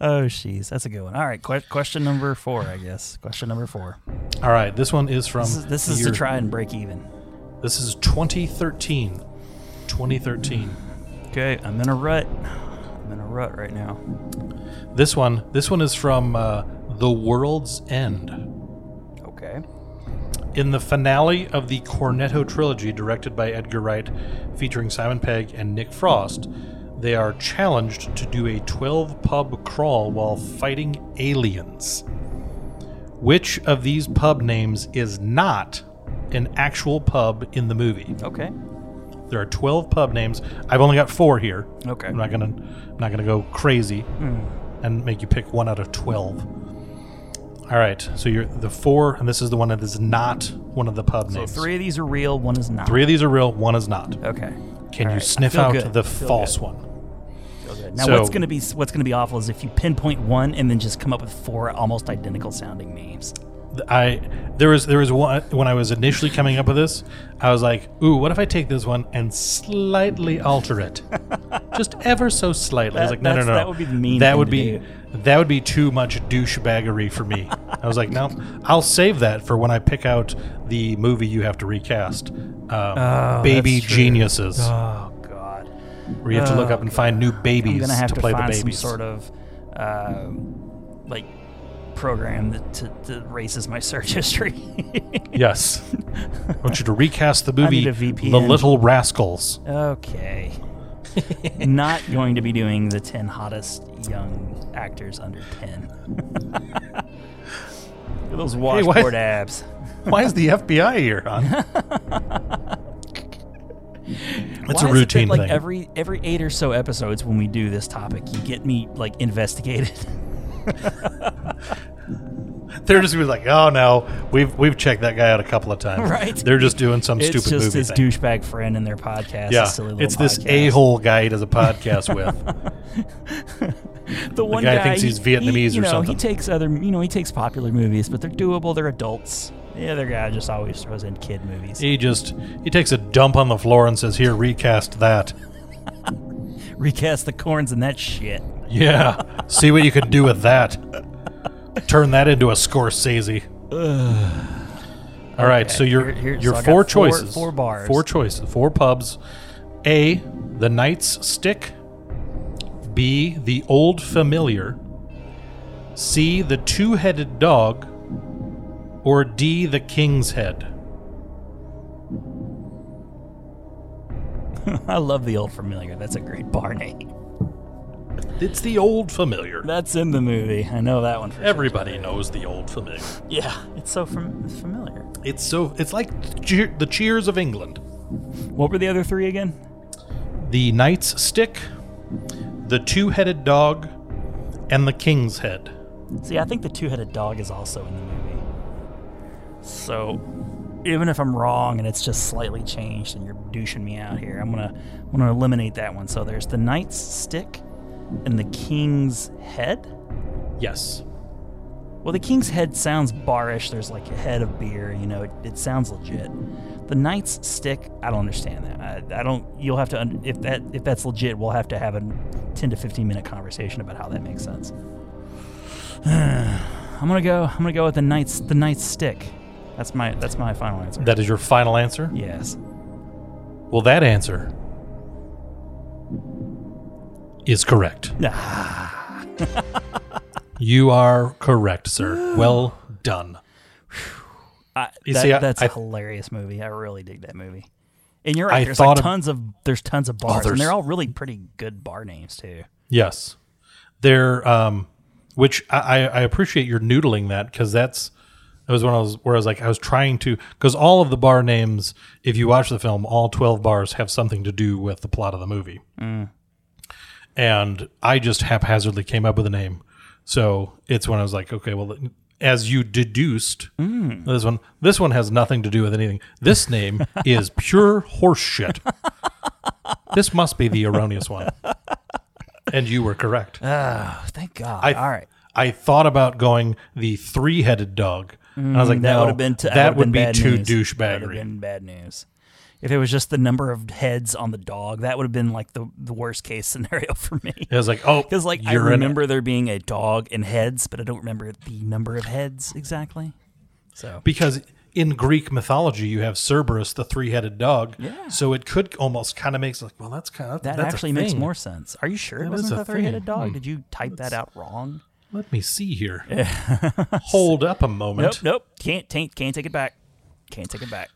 [SPEAKER 5] Oh, jeez, that's a good one. All right, que- question number four, I guess. Question number four.
[SPEAKER 6] All right, this one is from
[SPEAKER 5] This is, this is
[SPEAKER 6] year-
[SPEAKER 5] to try and break even.
[SPEAKER 6] This is 2013. 2013.
[SPEAKER 5] Okay, I'm in a rut. I'm in a rut right now.
[SPEAKER 6] This one this one is from uh, the world's end.
[SPEAKER 5] Okay.
[SPEAKER 6] In the finale of the Cornetto trilogy, directed by Edgar Wright, featuring Simon Pegg and Nick Frost, They are challenged to do a 12 pub crawl while fighting aliens. Which of these pub names is not an actual pub in the movie?
[SPEAKER 5] Okay.
[SPEAKER 6] There are 12 pub names. I've only got four here.
[SPEAKER 5] Okay. Hmm.
[SPEAKER 6] I'm not gonna I'm not gonna go crazy and make you pick one out of 12. All right. So you're the four, and this is the one that is not one of the pub
[SPEAKER 5] So
[SPEAKER 6] names.
[SPEAKER 5] three of these are real, one is not.
[SPEAKER 6] Three of these are real. One is not.
[SPEAKER 5] Okay.
[SPEAKER 6] Can
[SPEAKER 5] All
[SPEAKER 6] you
[SPEAKER 5] right. I
[SPEAKER 6] sniff
[SPEAKER 5] feel
[SPEAKER 6] out
[SPEAKER 5] good.
[SPEAKER 6] the
[SPEAKER 5] I feel
[SPEAKER 6] false
[SPEAKER 5] good.
[SPEAKER 6] one?
[SPEAKER 5] Now
[SPEAKER 6] So-
[SPEAKER 5] what's gonna be what's gonna be awful is if you pinpoint one and then just come up with four almost identical sounding names.
[SPEAKER 6] Th- I there was there was one when I was initially coming up with this, I was like, ooh, what if I take this one and slightly alter
[SPEAKER 5] [laughs]
[SPEAKER 6] it, just ever so slightly? I was
[SPEAKER 5] That-
[SPEAKER 6] like, no, no,
[SPEAKER 5] that's-
[SPEAKER 6] no,
[SPEAKER 5] that would be the mean
[SPEAKER 6] That
[SPEAKER 5] thing
[SPEAKER 6] would
[SPEAKER 5] to
[SPEAKER 6] be
[SPEAKER 5] do.
[SPEAKER 6] that would be too much douchebaggery for me. I was like, no, I'll save that for when I pick out the movie you have to recast, um, Baby
[SPEAKER 5] Oh, that's true.
[SPEAKER 6] Geniuses,
[SPEAKER 5] Oh god.
[SPEAKER 6] where you have to look up and find new
[SPEAKER 5] I'm
[SPEAKER 6] babies
[SPEAKER 5] gonna have to,
[SPEAKER 6] play
[SPEAKER 5] find
[SPEAKER 6] the
[SPEAKER 5] some
[SPEAKER 6] babies.
[SPEAKER 5] sort of uh, like program that to, that races my [laughs] search history. [laughs]
[SPEAKER 6] Yes. I want you to recast the movie
[SPEAKER 5] need a VPN.
[SPEAKER 6] The Little Rascals. [laughs]
[SPEAKER 5] okay. Not going to be doing the ten hottest young actors under ten. [laughs] Look at Those
[SPEAKER 6] why-
[SPEAKER 5] washboard abs.
[SPEAKER 6] Why is the FBI here,
[SPEAKER 5] [laughs]
[SPEAKER 6] hon? It's
[SPEAKER 5] Why
[SPEAKER 6] a
[SPEAKER 5] is it that,
[SPEAKER 6] routine
[SPEAKER 5] like
[SPEAKER 6] thing.
[SPEAKER 5] every every eight or so episodes when we do this topic, you get me like investigated. [laughs]
[SPEAKER 6] They're just gonna be like, oh no, we've we've checked that guy out a couple of times.
[SPEAKER 5] Right.
[SPEAKER 6] They're just doing some
[SPEAKER 5] it's
[SPEAKER 6] stupid
[SPEAKER 5] just
[SPEAKER 6] movie
[SPEAKER 5] his
[SPEAKER 6] thing.
[SPEAKER 5] douchebag friend in their podcast.
[SPEAKER 6] yeah,
[SPEAKER 5] his silly little
[SPEAKER 6] it's this
[SPEAKER 5] podcast.
[SPEAKER 6] a-hole guy he does a
[SPEAKER 5] [laughs]
[SPEAKER 6] podcast with.
[SPEAKER 5] The one
[SPEAKER 6] guy thinks he's Vietnamese
[SPEAKER 5] he, you
[SPEAKER 6] or
[SPEAKER 5] know,
[SPEAKER 6] something.
[SPEAKER 5] He takes other, you know, he takes popular movies, but they're doable. They're adults. The other guy just always throws in kid movies.
[SPEAKER 6] He just he takes a dump on the floor and says, "Here, recast that."
[SPEAKER 5] [laughs] Recast the corns and that shit. [laughs]
[SPEAKER 6] Yeah, see what you can do with that. Turn that into a Scorsese. All right, so your
[SPEAKER 5] here- here-
[SPEAKER 6] your
[SPEAKER 5] so I got
[SPEAKER 6] four
[SPEAKER 5] four-
[SPEAKER 6] choices,
[SPEAKER 5] four bars.
[SPEAKER 6] four choices, four pubs. A, the Knight's Stick. B, the Old Familiar. C, the Two-Headed Dog. Or D, the King's Head.
[SPEAKER 5] I love the old familiar. That's a great bar name.
[SPEAKER 6] It's the Old Familiar.
[SPEAKER 5] That's in the movie. I know that one for sure.
[SPEAKER 6] Everybody knows the Old Familiar.
[SPEAKER 5] Yeah, it's so fam- familiar.
[SPEAKER 6] It's so it's like cheer, the Cheers of England.
[SPEAKER 5] What were the other three again?
[SPEAKER 6] the knight's stick, the two-headed dog, and the king's head.
[SPEAKER 5] See, I think the two-headed dog is also in the movie. So, even if I'm wrong and it's just slightly changed and you're douching me out here, I'm gonna I'm gonna eliminate that one. So there's the knight's stick and the king's head.
[SPEAKER 6] Yes.
[SPEAKER 5] Well, the king's head sounds barish. There's like a head of beer, you know. It, it sounds legit. The knight's stick, I don't understand that. I, I don't. You'll have to un- if that if that's legit, we'll have to have a 10 to 15 minute conversation about how that makes sense. [sighs] I'm gonna go. I'm gonna go with the knight's the knight's stick. That's my that's my final answer.
[SPEAKER 6] That is your final answer?
[SPEAKER 5] yes.
[SPEAKER 6] Well, that answer is correct. you are correct, sir. Well done.
[SPEAKER 5] I,
[SPEAKER 6] You
[SPEAKER 5] that-
[SPEAKER 6] see, I-
[SPEAKER 5] that's a
[SPEAKER 6] I-
[SPEAKER 5] hilarious movie. I really dig that movie. And you're
[SPEAKER 6] I
[SPEAKER 5] right. there's like
[SPEAKER 6] thought of-
[SPEAKER 5] tons of there's tons of bars,
[SPEAKER 6] there's-
[SPEAKER 5] and they're all really pretty good bar names too.
[SPEAKER 6] Yes. They're um which I, I I appreciate your noodling that because that's that was when I was where I was like I was trying to because all of the bar names, if you watch the film, all twelve bars have something to do with the plot of the movie. And I just haphazardly came up with a name, so it's when I was like, okay, well, as you deduced, this one this one has nothing to do with anything. This name is pure horseshit. this must be the erroneous one. And you were correct.
[SPEAKER 5] Oh, thank God.
[SPEAKER 6] I,
[SPEAKER 5] all right.
[SPEAKER 6] I thought about going the three-headed dog, and I was like,
[SPEAKER 5] Mm, That
[SPEAKER 6] no,
[SPEAKER 5] would have been too,
[SPEAKER 6] that, would be too douchebaggery.
[SPEAKER 5] Been bad news. If it was just the number of heads on the dog, that would have been like the, the worst case [laughs] scenario for me.
[SPEAKER 6] It was like, oh,
[SPEAKER 5] Because like I
[SPEAKER 6] you're an-
[SPEAKER 5] remember there being a dog and heads, but I don't remember the number of heads exactly. So
[SPEAKER 6] because in Greek mythology you have Cerberus, the three-headed dog. Yeah. So it could almost kind of makes like, well, that's kind of
[SPEAKER 5] that
[SPEAKER 6] that's a
[SPEAKER 5] actually makes
[SPEAKER 6] thing.
[SPEAKER 5] more sense. Are you sure it
[SPEAKER 6] That is
[SPEAKER 5] wasn't
[SPEAKER 6] a
[SPEAKER 5] the three-headed
[SPEAKER 6] thing.
[SPEAKER 5] dog?
[SPEAKER 6] Hmm.
[SPEAKER 5] Did you type that out wrong?
[SPEAKER 6] Let me
[SPEAKER 5] [laughs]
[SPEAKER 6] see here. Hold up a moment.
[SPEAKER 5] Nope, nope. Can't taint, can't take it back. Can't take it back.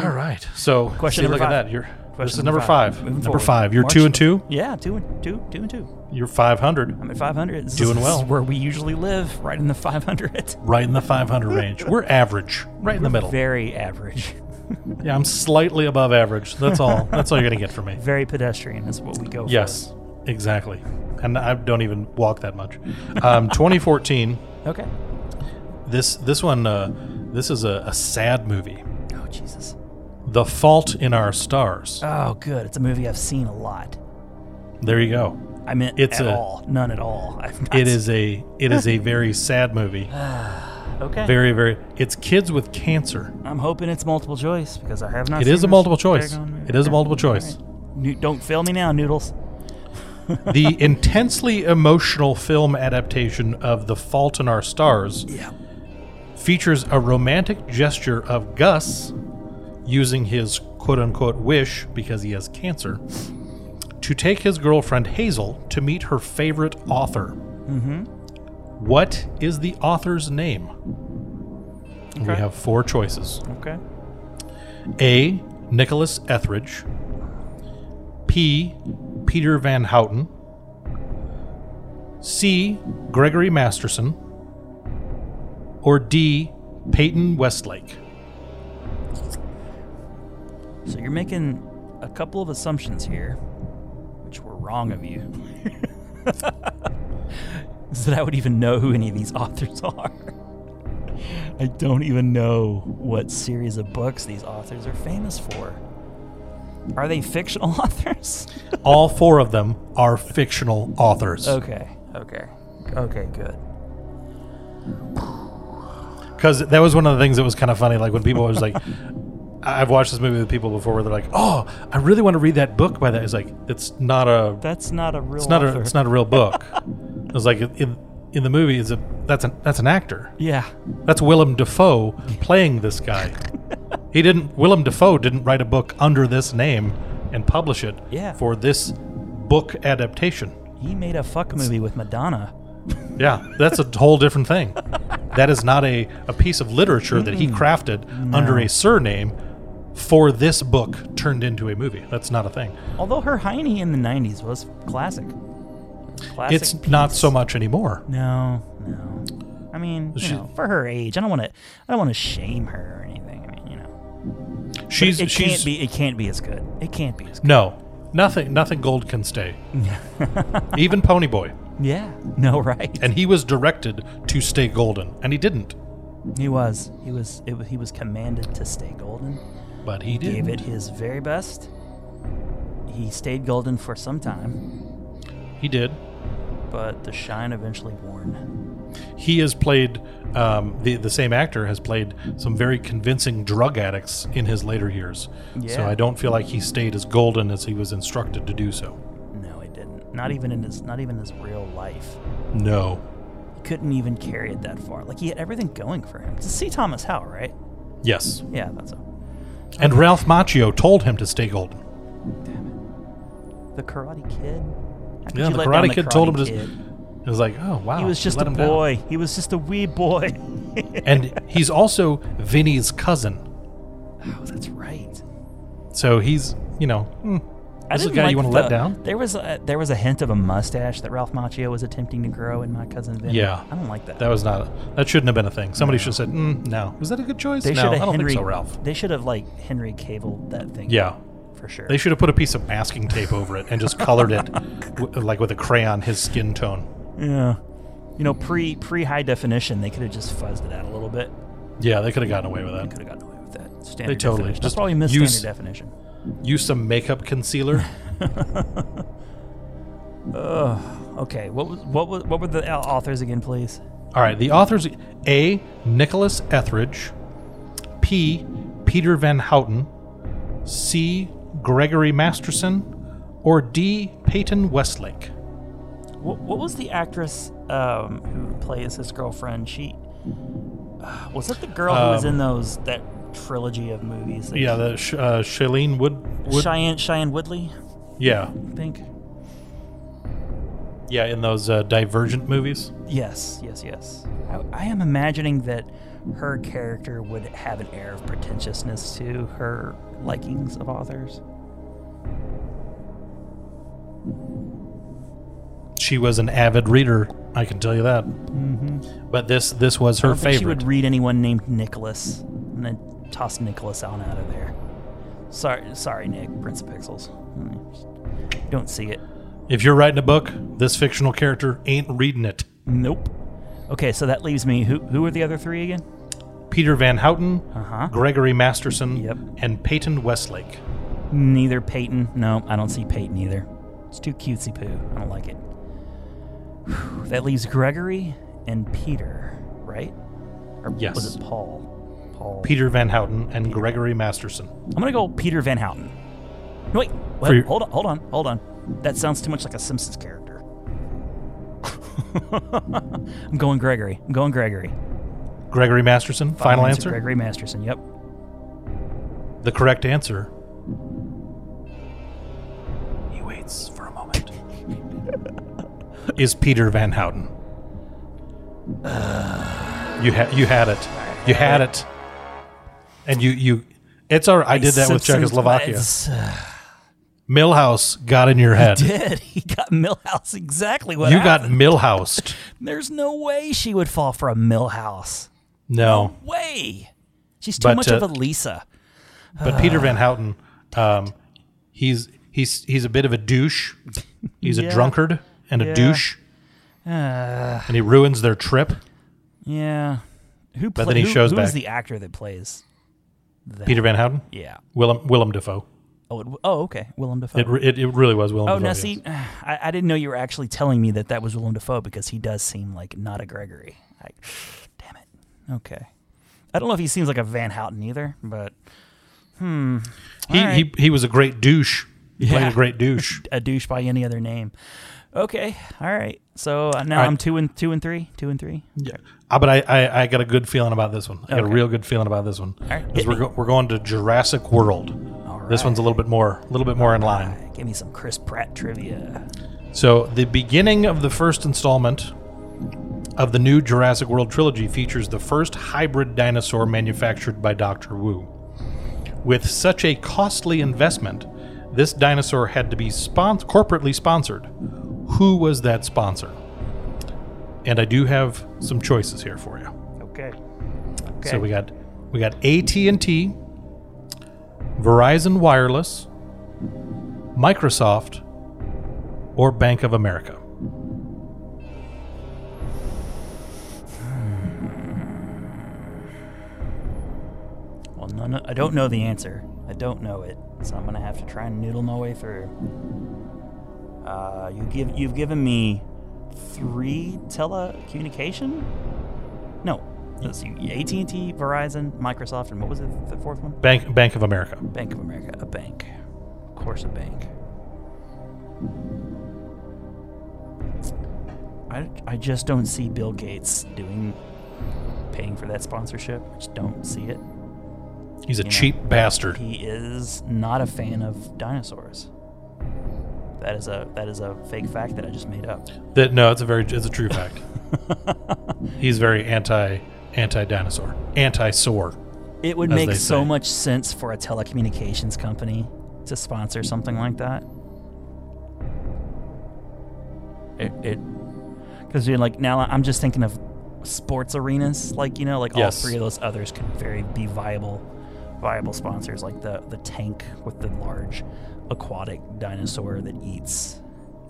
[SPEAKER 6] All right. So
[SPEAKER 5] Question
[SPEAKER 6] see,
[SPEAKER 5] number
[SPEAKER 6] look at
[SPEAKER 5] five.
[SPEAKER 6] that. You're this is
[SPEAKER 5] Question
[SPEAKER 6] number
[SPEAKER 5] number
[SPEAKER 6] five.
[SPEAKER 5] five.
[SPEAKER 6] Number
[SPEAKER 5] Moving forward.
[SPEAKER 6] five. You're
[SPEAKER 5] March-
[SPEAKER 6] two and two.
[SPEAKER 5] Yeah, two and two, two and two.
[SPEAKER 6] You're five hundred.
[SPEAKER 5] I'm at 500. This
[SPEAKER 6] Doing
[SPEAKER 5] is
[SPEAKER 6] well.
[SPEAKER 5] where we usually live, right in the 500.
[SPEAKER 6] Right in the five hundred range. We're average. Right in the middle.
[SPEAKER 5] Very average.
[SPEAKER 6] Yeah, I'm slightly above average. That's all. That's all you're gonna get from me.
[SPEAKER 5] Very pedestrian is what we go for.
[SPEAKER 6] Yes. Exactly. And I don't even walk that much. Um, 2014.
[SPEAKER 5] Okay.
[SPEAKER 6] This this one. Uh, this is a, a sad movie.
[SPEAKER 5] Oh, Jesus.
[SPEAKER 6] The Fault in Our Stars.
[SPEAKER 5] Oh, good. It's a movie I've seen a lot.
[SPEAKER 6] There you go.
[SPEAKER 5] I meant
[SPEAKER 6] It's
[SPEAKER 5] at
[SPEAKER 6] a-
[SPEAKER 5] all. None at all. [laughs] I've not
[SPEAKER 6] It is a it is a very sad movie.
[SPEAKER 5] Okay.
[SPEAKER 6] Very very. It's kids with cancer.
[SPEAKER 5] I'm hoping it's multiple choice because I have not
[SPEAKER 6] It
[SPEAKER 5] seen
[SPEAKER 6] is a
[SPEAKER 5] this
[SPEAKER 6] multiple choice.
[SPEAKER 5] daggone movie.
[SPEAKER 6] It is a
[SPEAKER 5] Okay.
[SPEAKER 6] multiple choice.
[SPEAKER 5] Noo- don't fail me now, Noodles.
[SPEAKER 6] the intensely emotional film adaptation of The Fault in Our Stars
[SPEAKER 5] Yeah.
[SPEAKER 6] features a romantic gesture of Gus using his quote unquote wish because he has cancer to take his girlfriend Hazel to meet her favorite author. What is the author's name? We
[SPEAKER 5] Okay.
[SPEAKER 6] have four choices
[SPEAKER 5] Okay.
[SPEAKER 6] A. Nicholas Etheridge, P. Peter Van Houten, C. Gregory Masterson, or D. Peyton Westlake.
[SPEAKER 5] So you're making a couple of assumptions here, which were wrong of you. [laughs] Is that I would even know who any of these authors are. I don't even know what series of books these authors are famous for. Are they fictional [laughs] authors?
[SPEAKER 6] All four of them are fictional authors.
[SPEAKER 5] okay, okay, okay, good.
[SPEAKER 6] Because that was one of the things that was kind of funny. Like when people was like, [laughs] I- I've watched this movie with people before where they're like, "Oh, I really want to read that book by that." It's like it's not a
[SPEAKER 5] That's not a real
[SPEAKER 6] it's not
[SPEAKER 5] author.
[SPEAKER 6] a it's not a real book. it was like in in the movie is a that's an that's an actor.
[SPEAKER 5] Yeah.
[SPEAKER 6] That's Willem Dafoe playing this guy. he didn't. Willem Dafoe didn't write a book under this name and publish it
[SPEAKER 5] Yeah.
[SPEAKER 6] for this book adaptation.
[SPEAKER 5] He made a fuck movie with Madonna.
[SPEAKER 6] Yeah, that's a whole different thing. That is not a, a piece of literature that he
[SPEAKER 5] Mm.
[SPEAKER 6] crafted under a surname for this book turned into a movie. That's not a thing.
[SPEAKER 5] Although her Heine in the 90s was classic. Classic
[SPEAKER 6] it's not
[SPEAKER 5] piece.
[SPEAKER 6] so much anymore.
[SPEAKER 5] No, no. I mean, you
[SPEAKER 6] She-
[SPEAKER 5] know, for her age, I don't want to. I don't want to shame her or anything. I mean, you know,
[SPEAKER 6] She's
[SPEAKER 5] it
[SPEAKER 6] she's
[SPEAKER 5] can't be. It can't be as good. It can't be as good.
[SPEAKER 6] no nothing. Nothing gold can
[SPEAKER 5] [laughs]
[SPEAKER 6] stay. Even Ponyboy,
[SPEAKER 5] Yeah. No, right.
[SPEAKER 6] and he was directed to stay golden, and he didn't.
[SPEAKER 5] he was. He was. It, wa- he was commanded to stay golden.
[SPEAKER 6] But he did.
[SPEAKER 5] Gave it his very best. He stayed golden for some time,
[SPEAKER 6] He did.
[SPEAKER 5] but the shine eventually worn.
[SPEAKER 6] He has played um, the the same actor has played some very convincing drug addicts in his later years. So
[SPEAKER 5] Yeah.
[SPEAKER 6] I don't feel like he stayed as golden as he was instructed to do so.
[SPEAKER 5] No, it didn't. Not even in his. Not even his real life.
[SPEAKER 6] No.
[SPEAKER 5] He couldn't even carry it that far. Like he had everything going for him. It's see Thomas Howe, right?
[SPEAKER 6] Yes.
[SPEAKER 5] Yeah, that's all.
[SPEAKER 6] And Ralph Macchio told him to stay golden.
[SPEAKER 5] The Karate Kid. How could
[SPEAKER 6] Yeah,
[SPEAKER 5] you
[SPEAKER 6] the
[SPEAKER 5] let
[SPEAKER 6] Karate
[SPEAKER 5] down
[SPEAKER 6] Kid told him to-
[SPEAKER 5] Kid?
[SPEAKER 6] It was like, oh wow,
[SPEAKER 5] He was
[SPEAKER 6] you
[SPEAKER 5] just
[SPEAKER 6] let
[SPEAKER 5] a
[SPEAKER 6] him down.
[SPEAKER 5] boy. [laughs] He was just a wee boy.
[SPEAKER 6] [laughs]
[SPEAKER 5] [laughs]
[SPEAKER 6] and he's also Vinny's cousin,
[SPEAKER 5] oh, that's right.
[SPEAKER 6] so he's you know. hmm.
[SPEAKER 5] I
[SPEAKER 6] This is a
[SPEAKER 5] didn't
[SPEAKER 6] guy you
[SPEAKER 5] like
[SPEAKER 6] wanna let
[SPEAKER 5] the-
[SPEAKER 6] down?
[SPEAKER 5] There was a, there was a hint of a mustache that Ralph Macchio was attempting to grow in my cousin Vinny.
[SPEAKER 6] Yeah.
[SPEAKER 5] I don't like that.
[SPEAKER 6] That was not. That shouldn't have been a thing. Somebody should have said, mm, "No, was that a good choice?"
[SPEAKER 5] they
[SPEAKER 6] no,
[SPEAKER 5] should
[SPEAKER 6] I
[SPEAKER 5] have
[SPEAKER 6] don't
[SPEAKER 5] Henry.
[SPEAKER 6] think so, Ralph.
[SPEAKER 5] They should have like Henry Cavill that thing.
[SPEAKER 6] Yeah,
[SPEAKER 5] for sure.
[SPEAKER 6] They should have put a piece of masking tape over it and just
[SPEAKER 5] [laughs]
[SPEAKER 6] colored it w- like with a crayon his skin tone.
[SPEAKER 5] yeah. You know, pre pre high definition, they could have just fuzzed it out a little bit.
[SPEAKER 6] Yeah, they could have gotten away with that.
[SPEAKER 5] Could have gotten away with that. Standard
[SPEAKER 6] totally
[SPEAKER 5] definition.
[SPEAKER 6] just
[SPEAKER 5] That's probably missed
[SPEAKER 6] use-
[SPEAKER 5] standard definition.
[SPEAKER 6] Use some
[SPEAKER 5] [laughs]
[SPEAKER 6] makeup concealer.
[SPEAKER 5] Okay, what was what was what were the au- authors again, please?
[SPEAKER 6] All right, the authors A. Nicholas Etheridge, P. Peter Van Houten, C. Gregory Masterson, or D. Peyton Westlake.
[SPEAKER 5] What, what was the actress um, who plays his girlfriend? She uh, was that the girl who was in those that trilogy of movies? That
[SPEAKER 6] Um, Yeah, the Sh- uh, Shailene Wood. Wood
[SPEAKER 5] Cheyenne Cheyenne Woodley,
[SPEAKER 6] yeah,
[SPEAKER 5] I think.
[SPEAKER 6] yeah, in those uh, Divergent movies.
[SPEAKER 5] Yes, yes, yes. I, I am imagining that her character would have an air of pretentiousness to her likings of authors.
[SPEAKER 6] She was an avid reader, I can tell you that. But this this was
[SPEAKER 5] Mm-hmm. I
[SPEAKER 6] her
[SPEAKER 5] don't think She
[SPEAKER 6] favorite.
[SPEAKER 5] would read anyone named Nicholas and then toss Nicholas on out of there. Sorry, sorry, Nick, Prince of Pixels. Mm, just Don't see it.
[SPEAKER 6] if you're writing a book, this fictional character ain't reading it.
[SPEAKER 5] Nope. Okay, so that leaves me. Who who are the other three again?
[SPEAKER 6] Peter Van Houten,
[SPEAKER 5] Uh-huh.
[SPEAKER 6] Gregory Masterson,
[SPEAKER 5] Yep.
[SPEAKER 6] and Peyton Westlake.
[SPEAKER 5] Neither Peyton. No, I don't see Peyton either. It's too cutesy poo. I don't like it. Whew, That leaves Gregory and Peter, right? Or
[SPEAKER 6] Yes.
[SPEAKER 5] was it Paul? Paul.
[SPEAKER 6] Peter Van Houten and Gregory Masterson.
[SPEAKER 5] I'm gonna go Peter Van Houten. No, wait, wait,
[SPEAKER 6] For your-
[SPEAKER 5] hold on, hold on, hold on. That sounds too much like a Simpsons character. [laughs] I'm going Gregory. I'm going Gregory.
[SPEAKER 6] Gregory Masterson, final
[SPEAKER 5] Mine's
[SPEAKER 6] answer?
[SPEAKER 5] Gregory Masterson. Yep.
[SPEAKER 6] The correct answer. He waits for a moment. is Peter Van Houten. you had you had it. You had it. And you you it's all right. I did that with
[SPEAKER 5] Simpsons-
[SPEAKER 6] Czechoslovakia.
[SPEAKER 5] It's- uh,
[SPEAKER 6] Millhouse got in your head.
[SPEAKER 5] Did [laughs] he got Millhouse exactly what
[SPEAKER 6] You got
[SPEAKER 5] happened.
[SPEAKER 6] millhoused.
[SPEAKER 5] There's no way she would fall for a Millhouse.
[SPEAKER 6] No.
[SPEAKER 5] Way. She's too
[SPEAKER 6] But,
[SPEAKER 5] much
[SPEAKER 6] uh,
[SPEAKER 5] of a Lisa.
[SPEAKER 6] But
[SPEAKER 5] Uh.
[SPEAKER 6] Peter Van Houten, um, he's he's he's a bit of a douche. He's
[SPEAKER 5] Yeah.
[SPEAKER 6] a drunkard and a
[SPEAKER 5] Yeah.
[SPEAKER 6] douche,
[SPEAKER 5] Uh,
[SPEAKER 6] and he ruins their trip.
[SPEAKER 5] yeah. Who
[SPEAKER 6] then he
[SPEAKER 5] who-
[SPEAKER 6] shows
[SPEAKER 5] who is
[SPEAKER 6] back.
[SPEAKER 5] the actor that plays? That?
[SPEAKER 6] Peter Van Houten,
[SPEAKER 5] Yeah.
[SPEAKER 6] Willem Willem Dafoe.
[SPEAKER 5] Oh, it, oh okay. Willem Dafoe.
[SPEAKER 6] It, re- it, it really was Willem.
[SPEAKER 5] oh,
[SPEAKER 6] Dafoe,
[SPEAKER 5] now
[SPEAKER 6] yes.
[SPEAKER 5] see, I, I didn't know you were actually telling me that that was Willem Dafoe because he does seem like not a Gregory. I, damn it. Okay. I don't know if he seems like a Van Houten either, but
[SPEAKER 6] he, he he was a great douche. He played
[SPEAKER 5] Yeah.
[SPEAKER 6] a great
[SPEAKER 5] [laughs]
[SPEAKER 6] douche.
[SPEAKER 5] a douche by any other name. Okay. All right. So uh, now
[SPEAKER 6] right.
[SPEAKER 5] I'm two and two and three, two and three.
[SPEAKER 6] yeah, Ah, but I, I I got a good feeling about this one. I got a
[SPEAKER 5] Okay.
[SPEAKER 6] real good feeling about this one
[SPEAKER 5] right,
[SPEAKER 6] because
[SPEAKER 5] hit
[SPEAKER 6] we're
[SPEAKER 5] me.
[SPEAKER 6] go- we're going to Jurassic World. This one's a little bit more a little bit more in line.
[SPEAKER 5] All right, give me some Chris Pratt trivia.
[SPEAKER 6] So, the beginning of the first installment of the new Jurassic World trilogy features the first hybrid dinosaur manufactured by Dr. Wu. With such a costly investment, this dinosaur had to be spon- corporately sponsored. Who was that sponsor? And I do have some choices here for you.
[SPEAKER 5] Okay.
[SPEAKER 6] So we got we got AT&T, Verizon Wireless, Microsoft, or Bank of America.
[SPEAKER 5] Well, no, no, I don't know the answer. I don't know it, so I'm gonna have to try and noodle my way through. Uh, you give you've given me three telecommunication. No, let's see, AT and T, Verizon, Microsoft, and what was it? The fourth one?
[SPEAKER 6] Bank Bank of America.
[SPEAKER 5] Bank of America, a bank, of course, a bank. I, I just don't see Bill Gates doing paying for that sponsorship. I just don't see it.
[SPEAKER 6] He's a
[SPEAKER 5] You know,
[SPEAKER 6] cheap bastard.
[SPEAKER 5] He is not a fan of dinosaurs. That is a that is a fake fact that I just made up.
[SPEAKER 6] That no, it's a very it's a true fact.
[SPEAKER 5] [laughs]
[SPEAKER 6] He's very anti anti dinosaur, anti sore.
[SPEAKER 5] It would
[SPEAKER 6] As
[SPEAKER 5] make
[SPEAKER 6] they
[SPEAKER 5] so
[SPEAKER 6] say.
[SPEAKER 5] much sense for a telecommunications company to sponsor something like that. It it because you're like now I'm just thinking of sports arenas like you know like
[SPEAKER 6] Yes.
[SPEAKER 5] all three of those others could very be viable viable sponsors like the the tank with the large aquatic dinosaur that eats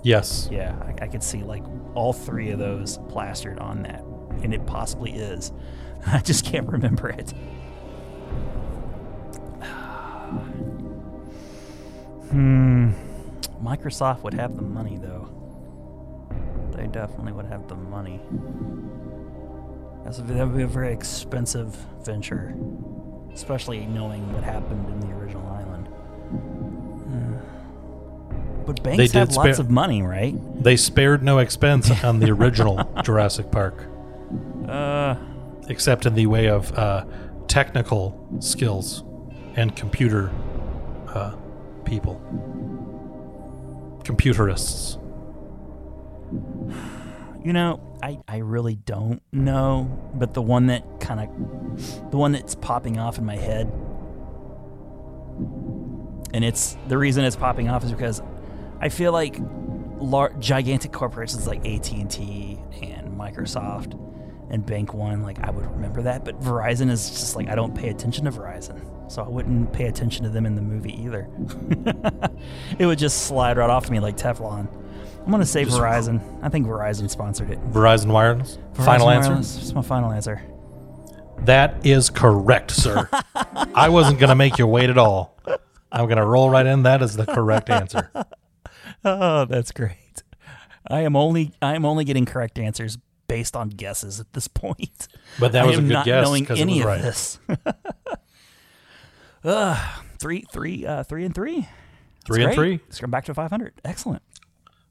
[SPEAKER 6] Yes.
[SPEAKER 5] Yeah, I, I could see like all three of those plastered on that, and it possibly is. [laughs] I just can't remember it. [sighs] hmm. Microsoft would have the money though. They definitely would have the money. That's a, that would be a very expensive venture, especially knowing what happened in the original island. [sighs] Uh, But banks
[SPEAKER 6] did
[SPEAKER 5] have lots
[SPEAKER 6] spare-
[SPEAKER 5] of money, right?
[SPEAKER 6] They spared no expense
[SPEAKER 5] [laughs]
[SPEAKER 6] on the original Jurassic Park,
[SPEAKER 5] Uh,
[SPEAKER 6] except in the way of uh, technical skills and computer uh, people, computerists.
[SPEAKER 5] You know, I, I really don't know, but the one that kind of, the one that's popping off in my head, and it's the reason it's popping off is because I feel like lar- gigantic corporations like AT and T and Microsoft and Bank One, like I would remember that, but Verizon is just like I don't pay attention to Verizon, so I wouldn't pay attention to them in the movie either. [laughs] it would just slide right off to me like Teflon. I'm gonna say Verizon. I think Verizon sponsored it.
[SPEAKER 6] Verizon Wireless. Final
[SPEAKER 5] Verizon
[SPEAKER 6] answer.
[SPEAKER 5] Wireless. It's my final answer.
[SPEAKER 6] That is correct, sir. I wasn't going to make you wait at all. I'm going to roll right in. That is the correct answer.
[SPEAKER 5] Oh, that's great. I am only I am only getting correct answers based on guesses at this point.
[SPEAKER 6] But that
[SPEAKER 5] I
[SPEAKER 6] was a
[SPEAKER 5] am
[SPEAKER 6] good
[SPEAKER 5] not
[SPEAKER 6] guess
[SPEAKER 5] knowing
[SPEAKER 6] 'cause it
[SPEAKER 5] any
[SPEAKER 6] was
[SPEAKER 5] of
[SPEAKER 6] right.
[SPEAKER 5] this. [laughs] Ugh, three, three, uh, three and three. That's
[SPEAKER 6] Three and
[SPEAKER 5] great.
[SPEAKER 6] three.
[SPEAKER 5] Let's go back to five hundred. Excellent.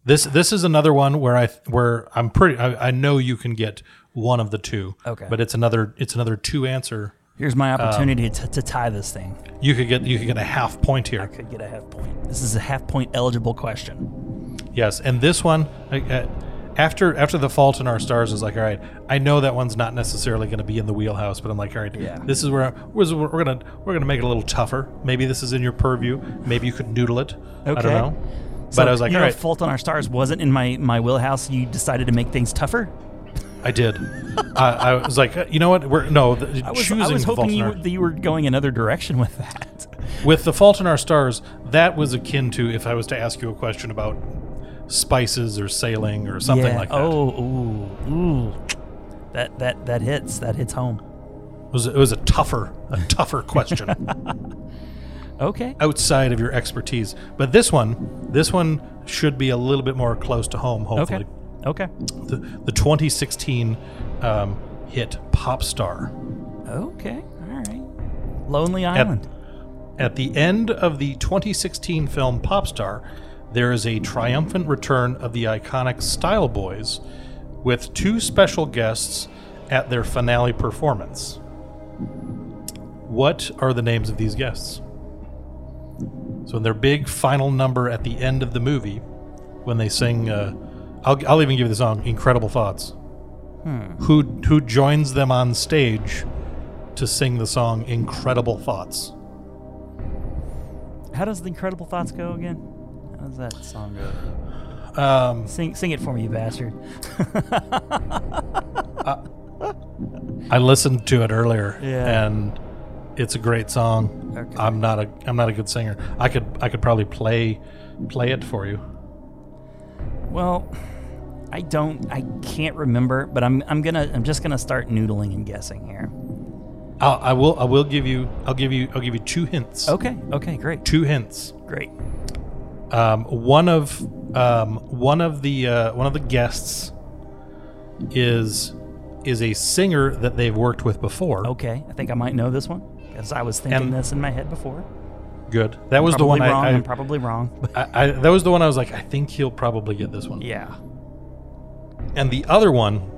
[SPEAKER 6] This this is another one where I where I'm pretty. I, I know you can get one of the two.
[SPEAKER 5] Okay.
[SPEAKER 6] But it's another it's another two answer.
[SPEAKER 5] Here's my
[SPEAKER 6] Um,
[SPEAKER 5] opportunity to, to tie this thing.
[SPEAKER 6] You could get you could get a half point here.
[SPEAKER 5] Could get a half point. This is a half point eligible question.
[SPEAKER 6] Yes, and this one, I- I- after after the Fault in Our Stars, is like, all right, I know that one's not necessarily going to be in the wheelhouse, but I'm like, all right,
[SPEAKER 5] Yeah.
[SPEAKER 6] this is where we're, we're gonna we're gonna make it a little tougher. Maybe this is in your purview. Maybe you could noodle it. I
[SPEAKER 5] Okay.
[SPEAKER 6] don't know. But I was like,
[SPEAKER 5] you
[SPEAKER 6] all
[SPEAKER 5] know,
[SPEAKER 6] right,
[SPEAKER 5] Fault on Our Stars wasn't in my my wheelhouse. You decided to make things tougher. [laughs]
[SPEAKER 6] I did. I, I was like, you know what? We're no the,
[SPEAKER 5] I was,
[SPEAKER 6] choosing
[SPEAKER 5] I was
[SPEAKER 6] the Fault
[SPEAKER 5] hoping
[SPEAKER 6] in
[SPEAKER 5] you,
[SPEAKER 6] Our-
[SPEAKER 5] were- that you were going another direction with that.
[SPEAKER 6] With the Fault in Our Stars, that was akin to if I was to ask you a question about spices or sailing or something
[SPEAKER 5] yeah.
[SPEAKER 6] like that.
[SPEAKER 5] Oh, ooh, ooh. That that that hits. That hits home.
[SPEAKER 6] It was it was a tougher a tougher
[SPEAKER 5] [laughs]
[SPEAKER 6] question.
[SPEAKER 5] Okay.
[SPEAKER 6] outside of your expertise. But this one, this one should be a little bit more close to home.
[SPEAKER 5] Okay.
[SPEAKER 6] Hopefully,
[SPEAKER 5] Okay.
[SPEAKER 6] the, the 2016 um, hit pop star.
[SPEAKER 5] Okay. All right. Lonely
[SPEAKER 6] At-
[SPEAKER 5] Island.
[SPEAKER 6] At the end of the 2016 film Popstar, there is a triumphant return of the iconic Style Boys with two special guests at their finale performance. What are the names of these guests? So, in their big final number at the end of the movie, when they sing, uh, I'll, I'll even give you the song Incredible Thoughts. Who, who joins them on stage to sing the song Incredible Thoughts?
[SPEAKER 5] How does the Incredible Thoughts go again? How does that song go?
[SPEAKER 6] Um,
[SPEAKER 5] Sing sing it for me, you bastard.
[SPEAKER 6] I listened to it earlier,
[SPEAKER 5] Yeah.
[SPEAKER 6] and it's a great song.
[SPEAKER 5] Okay.
[SPEAKER 6] I'm not a I'm not a good singer. I could I could probably play play it for you.
[SPEAKER 5] Well, I don't. I can't remember. But I'm I'm gonna I'm just gonna start noodling and guessing here.
[SPEAKER 6] I'll, I will I will give you I'll give you I'll give you two hints.
[SPEAKER 5] Okay. Okay. Great.
[SPEAKER 6] Two hints.
[SPEAKER 5] Great.
[SPEAKER 6] Um, one of um, one of the uh, one of the guests is is a singer that they've worked with before.
[SPEAKER 5] Okay. I think I might know this one because I was thinking
[SPEAKER 6] And-
[SPEAKER 5] this in my head before.
[SPEAKER 6] Good. That was
[SPEAKER 5] Probably
[SPEAKER 6] the one
[SPEAKER 5] wrong.
[SPEAKER 6] I,
[SPEAKER 5] am
[SPEAKER 6] I,
[SPEAKER 5] probably wrong. But
[SPEAKER 6] I, I that was the one I was like I think he'll probably get this one.
[SPEAKER 5] yeah.
[SPEAKER 6] and the other one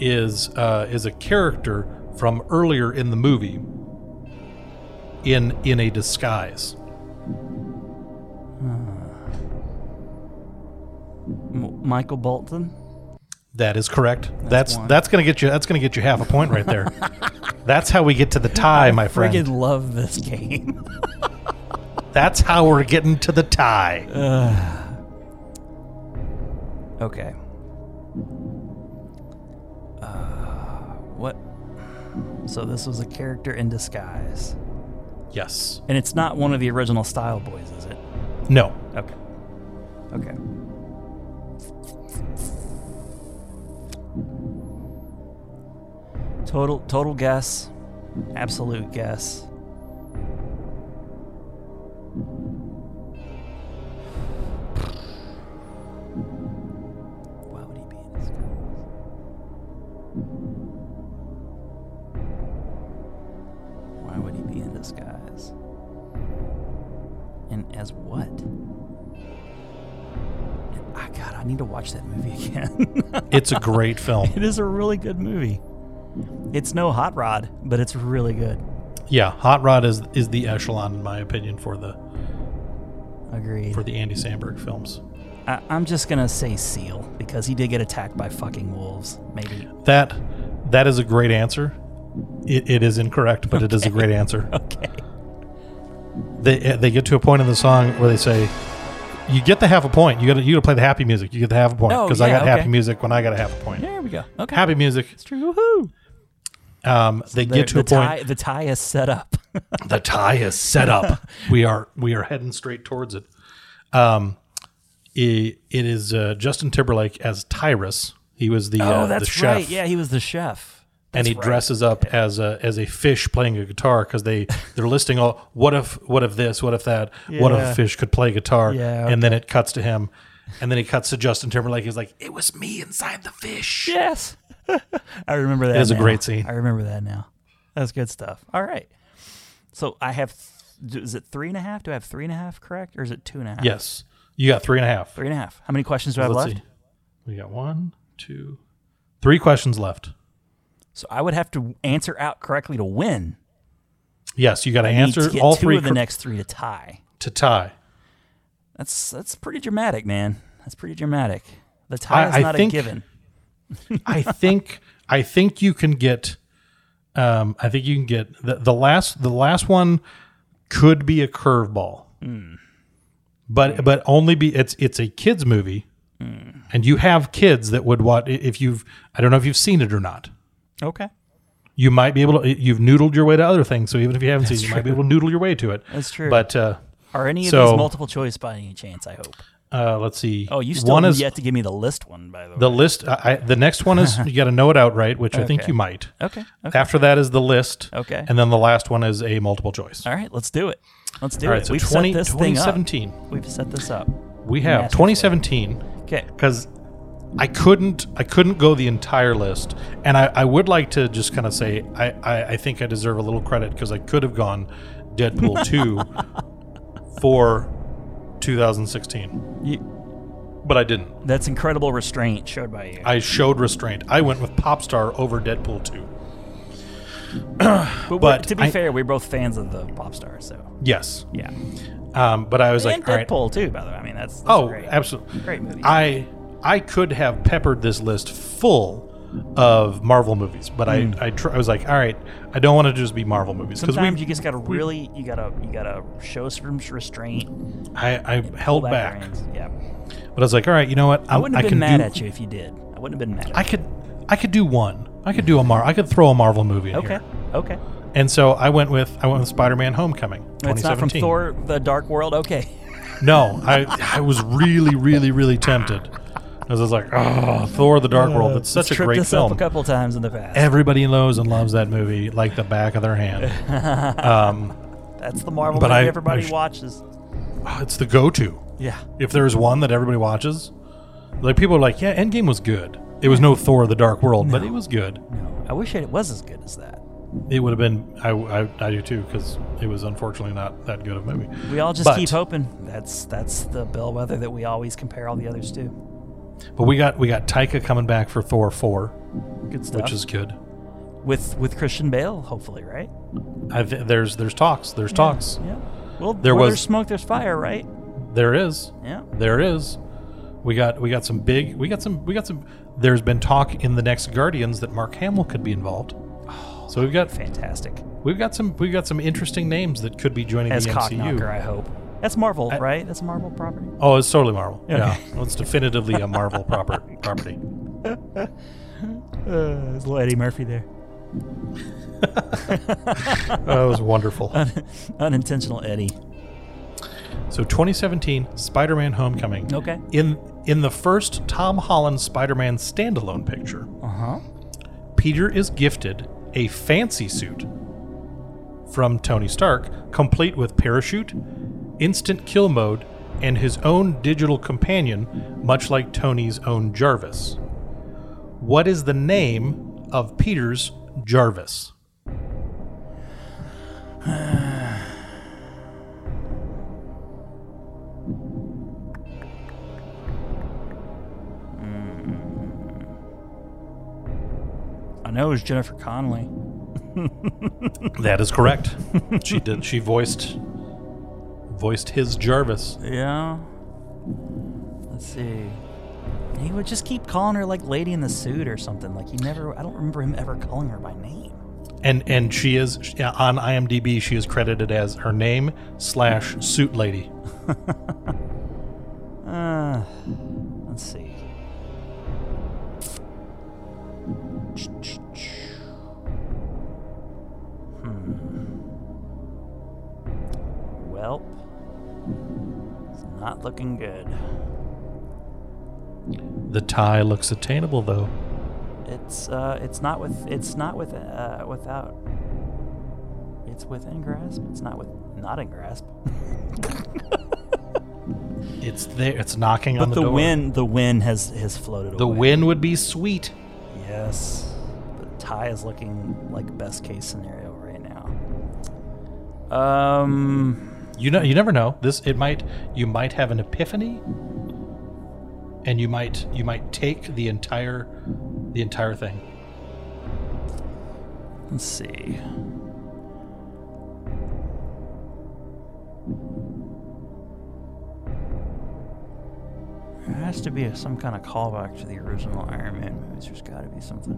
[SPEAKER 6] is uh, is a character from earlier in the movie in in a disguise.
[SPEAKER 5] M- Michael Bolton.
[SPEAKER 6] That is correct. That's that's,
[SPEAKER 5] one.
[SPEAKER 6] gonna get you. That's gonna get you half a point right
[SPEAKER 5] [laughs]
[SPEAKER 6] there. that's how we get to the tie, my friend.
[SPEAKER 5] Friggin' love this [laughs] game.
[SPEAKER 6] That's how we're getting to the tie.
[SPEAKER 5] Uh, okay. Uh, what? So this was a character in disguise,
[SPEAKER 6] yes.
[SPEAKER 5] and it's not one of the original Style Boys, is it?
[SPEAKER 6] No.
[SPEAKER 5] Okay. Okay. Total total guess. Absolute guess. Why would he be in this? Why would he be in disguise? And as what? Ah, God, I need to watch that movie [laughs] again.
[SPEAKER 6] It's a great film.
[SPEAKER 5] [laughs] it is a really good movie. It's no hot rod, but it's really good.
[SPEAKER 6] Yeah, Hot Rod is is the echelon in my opinion for the
[SPEAKER 5] Agreed.
[SPEAKER 6] for the Andy Samberg films.
[SPEAKER 5] I, I'm just gonna say seal because he did get attacked by fucking wolves.
[SPEAKER 6] [laughs]
[SPEAKER 5] Maybe.
[SPEAKER 6] That that is a great answer. It, it is incorrect, but it is a great answer.
[SPEAKER 5] Okay.
[SPEAKER 6] They uh, they get to a point in the song where they say, "You get the half a point. You got to you got to play the happy music. You get the half a point
[SPEAKER 5] Oh,
[SPEAKER 6] because I
[SPEAKER 5] yeah,
[SPEAKER 6] got
[SPEAKER 5] okay.
[SPEAKER 6] happy music when I got a half a point.
[SPEAKER 5] There we go. Okay.
[SPEAKER 6] Happy music.
[SPEAKER 5] It's true. Woohoo!
[SPEAKER 6] Um, they
[SPEAKER 5] There-
[SPEAKER 6] get to
[SPEAKER 5] the
[SPEAKER 6] a point.
[SPEAKER 5] Tie, the tie is set up. [laughs]
[SPEAKER 6] the tie is set up. we are we are heading straight towards it. Um, i- it is uh, Justin Timberlake as Tyrus. He was the uh,
[SPEAKER 5] oh, that's
[SPEAKER 6] the chef,
[SPEAKER 5] right. Yeah, he was the chef.
[SPEAKER 6] and he dresses up as a as a fish playing a guitar
[SPEAKER 5] [laughs]
[SPEAKER 6] because they they're listing all what if what if this what if that what if
[SPEAKER 5] Yeah.
[SPEAKER 6] a fish could play guitar
[SPEAKER 5] Yeah,
[SPEAKER 6] and then it cuts to him and then it cuts to Justin Timberlake. He's like, "It was me inside the fish."
[SPEAKER 5] Yes. [laughs] I remember that.
[SPEAKER 6] It is a
[SPEAKER 5] now.
[SPEAKER 6] great scene.
[SPEAKER 5] I remember that now. That's good stuff. All right. So I have, th- is it three and a half? Do I have three and a half correct or is it two and a half?
[SPEAKER 6] Yes, you got three and a half.
[SPEAKER 5] Three and a half. How many questions do I have
[SPEAKER 6] Let's
[SPEAKER 5] left?
[SPEAKER 6] see. We got one, two, three questions left.
[SPEAKER 5] So I would have to answer out correctly to win.
[SPEAKER 6] Yes, you got to
[SPEAKER 5] I need
[SPEAKER 6] answer
[SPEAKER 5] to get
[SPEAKER 6] all
[SPEAKER 5] two
[SPEAKER 6] three
[SPEAKER 5] of the
[SPEAKER 6] cor-
[SPEAKER 5] next three to tie.
[SPEAKER 6] to tie.
[SPEAKER 5] That's that's pretty dramatic, man. That's pretty dramatic. The tie
[SPEAKER 6] I-
[SPEAKER 5] is
[SPEAKER 6] I
[SPEAKER 5] not
[SPEAKER 6] think-
[SPEAKER 5] a given.
[SPEAKER 6] I think I think you can get. Um, I think you can get the, the last the last one could be a curveball,
[SPEAKER 5] Hmm.
[SPEAKER 6] but but only be it's it's a kids movie,
[SPEAKER 5] Hmm.
[SPEAKER 6] and you have kids that would what if you've I don't know if you've seen it or not.
[SPEAKER 5] Okay.
[SPEAKER 6] You might be able to you've noodled your way to other things, so even if you haven't seen, it, you might be able to noodle your way to it.
[SPEAKER 5] That's true.
[SPEAKER 6] But uh,
[SPEAKER 5] Are any of
[SPEAKER 6] So-
[SPEAKER 5] these multiple choice by any chance? I hope.
[SPEAKER 6] uh, let's see.
[SPEAKER 5] Oh, you still
[SPEAKER 6] one is
[SPEAKER 5] yet to give me the list one, by the way.
[SPEAKER 6] the list. I, I, the next
[SPEAKER 5] [laughs]
[SPEAKER 6] one is you got to know it outright, which I think
[SPEAKER 5] Okay.
[SPEAKER 6] you might.
[SPEAKER 5] okay. okay.
[SPEAKER 6] After that is the list.
[SPEAKER 5] Okay.
[SPEAKER 6] And then the last one is a multiple choice.
[SPEAKER 5] All right, let's do it. Let's do
[SPEAKER 6] All right,
[SPEAKER 5] it.
[SPEAKER 6] so
[SPEAKER 5] We've
[SPEAKER 6] 20
[SPEAKER 5] set this thing
[SPEAKER 6] 2017.
[SPEAKER 5] up. We've set this up.
[SPEAKER 6] We have
[SPEAKER 5] Masterful.
[SPEAKER 6] 2017
[SPEAKER 5] Okay.
[SPEAKER 6] because I couldn't I couldn't go the entire list, and I, I would like to just kind of say I, I I think I deserve a little credit because I could have gone
[SPEAKER 5] [laughs]
[SPEAKER 6] Deadpool 2 for 2016,
[SPEAKER 5] You,
[SPEAKER 6] but I didn't.
[SPEAKER 5] that's incredible restraint showed by you.
[SPEAKER 6] I showed restraint. I went with Popstar over Deadpool 2.
[SPEAKER 5] but,
[SPEAKER 6] but
[SPEAKER 5] to be
[SPEAKER 6] I-
[SPEAKER 5] fair, we're both fans of the pop star, so
[SPEAKER 6] Yes,
[SPEAKER 5] yeah.
[SPEAKER 6] um, but I was
[SPEAKER 5] and
[SPEAKER 6] like, all right.
[SPEAKER 5] Deadpool too, by the way. I mean, that's, that's
[SPEAKER 6] Oh,
[SPEAKER 5] great.
[SPEAKER 6] absolutely.
[SPEAKER 5] Great movie.
[SPEAKER 6] I I could have peppered this list full of Marvel movies, but I I, tr- I was like, all right, I don't want to just be Marvel movies because
[SPEAKER 5] Sometimes
[SPEAKER 6] we
[SPEAKER 5] you just gotta really, you gotta, you gotta show some restraint.
[SPEAKER 6] I, I
[SPEAKER 5] pull
[SPEAKER 6] held back,
[SPEAKER 5] your reins. Yeah,
[SPEAKER 6] but I was like, all right, you know what?
[SPEAKER 5] I wouldn't have
[SPEAKER 6] I
[SPEAKER 5] been mad
[SPEAKER 6] do,
[SPEAKER 5] at you if you did. I wouldn't have been mad. At
[SPEAKER 6] I could I could do one. I could do a Mar. I could throw a Marvel movie. In
[SPEAKER 5] you. Okay.
[SPEAKER 6] here.
[SPEAKER 5] Okay.
[SPEAKER 6] And so I went with I went with Spider-Man: Homecoming.
[SPEAKER 5] It's not from
[SPEAKER 6] 2017.
[SPEAKER 5] Thor: The Dark World.
[SPEAKER 6] [laughs]
[SPEAKER 5] Okay.
[SPEAKER 6] No, I I was really really really tempted. I was like, oh, Thor: The Dark World. It's such
[SPEAKER 5] It's [laughs]
[SPEAKER 6] a
[SPEAKER 5] tripped
[SPEAKER 6] great
[SPEAKER 5] us
[SPEAKER 6] film.
[SPEAKER 5] up a couple times in the past.
[SPEAKER 6] Everybody knows and loves that movie like the back of their hand.
[SPEAKER 5] That's the Marvel
[SPEAKER 6] But
[SPEAKER 5] movie
[SPEAKER 6] I-
[SPEAKER 5] everybody
[SPEAKER 6] I sh-
[SPEAKER 5] watches.
[SPEAKER 6] Oh, it's the go-to.
[SPEAKER 5] Yeah.
[SPEAKER 6] If there's one that everybody watches, like people are like, yeah, Endgame was good. It was no Thor: The Dark World, but it was good.
[SPEAKER 5] I wish it was as good as that.
[SPEAKER 6] It would have been. I, I, I do too because it was unfortunately not that good of a movie.
[SPEAKER 5] We all just
[SPEAKER 6] But-
[SPEAKER 5] keep hoping. That's that's the bellwether that we always compare all the others to.
[SPEAKER 6] But we got we got Taika coming back for Thor four,
[SPEAKER 5] Good stuff.
[SPEAKER 6] which is good.
[SPEAKER 5] with with Christian Bale, hopefully, right?
[SPEAKER 6] I, th- there's there's talks. There's talks.
[SPEAKER 5] Yeah. Well,
[SPEAKER 6] There
[SPEAKER 5] where
[SPEAKER 6] was-
[SPEAKER 5] there's smoke, there's fire, right?
[SPEAKER 6] There is.
[SPEAKER 5] Yeah.
[SPEAKER 6] There is. We got we got some big. We got some. We got some. There's been talk in the next Guardians that Mark Hamill could be involved. So we've got
[SPEAKER 5] Fantastic.
[SPEAKER 6] We've got some we've got some interesting names that could be joining
[SPEAKER 5] As
[SPEAKER 6] the
[SPEAKER 5] Cockknocker,
[SPEAKER 6] MCU.
[SPEAKER 5] I hope. That's Marvel, right? That's a Marvel property.
[SPEAKER 6] Oh, it's totally Marvel.
[SPEAKER 5] Okay.
[SPEAKER 6] Yeah, well, it's definitively a Marvel proper property.
[SPEAKER 5] Uh, there's little Eddie Murphy there.
[SPEAKER 6] That was wonderful.
[SPEAKER 5] [laughs] Unintentional Eddie.
[SPEAKER 6] So, 2017 Spider-Man: Homecoming.
[SPEAKER 5] Okay.
[SPEAKER 6] In in the first Tom Holland Spider-Man standalone picture,
[SPEAKER 5] Uh huh.
[SPEAKER 6] Peter is gifted a fancy suit from Tony Stark, complete with parachute, instant kill mode, and his own digital companion, much like Tony's own Jarvis. What is the name of Peter's Jarvis?
[SPEAKER 5] I know it was Jennifer Connelly.
[SPEAKER 6] That is correct. [laughs] she did. She voiced voiced his Jarvis.
[SPEAKER 5] Yeah. Let's see. He would just keep calling her like Lady in the Suit or something. Like he never. I don't remember him ever calling her by name.
[SPEAKER 6] and and she is she- on IMDb. She is credited as her name slash suit lady.
[SPEAKER 5] Uh, let's see. Hmm. Welp. It's not looking good.
[SPEAKER 6] The tie looks attainable though.
[SPEAKER 5] It's uh, it's not with it's not with uh, without. It's within grasp. It's not with not in grasp.
[SPEAKER 6] It's there. It's knocking on
[SPEAKER 5] But
[SPEAKER 6] the,
[SPEAKER 5] the,
[SPEAKER 6] door.
[SPEAKER 5] wind the wind has has floated
[SPEAKER 6] The
[SPEAKER 5] away.
[SPEAKER 6] win would be sweet.
[SPEAKER 5] Yes. The tie is looking like best case scenario right now. Um
[SPEAKER 6] You know, you never know. This it might you might have an epiphany, and you might you might take the entire the entire thing.
[SPEAKER 5] let's see. There has to be a, some kind of callback to the original Iron Man movies. There's got to be something.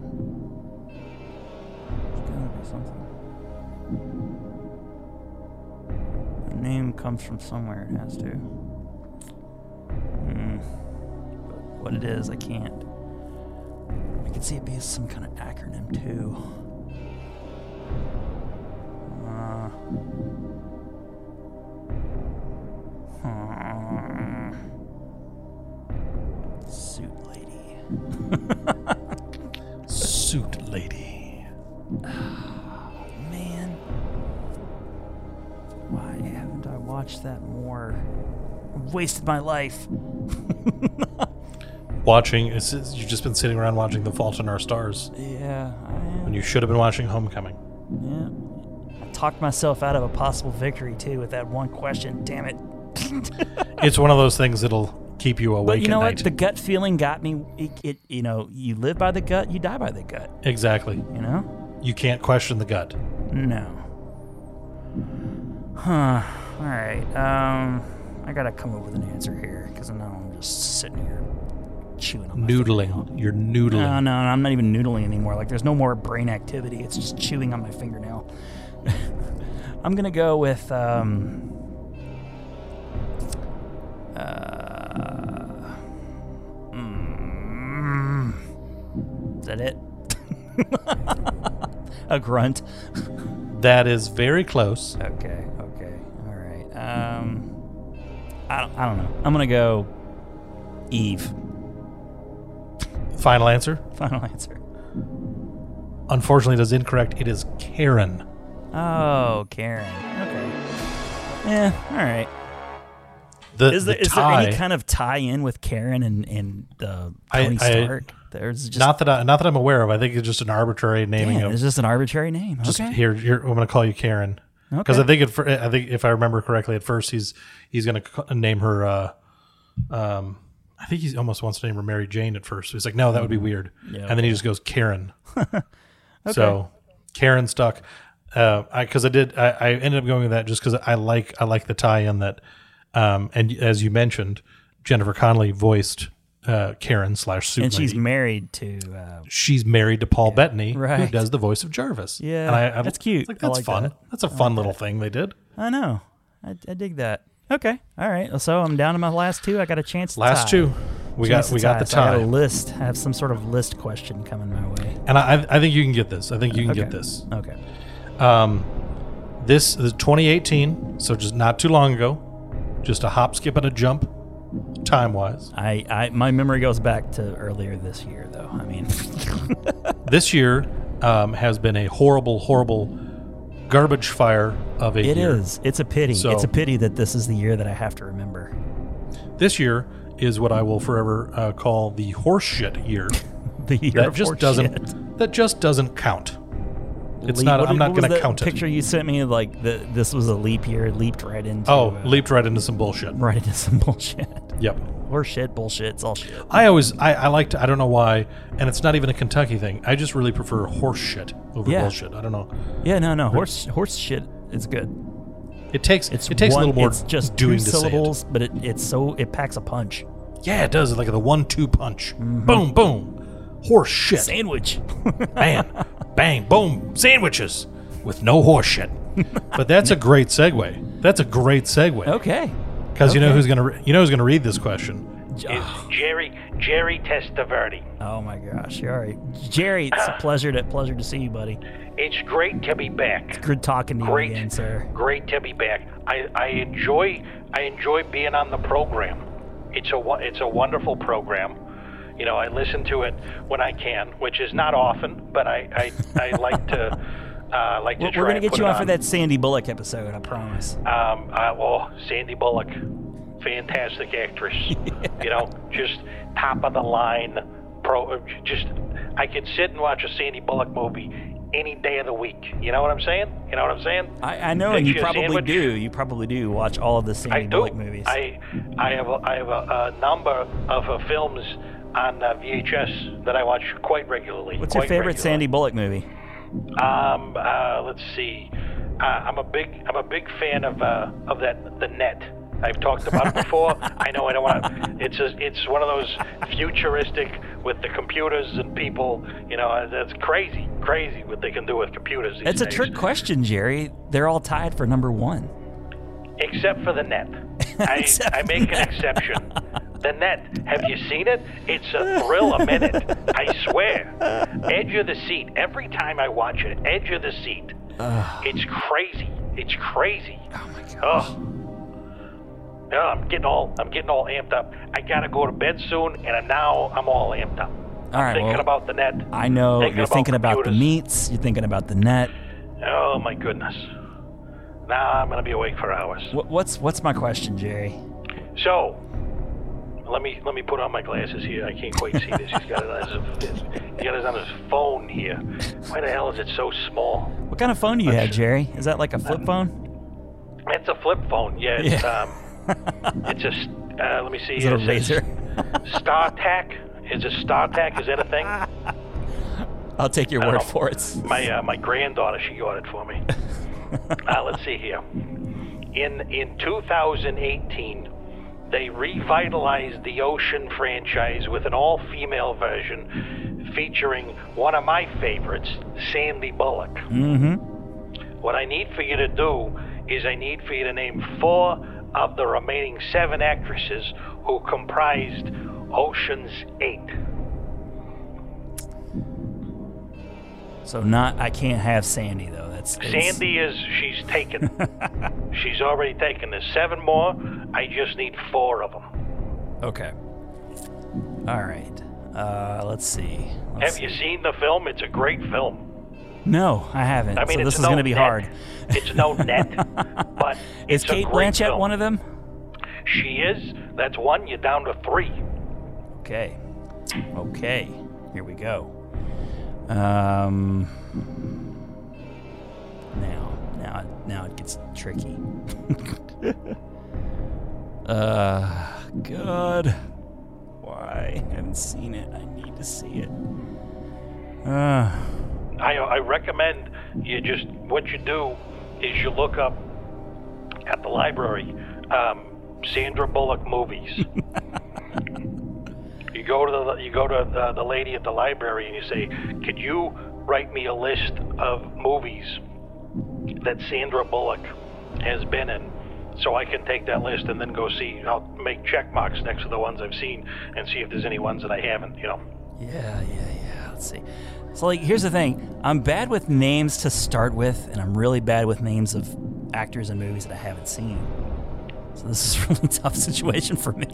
[SPEAKER 5] There's got to be something. The name comes from somewhere. It has to. Hmm. But what it is, I can't. I could see it being some kind of acronym too. Uh, hmm. Suit lady.
[SPEAKER 6] Suit lady.
[SPEAKER 5] Man. Why haven't I watched that more? I've wasted my life.
[SPEAKER 6] Watching, it's, it's- you've just been sitting around watching The Fault in Our Stars
[SPEAKER 5] Yeah, I am.
[SPEAKER 6] when you should have been watching Homecoming.
[SPEAKER 5] Yeah. I talked myself out of a possible victory too with that one question. Damn it.
[SPEAKER 6] It's one of those things that'll keep you awake.
[SPEAKER 5] But you know
[SPEAKER 6] at
[SPEAKER 5] what?
[SPEAKER 6] night.
[SPEAKER 5] The gut feeling got me. It, it, you know, you live by the gut, you die by the gut.
[SPEAKER 6] exactly.
[SPEAKER 5] You know?
[SPEAKER 6] You can't question the gut.
[SPEAKER 5] No. Huh. All right. Um, I gotta come up with an answer here because now I'm just sitting here chewing on my fingernail.
[SPEAKER 6] Noodling. You're noodling.
[SPEAKER 5] No, no, I'm not even noodling anymore. Like, there's no more brain activity. It's just chewing on my fingernail. [laughs] I'm gonna go with um. Uh, mm, is that it? [laughs] A grunt.
[SPEAKER 6] That is very close.
[SPEAKER 5] Okay. Okay. All right. Um, I don't, I don't know. I'm gonna go. Eve. [laughs]
[SPEAKER 6] Final answer.
[SPEAKER 5] Final answer.
[SPEAKER 6] Unfortunately, it is incorrect. It is Karen.
[SPEAKER 5] Oh, Karen. Okay. Yeah. All right.
[SPEAKER 6] The,
[SPEAKER 5] Is there
[SPEAKER 6] the
[SPEAKER 5] is there
[SPEAKER 6] tie,
[SPEAKER 5] any kind of tie-in with Karen and and uh,
[SPEAKER 6] I-
[SPEAKER 5] Tony
[SPEAKER 6] I-
[SPEAKER 5] Stark? There's just
[SPEAKER 6] not that I, not that I'm aware of. I think it's just an arbitrary naming
[SPEAKER 5] man,
[SPEAKER 6] of.
[SPEAKER 5] it's just an arbitrary name.
[SPEAKER 6] just
[SPEAKER 5] okay.
[SPEAKER 6] here, here, I'm going to call you Karen because
[SPEAKER 5] Okay.
[SPEAKER 6] I think at, fir- I think if I remember correctly, at first he's he's going to name her. Uh, um, I think he almost wants to name her Mary Jane at first. He's like, no, that would be weird.
[SPEAKER 5] Mm-hmm. Yeah.
[SPEAKER 6] and then he just
[SPEAKER 5] [laughs]
[SPEAKER 6] goes Karen. So Karen stuck. Uh, I because I did I, I ended up going with that just because I like I like the tie in that. Um, and as you mentioned, Jennifer Connelly voiced uh, Karen slash suit
[SPEAKER 5] And she's
[SPEAKER 6] lady.
[SPEAKER 5] married to. Uh,
[SPEAKER 6] she's married to Paul Bettany, who
[SPEAKER 5] Right.
[SPEAKER 6] does the voice of Jarvis.
[SPEAKER 5] Yeah,
[SPEAKER 6] and
[SPEAKER 5] that's cute.
[SPEAKER 6] Like,
[SPEAKER 5] I
[SPEAKER 6] that's
[SPEAKER 5] like
[SPEAKER 6] fun.
[SPEAKER 5] that.
[SPEAKER 6] That's a fun little thing they did.
[SPEAKER 5] I know. I, I dig that. Okay. All right. So I'm down to my last two. I got a chance. To
[SPEAKER 6] Last
[SPEAKER 5] tie.
[SPEAKER 6] two, we
[SPEAKER 5] Chance
[SPEAKER 6] got
[SPEAKER 5] to
[SPEAKER 6] we got the
[SPEAKER 5] So I got a
[SPEAKER 6] time,
[SPEAKER 5] list. I have some sort of list question coming my way.
[SPEAKER 6] and I I- I think you can get this. I think you can
[SPEAKER 5] Okay.
[SPEAKER 6] get this.
[SPEAKER 5] Okay.
[SPEAKER 6] This is 2018, so just not too long ago, just a hop, skip, and a jump, time wise.
[SPEAKER 5] I, I my memory goes back to earlier this year though. I mean,
[SPEAKER 6] This year um, has been a horrible, horrible garbage fire of a
[SPEAKER 5] it
[SPEAKER 6] year.
[SPEAKER 5] is. It's a pity.
[SPEAKER 6] So-
[SPEAKER 5] It's a pity that this is the year that I have to remember. [laughs]
[SPEAKER 6] This year is what I will forever uh, call the horseshit year.
[SPEAKER 5] The year
[SPEAKER 6] that
[SPEAKER 5] of
[SPEAKER 6] just
[SPEAKER 5] horse
[SPEAKER 6] doesn't
[SPEAKER 5] shit.
[SPEAKER 6] that just doesn't count. It's
[SPEAKER 5] Leap-
[SPEAKER 6] not.
[SPEAKER 5] what
[SPEAKER 6] I'm
[SPEAKER 5] did-
[SPEAKER 6] not
[SPEAKER 5] what was
[SPEAKER 6] going to
[SPEAKER 5] that
[SPEAKER 6] count
[SPEAKER 5] Picture
[SPEAKER 6] it.
[SPEAKER 5] you sent me like the, this was a leap year. It leaped right into
[SPEAKER 6] Oh,
[SPEAKER 5] uh,
[SPEAKER 6] leaped right into some bullshit.
[SPEAKER 5] right into some [laughs] bullshit.
[SPEAKER 6] Yep.
[SPEAKER 5] Or shit, bullshit. It's all shit.
[SPEAKER 6] I always I, I like to I don't know why, and it's not even a Kentucky thing. I just really prefer horseshit over
[SPEAKER 5] Yeah.
[SPEAKER 6] bullshit. I don't know.
[SPEAKER 5] Yeah, no, no. Horse horse shit is good.
[SPEAKER 6] It takes
[SPEAKER 5] It's
[SPEAKER 6] it takes
[SPEAKER 5] one,
[SPEAKER 6] a little more
[SPEAKER 5] It's just
[SPEAKER 6] doing
[SPEAKER 5] two
[SPEAKER 6] to say it.
[SPEAKER 5] syllables, but it, it's so it packs a punch.
[SPEAKER 6] Yeah, it does. It's like the one-two punch.
[SPEAKER 5] Mm-hmm.
[SPEAKER 6] Boom, boom. Horse shit.
[SPEAKER 5] Sandwich.
[SPEAKER 6] Bam, bang, boom. Sandwiches with no horse shit. But that's a great segue. That's a great
[SPEAKER 5] [laughs]
[SPEAKER 6] segue.
[SPEAKER 5] okay.
[SPEAKER 6] Because you know who's gonna re- you know who's gonna read this question.
[SPEAKER 7] Jerry Jerry Testaverde.
[SPEAKER 5] Oh my gosh. All right, Jerry. It's a pleasure to pleasure to see you, buddy.
[SPEAKER 7] It's great to be back.
[SPEAKER 5] Good talking to you
[SPEAKER 7] Great,
[SPEAKER 5] again, sir.
[SPEAKER 7] great to be back. I, I enjoy I enjoy being on the program. It's a wo- it's a wonderful program. You know, I listen to it when I can, which is not often, but I I, I like
[SPEAKER 5] [laughs]
[SPEAKER 7] to uh, like to
[SPEAKER 5] We're,
[SPEAKER 7] try.
[SPEAKER 5] we're gonna
[SPEAKER 7] and
[SPEAKER 5] get
[SPEAKER 7] put
[SPEAKER 5] you
[SPEAKER 7] it
[SPEAKER 5] on for that Sandy Bullock episode. I promise.
[SPEAKER 7] Um, I, well, Sandy Bullock,
[SPEAKER 5] [laughs]
[SPEAKER 7] fantastic actress. You know, just top of the line pro. Just I could sit and watch a Sandy Bullock movie any day of the week. You know what I'm saying? You know what I'm saying?
[SPEAKER 5] I, I know,
[SPEAKER 7] Makes
[SPEAKER 5] and you
[SPEAKER 7] you a
[SPEAKER 5] probably
[SPEAKER 7] sandwich.
[SPEAKER 5] do. You probably do watch all of the Sandy
[SPEAKER 7] I do.
[SPEAKER 5] Bullock movies.
[SPEAKER 7] I I have a, I have a, a number of uh, films on uh, VHS that I watch quite regularly.
[SPEAKER 5] What's your
[SPEAKER 7] quite
[SPEAKER 5] favorite
[SPEAKER 7] regularly.
[SPEAKER 5] Sandy Bullock movie?
[SPEAKER 7] Um, uh, let's see. Uh, I'm a big I'm a big fan of uh, of that the net. I've talked about it
[SPEAKER 5] [laughs]
[SPEAKER 7] before. I know I don't want to. It's a, it's one of those futuristic with the computers and people. You know, uh, that's crazy, crazy what they can do with computers. These
[SPEAKER 5] It's a
[SPEAKER 7] days.
[SPEAKER 5] trick question, Jerry. They're all tied for number one.
[SPEAKER 7] except for
[SPEAKER 5] [laughs]
[SPEAKER 7] the net. I,
[SPEAKER 5] Except
[SPEAKER 7] I make an exception. The net. Have you seen it? It's a thrill a minute. I swear. Edge of the seat. Every time I watch it, edge of the seat. It's crazy. It's crazy. Oh my gosh. No, I'm getting all I'm getting all amped up. I gotta go to bed soon, and I'm now I'm all amped up.
[SPEAKER 5] All right,
[SPEAKER 7] thinking
[SPEAKER 5] well,
[SPEAKER 7] about the net.
[SPEAKER 5] I know
[SPEAKER 7] Thinking
[SPEAKER 5] you're
[SPEAKER 7] about
[SPEAKER 5] thinking about the
[SPEAKER 7] computers.
[SPEAKER 5] meats. You're thinking about the net.
[SPEAKER 7] Oh my goodness. Now I'm gonna be awake for hours.
[SPEAKER 5] What, what's what's my question, Jerry?
[SPEAKER 7] So, let me let me put on my glasses here. I can't quite see this. He's got it on his he got it on his phone here. Why the hell is it so small?
[SPEAKER 5] What kind of phone do you have, Jerry? Is that like a
[SPEAKER 7] Um,
[SPEAKER 5] flip phone?
[SPEAKER 7] It's a flip phone. Yeah. It's, um, it's a. s- Uh, let me see.
[SPEAKER 5] Is it a
[SPEAKER 7] says
[SPEAKER 5] razor?
[SPEAKER 7] StarTAC. Is it StarTAC? Is that a thing?
[SPEAKER 5] I'll take your
[SPEAKER 7] I don't
[SPEAKER 5] word
[SPEAKER 7] know.
[SPEAKER 5] for it.
[SPEAKER 7] My uh, my granddaughter. She got it for me. uh, let's see here. In in 2018, they revitalized the Ocean franchise with an all-female version featuring one of my favorites, Sandy Bullock. Mm-hmm. What I need for you to do is I need for you to name four of the remaining seven actresses who comprised Ocean's Eight.
[SPEAKER 5] So not I can't have Sandy though. That's it's-
[SPEAKER 7] Sandy is she's
[SPEAKER 5] [laughs]
[SPEAKER 7] taken. she's already taken. There's seven more. I just need four of them.
[SPEAKER 5] Okay. All right. Uh, let's see. Let's
[SPEAKER 7] Have you seen the film? It's a great film.
[SPEAKER 5] No, I haven't.
[SPEAKER 7] I mean,
[SPEAKER 5] so
[SPEAKER 7] it's
[SPEAKER 5] this is
[SPEAKER 7] no
[SPEAKER 5] going to be
[SPEAKER 7] net.
[SPEAKER 5] hard.
[SPEAKER 7] It's no net,
[SPEAKER 5] [laughs]
[SPEAKER 7] but
[SPEAKER 5] Is
[SPEAKER 7] it's
[SPEAKER 5] Kate
[SPEAKER 7] a great
[SPEAKER 5] Blanchett
[SPEAKER 7] film.
[SPEAKER 5] one of them?
[SPEAKER 7] She is. That's one. You're down to three.
[SPEAKER 5] Okay. Okay. Here we go. Um. Now, now, now it gets tricky. [laughs] uh, God, why I haven't seen it? I need to see it. Uh,
[SPEAKER 7] I I recommend you just what you do is you look up at the library um, Sandra Bullock
[SPEAKER 5] [laughs]
[SPEAKER 7] movies. you go to the you go to the, the lady at the library and you say, "Could you write me a list of movies that Sandra Bullock has been in?" So I can take that list and then go see. I'll make check marks next to the ones I've seen and see if there's any ones that I haven't. You know.
[SPEAKER 5] Yeah, yeah, yeah. Let's see. So, like, here's the thing I'm bad with names to start with, and I'm really bad with names of actors and movies that I haven't seen. So, this is [laughs] a really tough situation for me.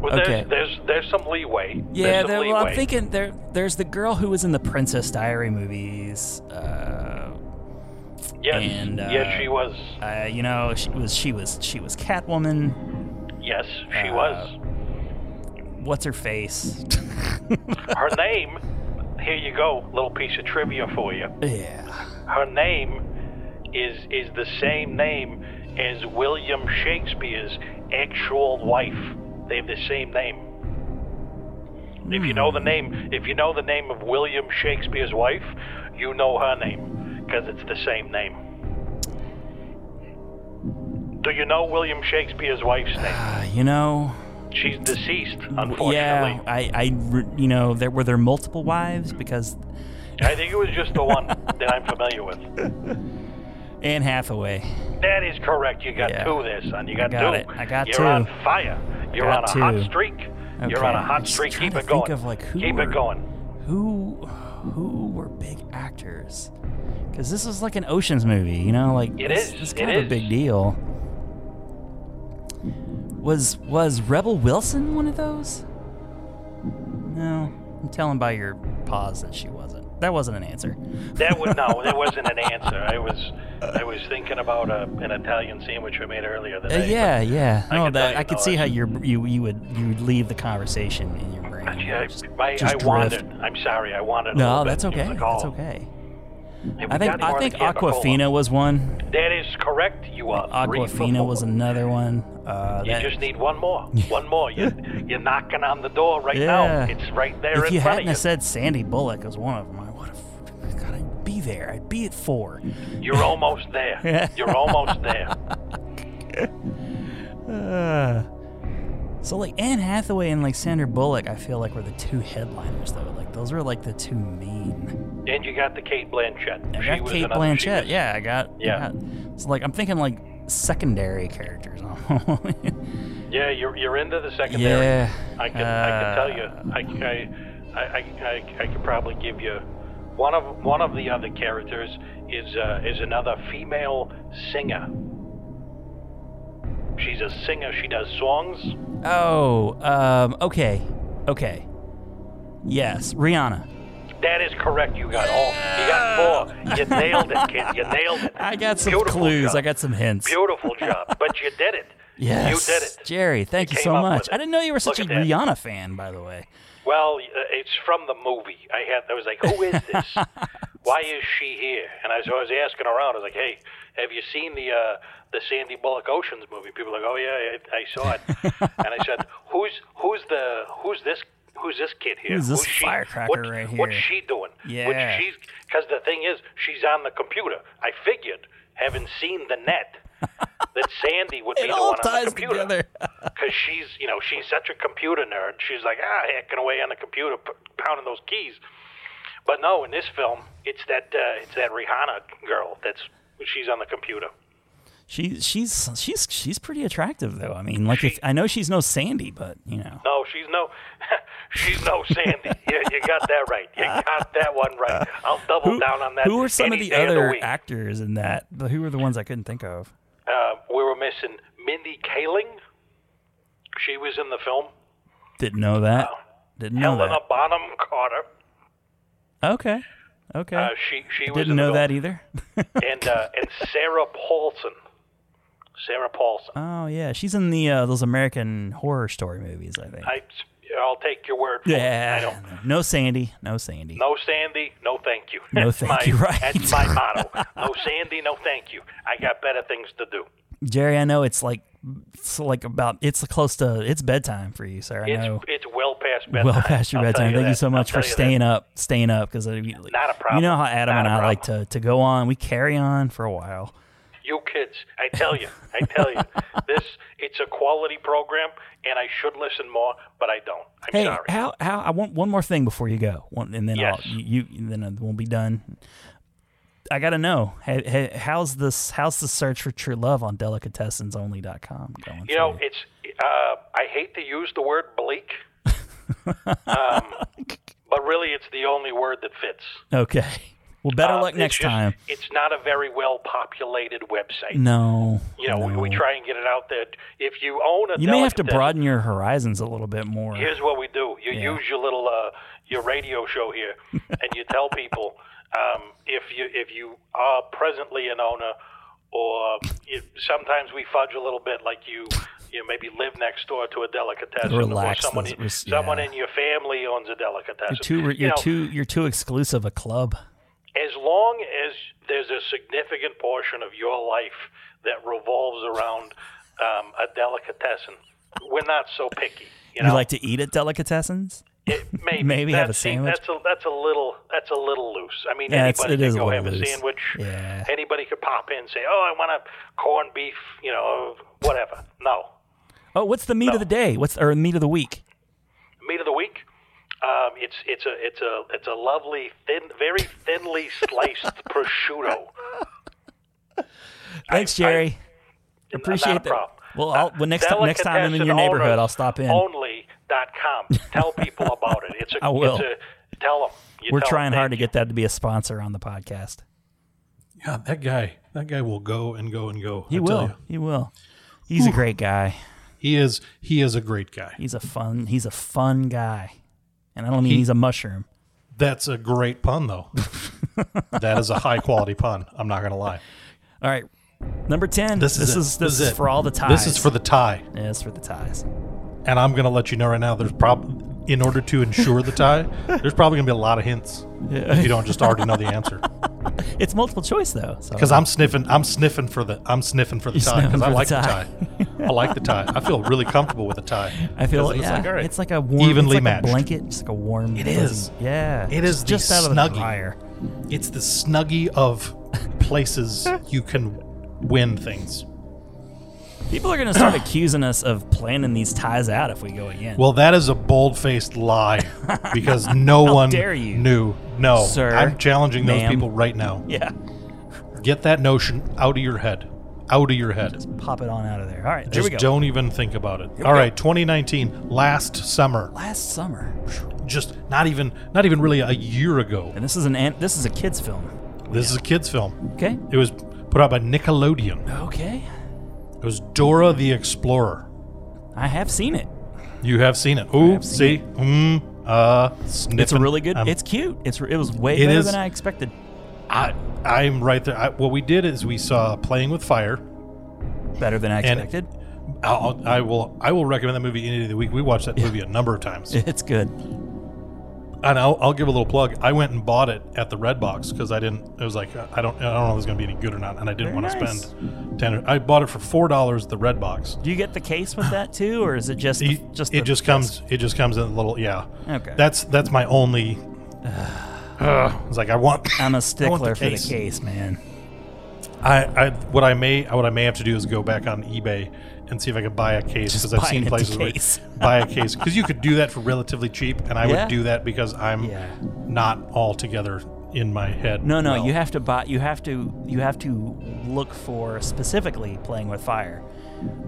[SPEAKER 7] Well,
[SPEAKER 5] Okay.
[SPEAKER 7] there's, there's there's some leeway.
[SPEAKER 5] Yeah,
[SPEAKER 7] there's some
[SPEAKER 5] there, well,
[SPEAKER 7] leeway.
[SPEAKER 5] I'm thinking there. There's the girl who was in the Princess Diary movies. Uh,
[SPEAKER 7] Yes,
[SPEAKER 5] And,
[SPEAKER 7] yes,
[SPEAKER 5] uh,
[SPEAKER 7] she was.
[SPEAKER 5] uh, you know, she was she was she was Catwoman.
[SPEAKER 7] Yes,
[SPEAKER 5] uh, [laughs]
[SPEAKER 7] she was.
[SPEAKER 5] What's her face?
[SPEAKER 7] Her name. Here you go, little piece of trivia for you.
[SPEAKER 5] yeah.
[SPEAKER 7] Her name is is the same name as William Shakespeare's actual wife. They have the same name. If you
[SPEAKER 5] Hmm.
[SPEAKER 7] know the name, if you know the name of William Shakespeare's wife, you know her name because it's the same name. Do you know William Shakespeare's wife's name?
[SPEAKER 5] Uh, you know,
[SPEAKER 7] She's deceased, unfortunately.
[SPEAKER 5] Yeah, I, I re- you know, there were there multiple wives because
[SPEAKER 7] I think it was just
[SPEAKER 5] [laughs]
[SPEAKER 7] the one that I'm familiar with.
[SPEAKER 5] Anne Hathaway.
[SPEAKER 7] That is correct. You got
[SPEAKER 5] Yeah.
[SPEAKER 7] two there, son. You got,
[SPEAKER 5] got
[SPEAKER 7] two.
[SPEAKER 5] it. I got
[SPEAKER 7] You're
[SPEAKER 5] two.
[SPEAKER 7] on fire. You're
[SPEAKER 5] got
[SPEAKER 7] on a
[SPEAKER 5] two.
[SPEAKER 7] hot streak.
[SPEAKER 5] Okay.
[SPEAKER 7] You're on a
[SPEAKER 5] I'm
[SPEAKER 7] hot
[SPEAKER 5] just
[SPEAKER 7] streak.
[SPEAKER 5] trying
[SPEAKER 7] Keep
[SPEAKER 5] to
[SPEAKER 7] it going.
[SPEAKER 5] think of, like, who
[SPEAKER 7] Keep
[SPEAKER 5] were-
[SPEAKER 7] it going.
[SPEAKER 5] Who who were big actors? Because this is like an Ocean's movie, you know, like
[SPEAKER 7] It
[SPEAKER 5] this,
[SPEAKER 7] is,
[SPEAKER 5] It's
[SPEAKER 7] it
[SPEAKER 5] kind of
[SPEAKER 7] is.
[SPEAKER 5] a big deal. Was was Rebel Wilson one of those? No, I'm telling by your pause that she wasn't. That wasn't an answer.
[SPEAKER 7] That would no.
[SPEAKER 5] [laughs]
[SPEAKER 7] That wasn't an answer. I was I was thinking about uh an Italian sandwich I made earlier
[SPEAKER 5] Uh,
[SPEAKER 7] today. but-
[SPEAKER 5] yeah, yeah.
[SPEAKER 7] I
[SPEAKER 5] No,
[SPEAKER 7] can tell
[SPEAKER 5] that
[SPEAKER 7] you
[SPEAKER 5] I could
[SPEAKER 7] no,
[SPEAKER 5] see
[SPEAKER 7] I-
[SPEAKER 5] how you're, you you would you would leave the conversation in your brain. and
[SPEAKER 7] Yeah,
[SPEAKER 5] just-
[SPEAKER 7] I, my,
[SPEAKER 5] just
[SPEAKER 7] I
[SPEAKER 5] drift.
[SPEAKER 7] wandered. I'm sorry. I wandered. a
[SPEAKER 5] No,
[SPEAKER 7] little
[SPEAKER 5] that's
[SPEAKER 7] bit. It
[SPEAKER 5] okay.
[SPEAKER 7] was a
[SPEAKER 5] That's
[SPEAKER 7] call.
[SPEAKER 5] okay.
[SPEAKER 7] Hey, we
[SPEAKER 5] I think
[SPEAKER 7] got you
[SPEAKER 5] I
[SPEAKER 7] on
[SPEAKER 5] think
[SPEAKER 7] the Coca-Cola.
[SPEAKER 5] Aquafina was one.
[SPEAKER 7] That is correct. You are. three for
[SPEAKER 5] Aquafina
[SPEAKER 7] four.
[SPEAKER 5] was another one. Uh,
[SPEAKER 7] You
[SPEAKER 5] that-
[SPEAKER 7] just need
[SPEAKER 5] [laughs]
[SPEAKER 7] one more. One more. You're, you're knocking on the door right now.
[SPEAKER 5] Yeah.
[SPEAKER 7] It's right there
[SPEAKER 5] if
[SPEAKER 7] in
[SPEAKER 5] you
[SPEAKER 7] front
[SPEAKER 5] hadn't have
[SPEAKER 7] of you.
[SPEAKER 5] said Sandy Bullock was one of them, I would have. God, I'd be there. I'd be at four.
[SPEAKER 7] You're almost
[SPEAKER 5] [laughs]
[SPEAKER 7] there. You're almost there.
[SPEAKER 5] Uh, so like Anne Hathaway and like Sandra Bullock, I feel like were the two headliners though. Like those were like the two main.
[SPEAKER 7] And you got the Kate Blanchett.
[SPEAKER 5] I
[SPEAKER 7] She
[SPEAKER 5] got
[SPEAKER 7] was
[SPEAKER 5] Kate
[SPEAKER 7] another- she
[SPEAKER 5] Blanchett.
[SPEAKER 7] was-
[SPEAKER 5] Yeah, I got. I
[SPEAKER 7] Yeah.
[SPEAKER 5] got- so like, I'm thinking like secondary characters. [laughs]
[SPEAKER 7] Yeah, you're, you're into the secondary.
[SPEAKER 5] yeah. Uh,
[SPEAKER 7] I can, I can tell you. I, c- I, I, I- I- I could probably give you one of one of the other characters is uh, is another female singer. She's a singer. She does songs.
[SPEAKER 5] you. Oh. Um. Okay. Okay. Yes, Rihanna.
[SPEAKER 7] That is correct. You got all. You got four. You nailed it, kid. You nailed it.
[SPEAKER 5] [laughs] I got some
[SPEAKER 7] Beautiful
[SPEAKER 5] clues.
[SPEAKER 7] job.
[SPEAKER 5] I got some hints.
[SPEAKER 7] Beautiful job. But you did it.
[SPEAKER 5] [laughs] Yes.
[SPEAKER 7] You did it.
[SPEAKER 5] Jerry, thank
[SPEAKER 7] You
[SPEAKER 5] you,
[SPEAKER 7] came
[SPEAKER 5] so
[SPEAKER 7] up with
[SPEAKER 5] much.
[SPEAKER 7] it.
[SPEAKER 5] I didn't know you were such a
[SPEAKER 7] Look at that.
[SPEAKER 5] Rihanna fan, by the way.
[SPEAKER 7] Well, uh, it's from the movie. I had. I was like, who is
[SPEAKER 5] [laughs]
[SPEAKER 7] this? Why is she here? And I was, I was asking around. I was like, hey, have you seen the uh, the Sandy Bullock Oceans movie? People were like, oh yeah, I, I
[SPEAKER 5] [laughs]
[SPEAKER 7] saw it. and I said, who's who's the who's this? Who's this kid here?
[SPEAKER 5] Who's this
[SPEAKER 7] she?
[SPEAKER 5] firecracker
[SPEAKER 7] What-
[SPEAKER 5] right
[SPEAKER 7] What's
[SPEAKER 5] here?
[SPEAKER 7] she doing?
[SPEAKER 5] Yeah.
[SPEAKER 7] Because the thing is, she's on the computer. I figured, having seen the net,
[SPEAKER 5] [laughs]
[SPEAKER 7] that Sandy would be
[SPEAKER 5] It
[SPEAKER 7] the
[SPEAKER 5] all
[SPEAKER 7] one on the
[SPEAKER 5] ties
[SPEAKER 7] computer
[SPEAKER 5] together. [laughs]
[SPEAKER 7] because she's you know she's such a computer nerd. She's like ah hacking away on the computer, p- pounding those keys. But no, in this film, it's that uh, it's that Rihanna girl that's she's on the computer.
[SPEAKER 5] She she's she's she's pretty attractive though. I mean, like if, I know she's no Sandy, but you know.
[SPEAKER 7] No, she's no [laughs] she's no
[SPEAKER 5] [laughs]
[SPEAKER 7] Sandy. you, you got that right. You got that one right. I'll double down on that.
[SPEAKER 5] who are some of
[SPEAKER 7] any
[SPEAKER 5] the
[SPEAKER 7] day
[SPEAKER 5] other
[SPEAKER 7] week.
[SPEAKER 5] actors in that? But Who are the ones I couldn't think of?
[SPEAKER 7] Uh, we were missing Mindy Kaling. She was in the film.
[SPEAKER 5] Didn't know
[SPEAKER 7] Oh.
[SPEAKER 5] that. Didn't know
[SPEAKER 7] Helena
[SPEAKER 5] that.
[SPEAKER 7] Bonham Carter.
[SPEAKER 5] Okay. Okay.
[SPEAKER 7] Uh, she she was
[SPEAKER 5] Didn't
[SPEAKER 7] in the
[SPEAKER 5] know
[SPEAKER 7] film.
[SPEAKER 5] that either.
[SPEAKER 7] and uh, and Sarah Paulson. Sarah Paulson.
[SPEAKER 5] oh yeah, she's in the uh, those American Horror Story movies, I think.
[SPEAKER 7] I I'll take your word. For
[SPEAKER 5] yeah.
[SPEAKER 7] It. I don't.
[SPEAKER 5] No Sandy. No Sandy.
[SPEAKER 7] No Sandy, no thank you.
[SPEAKER 5] No
[SPEAKER 7] That's
[SPEAKER 5] thank
[SPEAKER 7] my,
[SPEAKER 5] you, right.
[SPEAKER 7] That's
[SPEAKER 5] [laughs]
[SPEAKER 7] my motto. No Sandy, no thank you. I got better things to do.
[SPEAKER 5] Jerry, I know it's like it's like about it's close to it's bedtime for you, sir. I
[SPEAKER 7] It's
[SPEAKER 5] know.
[SPEAKER 7] it's well past [laughs] bedtime.
[SPEAKER 5] Well past your
[SPEAKER 7] I'll tell
[SPEAKER 5] bedtime. Thank
[SPEAKER 7] that.
[SPEAKER 5] you so much
[SPEAKER 7] I'll
[SPEAKER 5] for
[SPEAKER 7] tell you
[SPEAKER 5] staying
[SPEAKER 7] that.
[SPEAKER 5] up, staying up because not
[SPEAKER 7] Not a
[SPEAKER 5] You
[SPEAKER 7] problem.
[SPEAKER 5] know how Adam
[SPEAKER 7] Not
[SPEAKER 5] and
[SPEAKER 7] a
[SPEAKER 5] I like
[SPEAKER 7] problem.
[SPEAKER 5] to to go on. We carry on for a while.
[SPEAKER 7] You kids, I tell you, I
[SPEAKER 5] [laughs]
[SPEAKER 7] tell you, this it's a quality program, and I should listen more, but I don't. I'm
[SPEAKER 5] Hey,
[SPEAKER 7] sorry.
[SPEAKER 5] how how I want one more thing before you go, one, and then
[SPEAKER 7] Yes.
[SPEAKER 5] I'll you, you then we'll be done. I gotta know ha- ha- how's this how's the search for true love on delicatessensonly.com going?
[SPEAKER 7] You
[SPEAKER 5] for
[SPEAKER 7] know, it's. Uh, I hate to use the word
[SPEAKER 5] [laughs]
[SPEAKER 7] bleak, um, but really, it's the only word that fits.
[SPEAKER 5] okay. Well, better
[SPEAKER 7] Uh,
[SPEAKER 5] luck
[SPEAKER 7] it's
[SPEAKER 5] next
[SPEAKER 7] just-
[SPEAKER 5] time.
[SPEAKER 7] It's not a very well populated website.
[SPEAKER 5] No,
[SPEAKER 7] You know, we, we
[SPEAKER 5] no.
[SPEAKER 7] try and get it out there. If you own a,
[SPEAKER 5] You may have to
[SPEAKER 7] delicatessen-
[SPEAKER 5] broaden your horizons a little bit more.
[SPEAKER 7] Here's what we do: you
[SPEAKER 5] Yeah.
[SPEAKER 7] use your little uh, your radio
[SPEAKER 5] [laughs]
[SPEAKER 7] show here, and you tell people um, if you if you are presently an owner, or if, sometimes we fudge a little bit, like you you maybe live next door to a delicatessen,
[SPEAKER 5] Relax
[SPEAKER 7] or someone
[SPEAKER 5] those-
[SPEAKER 7] in,
[SPEAKER 5] yeah.
[SPEAKER 7] someone in your family owns a delicatessen.
[SPEAKER 5] You're too re-
[SPEAKER 7] You
[SPEAKER 5] you're
[SPEAKER 7] know,
[SPEAKER 5] too you're too exclusive a club.
[SPEAKER 7] as long as there's a significant portion of your life that revolves around um, a delicatessen, we're not so picky.
[SPEAKER 5] You
[SPEAKER 7] You, know?
[SPEAKER 5] like to eat at delicatessens?
[SPEAKER 7] It,
[SPEAKER 5] [laughs]
[SPEAKER 7] maybe
[SPEAKER 5] Maybe have a
[SPEAKER 7] That's- see,
[SPEAKER 5] sandwich.
[SPEAKER 7] That's a, that's a little that's a little loose. I mean,
[SPEAKER 5] Yeah, it's-
[SPEAKER 7] anybody
[SPEAKER 5] it is
[SPEAKER 7] can
[SPEAKER 5] a
[SPEAKER 7] go
[SPEAKER 5] little
[SPEAKER 7] have a
[SPEAKER 5] loose.
[SPEAKER 7] sandwich.
[SPEAKER 5] Yeah.
[SPEAKER 7] Anybody could pop in and say, "Oh, I want a corned beef," you know, whatever. No,
[SPEAKER 5] Oh, what's the meat of the day? What's or meat of the week?
[SPEAKER 7] meat of the week. Um, it's it's a it's a it's a lovely thin, very thinly sliced
[SPEAKER 5] [laughs]
[SPEAKER 7] prosciutto.
[SPEAKER 5] Thanks, Jerry. Appreciate
[SPEAKER 7] Not a
[SPEAKER 5] that.
[SPEAKER 7] problem.
[SPEAKER 5] Well, I'll, well next time, next time I'm in your neighborhood, I'll stop in.
[SPEAKER 7] Only.com. Tell people about it. It's
[SPEAKER 5] [laughs]
[SPEAKER 7] a,
[SPEAKER 5] I will.
[SPEAKER 7] It's a, tell them.
[SPEAKER 5] We're trying hard to get that to be a sponsor on the podcast.
[SPEAKER 6] Yeah, that guy. That guy will go and go and go.
[SPEAKER 5] He
[SPEAKER 6] I tell
[SPEAKER 5] will.
[SPEAKER 6] you.
[SPEAKER 5] He will. He's a great guy.
[SPEAKER 6] He is. He is a great guy.
[SPEAKER 5] He's a fun. He's a fun guy, and I don't mean he's a mushroom.
[SPEAKER 6] That's a great
[SPEAKER 5] [laughs]
[SPEAKER 6] pun, though. that is a high quality pun. I'm not gonna lie.
[SPEAKER 5] All right, number ten.
[SPEAKER 6] This is
[SPEAKER 5] this
[SPEAKER 6] it.
[SPEAKER 5] is, this
[SPEAKER 6] This is
[SPEAKER 5] is
[SPEAKER 6] it.
[SPEAKER 5] for all the ties.
[SPEAKER 6] This is for the tie,
[SPEAKER 5] yeah, it's for the ties.
[SPEAKER 6] and I'm gonna let you know right now. There's probably in order to ensure the tie, there's probably gonna be a lot of hints if you don't just already know the
[SPEAKER 5] [laughs]
[SPEAKER 6] answer.
[SPEAKER 5] It's multiple choice though. so-
[SPEAKER 6] Because I'm sniffing. I'm sniffing for the. I'm sniffing for the tie
[SPEAKER 5] sniffing
[SPEAKER 6] because I
[SPEAKER 5] for the
[SPEAKER 6] like the
[SPEAKER 5] tie.
[SPEAKER 6] tie. I like the tie. I feel really comfortable with the tie.
[SPEAKER 5] [laughs] I feel
[SPEAKER 6] 'Cause
[SPEAKER 5] like,
[SPEAKER 6] it's
[SPEAKER 5] yeah,
[SPEAKER 6] like, all right.
[SPEAKER 5] it's like a warm,
[SPEAKER 6] Evenly
[SPEAKER 5] it's like
[SPEAKER 6] matched.
[SPEAKER 5] a blanket, just like a warm. It
[SPEAKER 6] is.
[SPEAKER 5] yeah.
[SPEAKER 6] It
[SPEAKER 5] It's
[SPEAKER 6] is the
[SPEAKER 5] just out of
[SPEAKER 6] snuggie.
[SPEAKER 5] the dryer.
[SPEAKER 6] It's the snuggie of places you can win things.
[SPEAKER 5] People are gonna [coughs] start accusing us of planning these ties out if we go again.
[SPEAKER 6] Well, that is a
[SPEAKER 5] [laughs]
[SPEAKER 6] bold-faced lie because no one
[SPEAKER 5] dare you,
[SPEAKER 6] knew. No,
[SPEAKER 5] sir,
[SPEAKER 6] I'm challenging those
[SPEAKER 5] ma'am.
[SPEAKER 6] people right now.
[SPEAKER 5] yeah.
[SPEAKER 6] Get that notion out of your head. Out of your head.
[SPEAKER 5] Pop it on out of there. All right, here
[SPEAKER 6] Just
[SPEAKER 5] we go.
[SPEAKER 6] don't even think about it. All right, 2019, last summer,
[SPEAKER 5] Last summer,
[SPEAKER 6] just not even not even really a year ago.
[SPEAKER 5] and this is an an- this is a kids film.
[SPEAKER 6] This is a kids film.
[SPEAKER 5] Okay.
[SPEAKER 6] It was put out by Nickelodeon.
[SPEAKER 5] Okay.
[SPEAKER 6] It was Dora the Explorer.
[SPEAKER 5] I have seen it.
[SPEAKER 6] You have seen it. Ooh, see, mm, uh, sniffing.
[SPEAKER 5] It's a really good.
[SPEAKER 6] I'm-
[SPEAKER 5] it's cute. It's it was way
[SPEAKER 6] um, It
[SPEAKER 5] better
[SPEAKER 6] is-
[SPEAKER 5] than I expected.
[SPEAKER 6] I, I'm right there. I, what we did is we saw Playing with Fire.
[SPEAKER 5] Better than I
[SPEAKER 6] And-
[SPEAKER 5] expected.
[SPEAKER 6] I'll, I will I will recommend that movie any day of the week. We watched that movie a number of times, and
[SPEAKER 5] It's good.
[SPEAKER 6] I'll, I'll give a little plug. I went and bought it at the Red Box because I didn't. It was like uh, I don't I don't know if it's going to be any good or not, and I didn't
[SPEAKER 5] Very
[SPEAKER 6] want to
[SPEAKER 5] nice.
[SPEAKER 6] spend ten. I bought it for four dollars at the Red Box.
[SPEAKER 5] Do you get the case with that too, or is it just the,
[SPEAKER 6] It-
[SPEAKER 5] just
[SPEAKER 6] it
[SPEAKER 5] the
[SPEAKER 6] just comes it just comes in a little yeah.
[SPEAKER 5] Okay.
[SPEAKER 6] That's that's my only.
[SPEAKER 5] [sighs]
[SPEAKER 6] Uh, it's like I want.
[SPEAKER 5] I'm a
[SPEAKER 6] I want
[SPEAKER 5] stickler for
[SPEAKER 6] case.
[SPEAKER 5] the case, man.
[SPEAKER 6] I, I what I may what I may have to do is go back on eBay and see if I could buy a case because I've
[SPEAKER 5] buy
[SPEAKER 6] seen
[SPEAKER 5] an
[SPEAKER 6] places
[SPEAKER 5] empty
[SPEAKER 6] where you
[SPEAKER 5] case.
[SPEAKER 6] [laughs] buy a case because you could do that for relatively cheap, and I
[SPEAKER 5] Yeah.
[SPEAKER 6] would do that because I'm
[SPEAKER 5] Yeah.
[SPEAKER 6] not all together in my head.
[SPEAKER 5] No, no,
[SPEAKER 6] well.
[SPEAKER 5] you have to buy. You have to. You have to look for specifically playing with fire.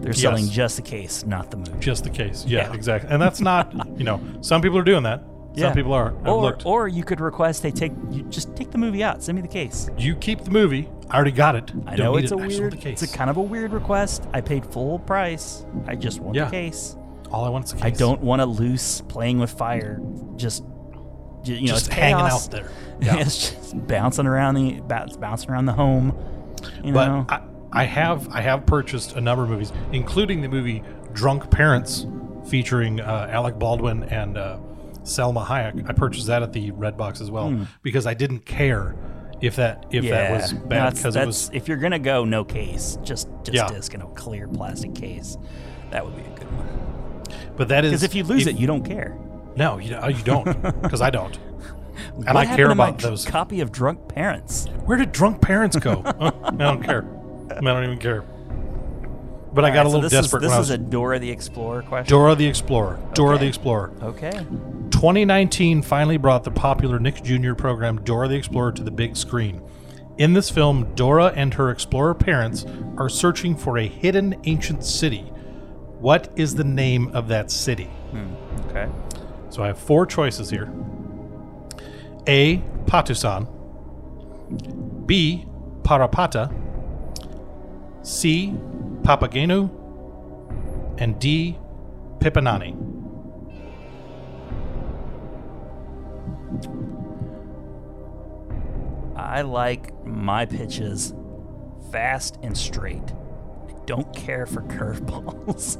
[SPEAKER 5] They're selling
[SPEAKER 6] Yes.
[SPEAKER 5] just the case, not the movie.
[SPEAKER 6] just the case. Yeah,
[SPEAKER 5] Yeah.
[SPEAKER 6] exactly. And that's not you know some people are doing that. Some people are. I've
[SPEAKER 5] Or,
[SPEAKER 6] looked.
[SPEAKER 5] or you could request they take you just take the movie out. Send me the case.
[SPEAKER 6] you keep the movie. I already got it.
[SPEAKER 5] I
[SPEAKER 6] Don't
[SPEAKER 5] know
[SPEAKER 6] need
[SPEAKER 5] it's
[SPEAKER 6] it.
[SPEAKER 5] a
[SPEAKER 6] I just
[SPEAKER 5] weird,
[SPEAKER 6] want the case.
[SPEAKER 5] it's a kind of a weird request. I paid full price. I just want
[SPEAKER 6] Yeah.
[SPEAKER 5] the case.
[SPEAKER 6] all I want is a case.
[SPEAKER 5] I don't want to loose playing with fire. Just, ju- you know,
[SPEAKER 6] just
[SPEAKER 5] it's
[SPEAKER 6] hanging
[SPEAKER 5] chaos. [laughs]
[SPEAKER 6] out there.
[SPEAKER 5] it's just bouncing around the bounce, bouncing around the home. You
[SPEAKER 6] but
[SPEAKER 5] know,
[SPEAKER 6] I, I have I have purchased a number of movies, including the movie Drunk Parents, featuring uh, Alec Baldwin and uh, Selma Hayek. I purchased that at the Red Box as well because I didn't care if that if
[SPEAKER 5] Hmm. yeah,
[SPEAKER 6] that was
[SPEAKER 5] No,
[SPEAKER 6] bad
[SPEAKER 5] that's-
[SPEAKER 6] because it
[SPEAKER 5] that's-
[SPEAKER 6] was
[SPEAKER 5] If you're gonna go, no case, just just
[SPEAKER 6] Yeah.
[SPEAKER 5] disc in a clear plastic case. That would be a good one.
[SPEAKER 6] but that is
[SPEAKER 5] Because if you lose it, you don't care.
[SPEAKER 6] no you, uh, you don't
[SPEAKER 5] [laughs]
[SPEAKER 6] because I don't and
[SPEAKER 5] what
[SPEAKER 6] I
[SPEAKER 5] happened
[SPEAKER 6] care
[SPEAKER 5] to my
[SPEAKER 6] about
[SPEAKER 5] dr-
[SPEAKER 6] those.
[SPEAKER 5] Copy of Drunk Parents.
[SPEAKER 6] Where did Drunk Parents
[SPEAKER 5] [laughs]
[SPEAKER 6] go? Huh? I don't care. I don't even care. But I got a
[SPEAKER 5] All
[SPEAKER 6] little
[SPEAKER 5] right, so this
[SPEAKER 6] desperate
[SPEAKER 5] Is, this
[SPEAKER 6] when I
[SPEAKER 5] is
[SPEAKER 6] was
[SPEAKER 5] a Dora the Explorer question.
[SPEAKER 6] Dora the Explorer. Dora the Explorer.
[SPEAKER 5] okay.
[SPEAKER 6] 2019 finally brought the popular Nick Jr. program Dora the Explorer to the big screen. In this film, Dora and her explorer parents are searching for a hidden ancient city. What is the name of that city?
[SPEAKER 5] Okay.
[SPEAKER 6] So I have four choices here A. Patusan, B. Parapata, C. Papageno, and D. Pipanani.
[SPEAKER 5] I like my pitches fast and straight. I don't care for [laughs] curveballs.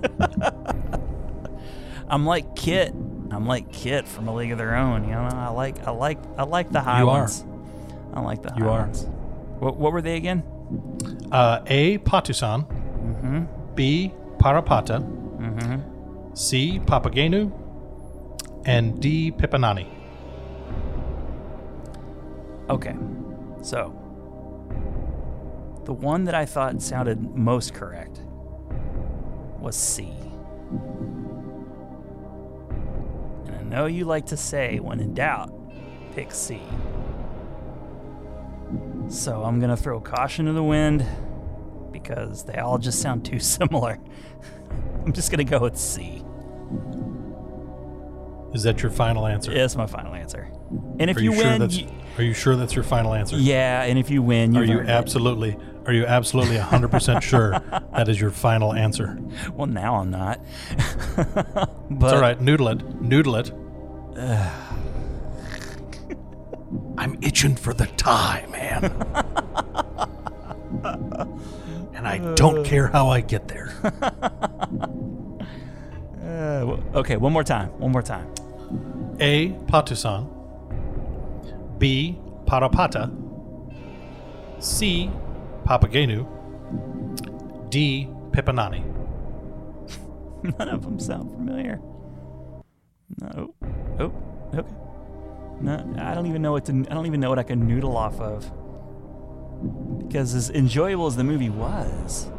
[SPEAKER 5] [laughs] I'm like Kit. I'm like Kit from A League of Their Own. You know, I like, I like, I like the high
[SPEAKER 6] You are.
[SPEAKER 5] ones. I like the high
[SPEAKER 6] You are.
[SPEAKER 5] ones. What, what were they again?
[SPEAKER 6] uh, A. Patusan, B. Parapata, C. Papagenu, and D. Pipanani.
[SPEAKER 5] Okay, so the one that I thought sounded most correct was C. know you like to say when in doubt, pick C. So I'm gonna throw caution to the wind because they all just sound too [laughs] similar. I'm just gonna go with C.
[SPEAKER 6] Is that your final answer?
[SPEAKER 5] That's my final answer. And if
[SPEAKER 6] Are you,
[SPEAKER 5] you,
[SPEAKER 6] sure
[SPEAKER 5] win,
[SPEAKER 6] that's
[SPEAKER 5] you-
[SPEAKER 6] Are you sure that's your final answer?
[SPEAKER 5] yeah, and if you win, you
[SPEAKER 6] Are you
[SPEAKER 5] earned it.
[SPEAKER 6] absolutely Are you absolutely
[SPEAKER 5] [laughs]
[SPEAKER 6] 100% sure that is your final answer?
[SPEAKER 5] Well, now I'm not. [laughs]
[SPEAKER 6] It's
[SPEAKER 5] but
[SPEAKER 6] all right, noodle it.
[SPEAKER 5] [sighs]
[SPEAKER 6] Noodle it. I'm itching for the tie,
[SPEAKER 5] [laughs]
[SPEAKER 6] man. and I don't care how I get there.
[SPEAKER 5] uh, w- okay, one more time. One more time.
[SPEAKER 6] A. Patusan. B. Parapata. C. Papagenu. D. Pipanani.
[SPEAKER 5] [laughs] None of them sound familiar. No. Oh. Okay. No, I don't even know what to. I don't even know what I can noodle off of. Because as enjoyable as the movie was,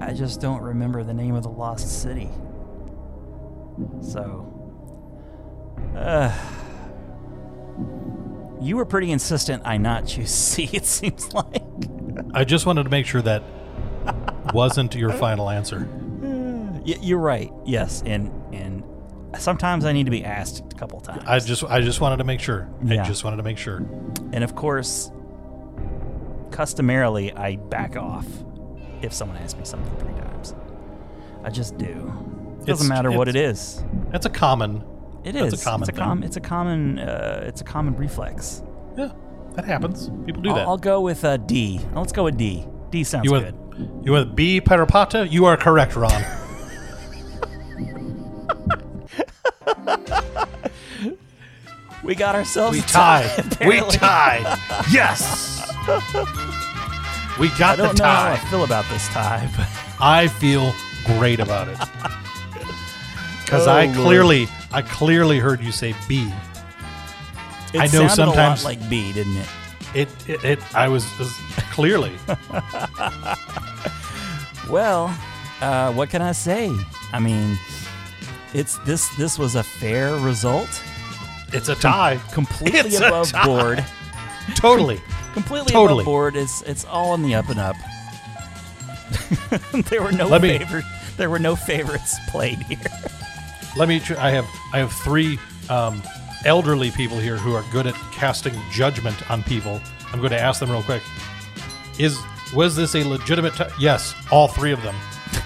[SPEAKER 5] I just don't remember the name of the lost city. So. Uh, you were pretty insistent I not choose [laughs] C, it seems like.
[SPEAKER 6] I just wanted to make sure
[SPEAKER 5] [laughs]
[SPEAKER 6] that wasn't your final answer.
[SPEAKER 5] Y- you're right. Yes, and and sometimes I need to be asked a couple times.
[SPEAKER 6] I just I just wanted to make sure.
[SPEAKER 5] Yeah.
[SPEAKER 6] I just wanted to make sure.
[SPEAKER 5] and of course, customarily I back off if someone asks me something three times. I just do. It doesn't
[SPEAKER 6] It's-
[SPEAKER 5] matter what it
[SPEAKER 6] it's-
[SPEAKER 5] is.
[SPEAKER 6] That's a common.
[SPEAKER 5] It
[SPEAKER 6] that's
[SPEAKER 5] is.
[SPEAKER 6] a
[SPEAKER 5] it's
[SPEAKER 6] common
[SPEAKER 5] a
[SPEAKER 6] thing.
[SPEAKER 5] com- It's a common. Uh, it's a common reflex.
[SPEAKER 6] Yeah, that happens. People do
[SPEAKER 5] I'll,
[SPEAKER 6] that.
[SPEAKER 5] I'll go with uh, D. Let's go with D. D sounds
[SPEAKER 6] you
[SPEAKER 5] good.
[SPEAKER 6] want you want B Parapata? You are correct, Ron.
[SPEAKER 5] We got ourselves [laughs]
[SPEAKER 6] We
[SPEAKER 5] a tie,
[SPEAKER 6] tied. we
[SPEAKER 5] apparently.
[SPEAKER 6] tied. Yes. We got
[SPEAKER 5] I
[SPEAKER 6] the
[SPEAKER 5] don't know how I
[SPEAKER 6] tie.
[SPEAKER 5] feel about this tie, but.
[SPEAKER 6] I feel great
[SPEAKER 5] [laughs]
[SPEAKER 6] about it. Because
[SPEAKER 5] Oh,
[SPEAKER 6] I
[SPEAKER 5] Lord.
[SPEAKER 6] clearly, I clearly heard you say B.
[SPEAKER 5] It
[SPEAKER 6] I know
[SPEAKER 5] sounded
[SPEAKER 6] sometimes-
[SPEAKER 5] a lot like B, didn't it?
[SPEAKER 6] It, it, it I was, was clearly.
[SPEAKER 5] Well, uh, what can I say? I mean, it's this. This was a fair result,
[SPEAKER 6] It's
[SPEAKER 5] [laughs]
[SPEAKER 6] a tie.
[SPEAKER 5] completely
[SPEAKER 6] It's a
[SPEAKER 5] above
[SPEAKER 6] tie.
[SPEAKER 5] board.
[SPEAKER 6] Totally.
[SPEAKER 5] Completely
[SPEAKER 6] Totally.
[SPEAKER 5] above board. It's it's all on the up and up. [laughs] there were no
[SPEAKER 6] Let me-
[SPEAKER 5] favor- There were no favorites played here.
[SPEAKER 6] Let me. Tr- I have. I have three um, elderly people here who are good at casting judgment on people. I'm going to ask them real quick. Is was this a legitimate? T- yes, all three of them.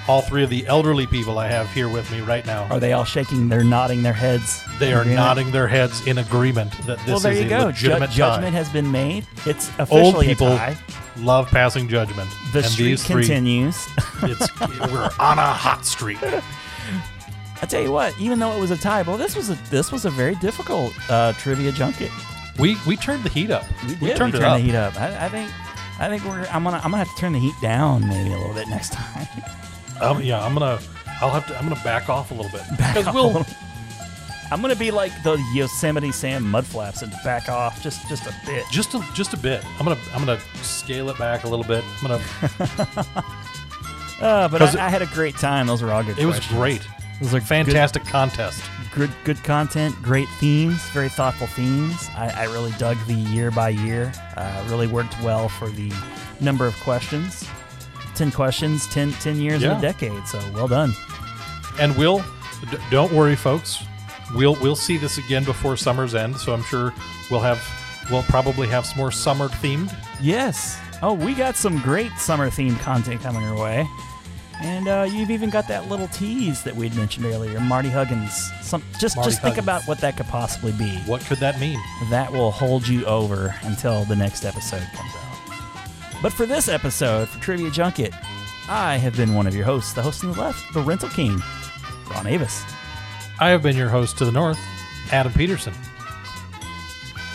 [SPEAKER 6] All three of the elderly people I have here with me right now.
[SPEAKER 5] Are they all shaking? They're nodding their heads.
[SPEAKER 6] They are
[SPEAKER 5] Agreement?
[SPEAKER 6] nodding their heads in agreement that this
[SPEAKER 5] Well, there
[SPEAKER 6] is
[SPEAKER 5] you
[SPEAKER 6] a
[SPEAKER 5] go. Ju-
[SPEAKER 6] legitimate
[SPEAKER 5] judgment
[SPEAKER 6] tie.
[SPEAKER 5] has been made. It's officially
[SPEAKER 6] Old
[SPEAKER 5] a
[SPEAKER 6] people
[SPEAKER 5] tie.
[SPEAKER 6] love passing judgment.
[SPEAKER 5] The
[SPEAKER 6] and
[SPEAKER 5] streak
[SPEAKER 6] these three,
[SPEAKER 5] continues.
[SPEAKER 6] [laughs] it's, we're on a hot streak.
[SPEAKER 5] I tell you what, even though it was a tie, well, this was a this was a very difficult uh, trivia junket.
[SPEAKER 6] We we turned the heat up. We,
[SPEAKER 5] Yeah,
[SPEAKER 6] turned
[SPEAKER 5] we
[SPEAKER 6] it
[SPEAKER 5] turned
[SPEAKER 6] up.
[SPEAKER 5] the heat up. I, I think, I think we're. I'm gonna. I'm gonna have to turn the heat down maybe a little bit next time. [laughs]
[SPEAKER 6] Um, yeah, I'm gonna. I'll have to. I'm gonna back off a little bit because
[SPEAKER 5] a
[SPEAKER 6] we'll.
[SPEAKER 5] little- I'm gonna be like the Yosemite Sam mudflaps and back off just just a bit.
[SPEAKER 6] just a, just a bit. I'm gonna I'm gonna scale it back a little bit. I'm
[SPEAKER 5] [laughs]
[SPEAKER 6] gonna.
[SPEAKER 5] Uh, but
[SPEAKER 6] 'Cause it-
[SPEAKER 5] I, I had a great time. Those were all good.
[SPEAKER 6] It was
[SPEAKER 5] questions.
[SPEAKER 6] great.
[SPEAKER 5] Those are
[SPEAKER 6] Fantastic contest.
[SPEAKER 5] Good, good, good content. Great themes. Very thoughtful themes. I, I really dug the year by year. Uh, really worked well for the number of questions. Ten questions. 10, 10 years in
[SPEAKER 6] Yeah.
[SPEAKER 5] a decade. So well done.
[SPEAKER 6] And we'll. D- don't worry, folks. We'll we'll see this again before summer's end. So I'm sure we'll have we'll probably have some more summer themed.
[SPEAKER 5] Yes. Oh, we got some great summer themed content coming your way. And uh, you've even got that little tease that we'd mentioned earlier, Marty Huggins. Some, just
[SPEAKER 6] Marty
[SPEAKER 5] just think
[SPEAKER 6] Huggins.
[SPEAKER 5] about what that could possibly be.
[SPEAKER 6] What could that mean?
[SPEAKER 5] That will hold you over until the next episode comes out. But for this episode, for Trivia Junket, I have been one of your hosts, the host on the left, the Rental King, Ron Avis.
[SPEAKER 6] I have been your host to the north, Adam Peterson.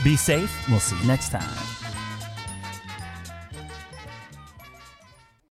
[SPEAKER 5] Be safe. We'll see you next time.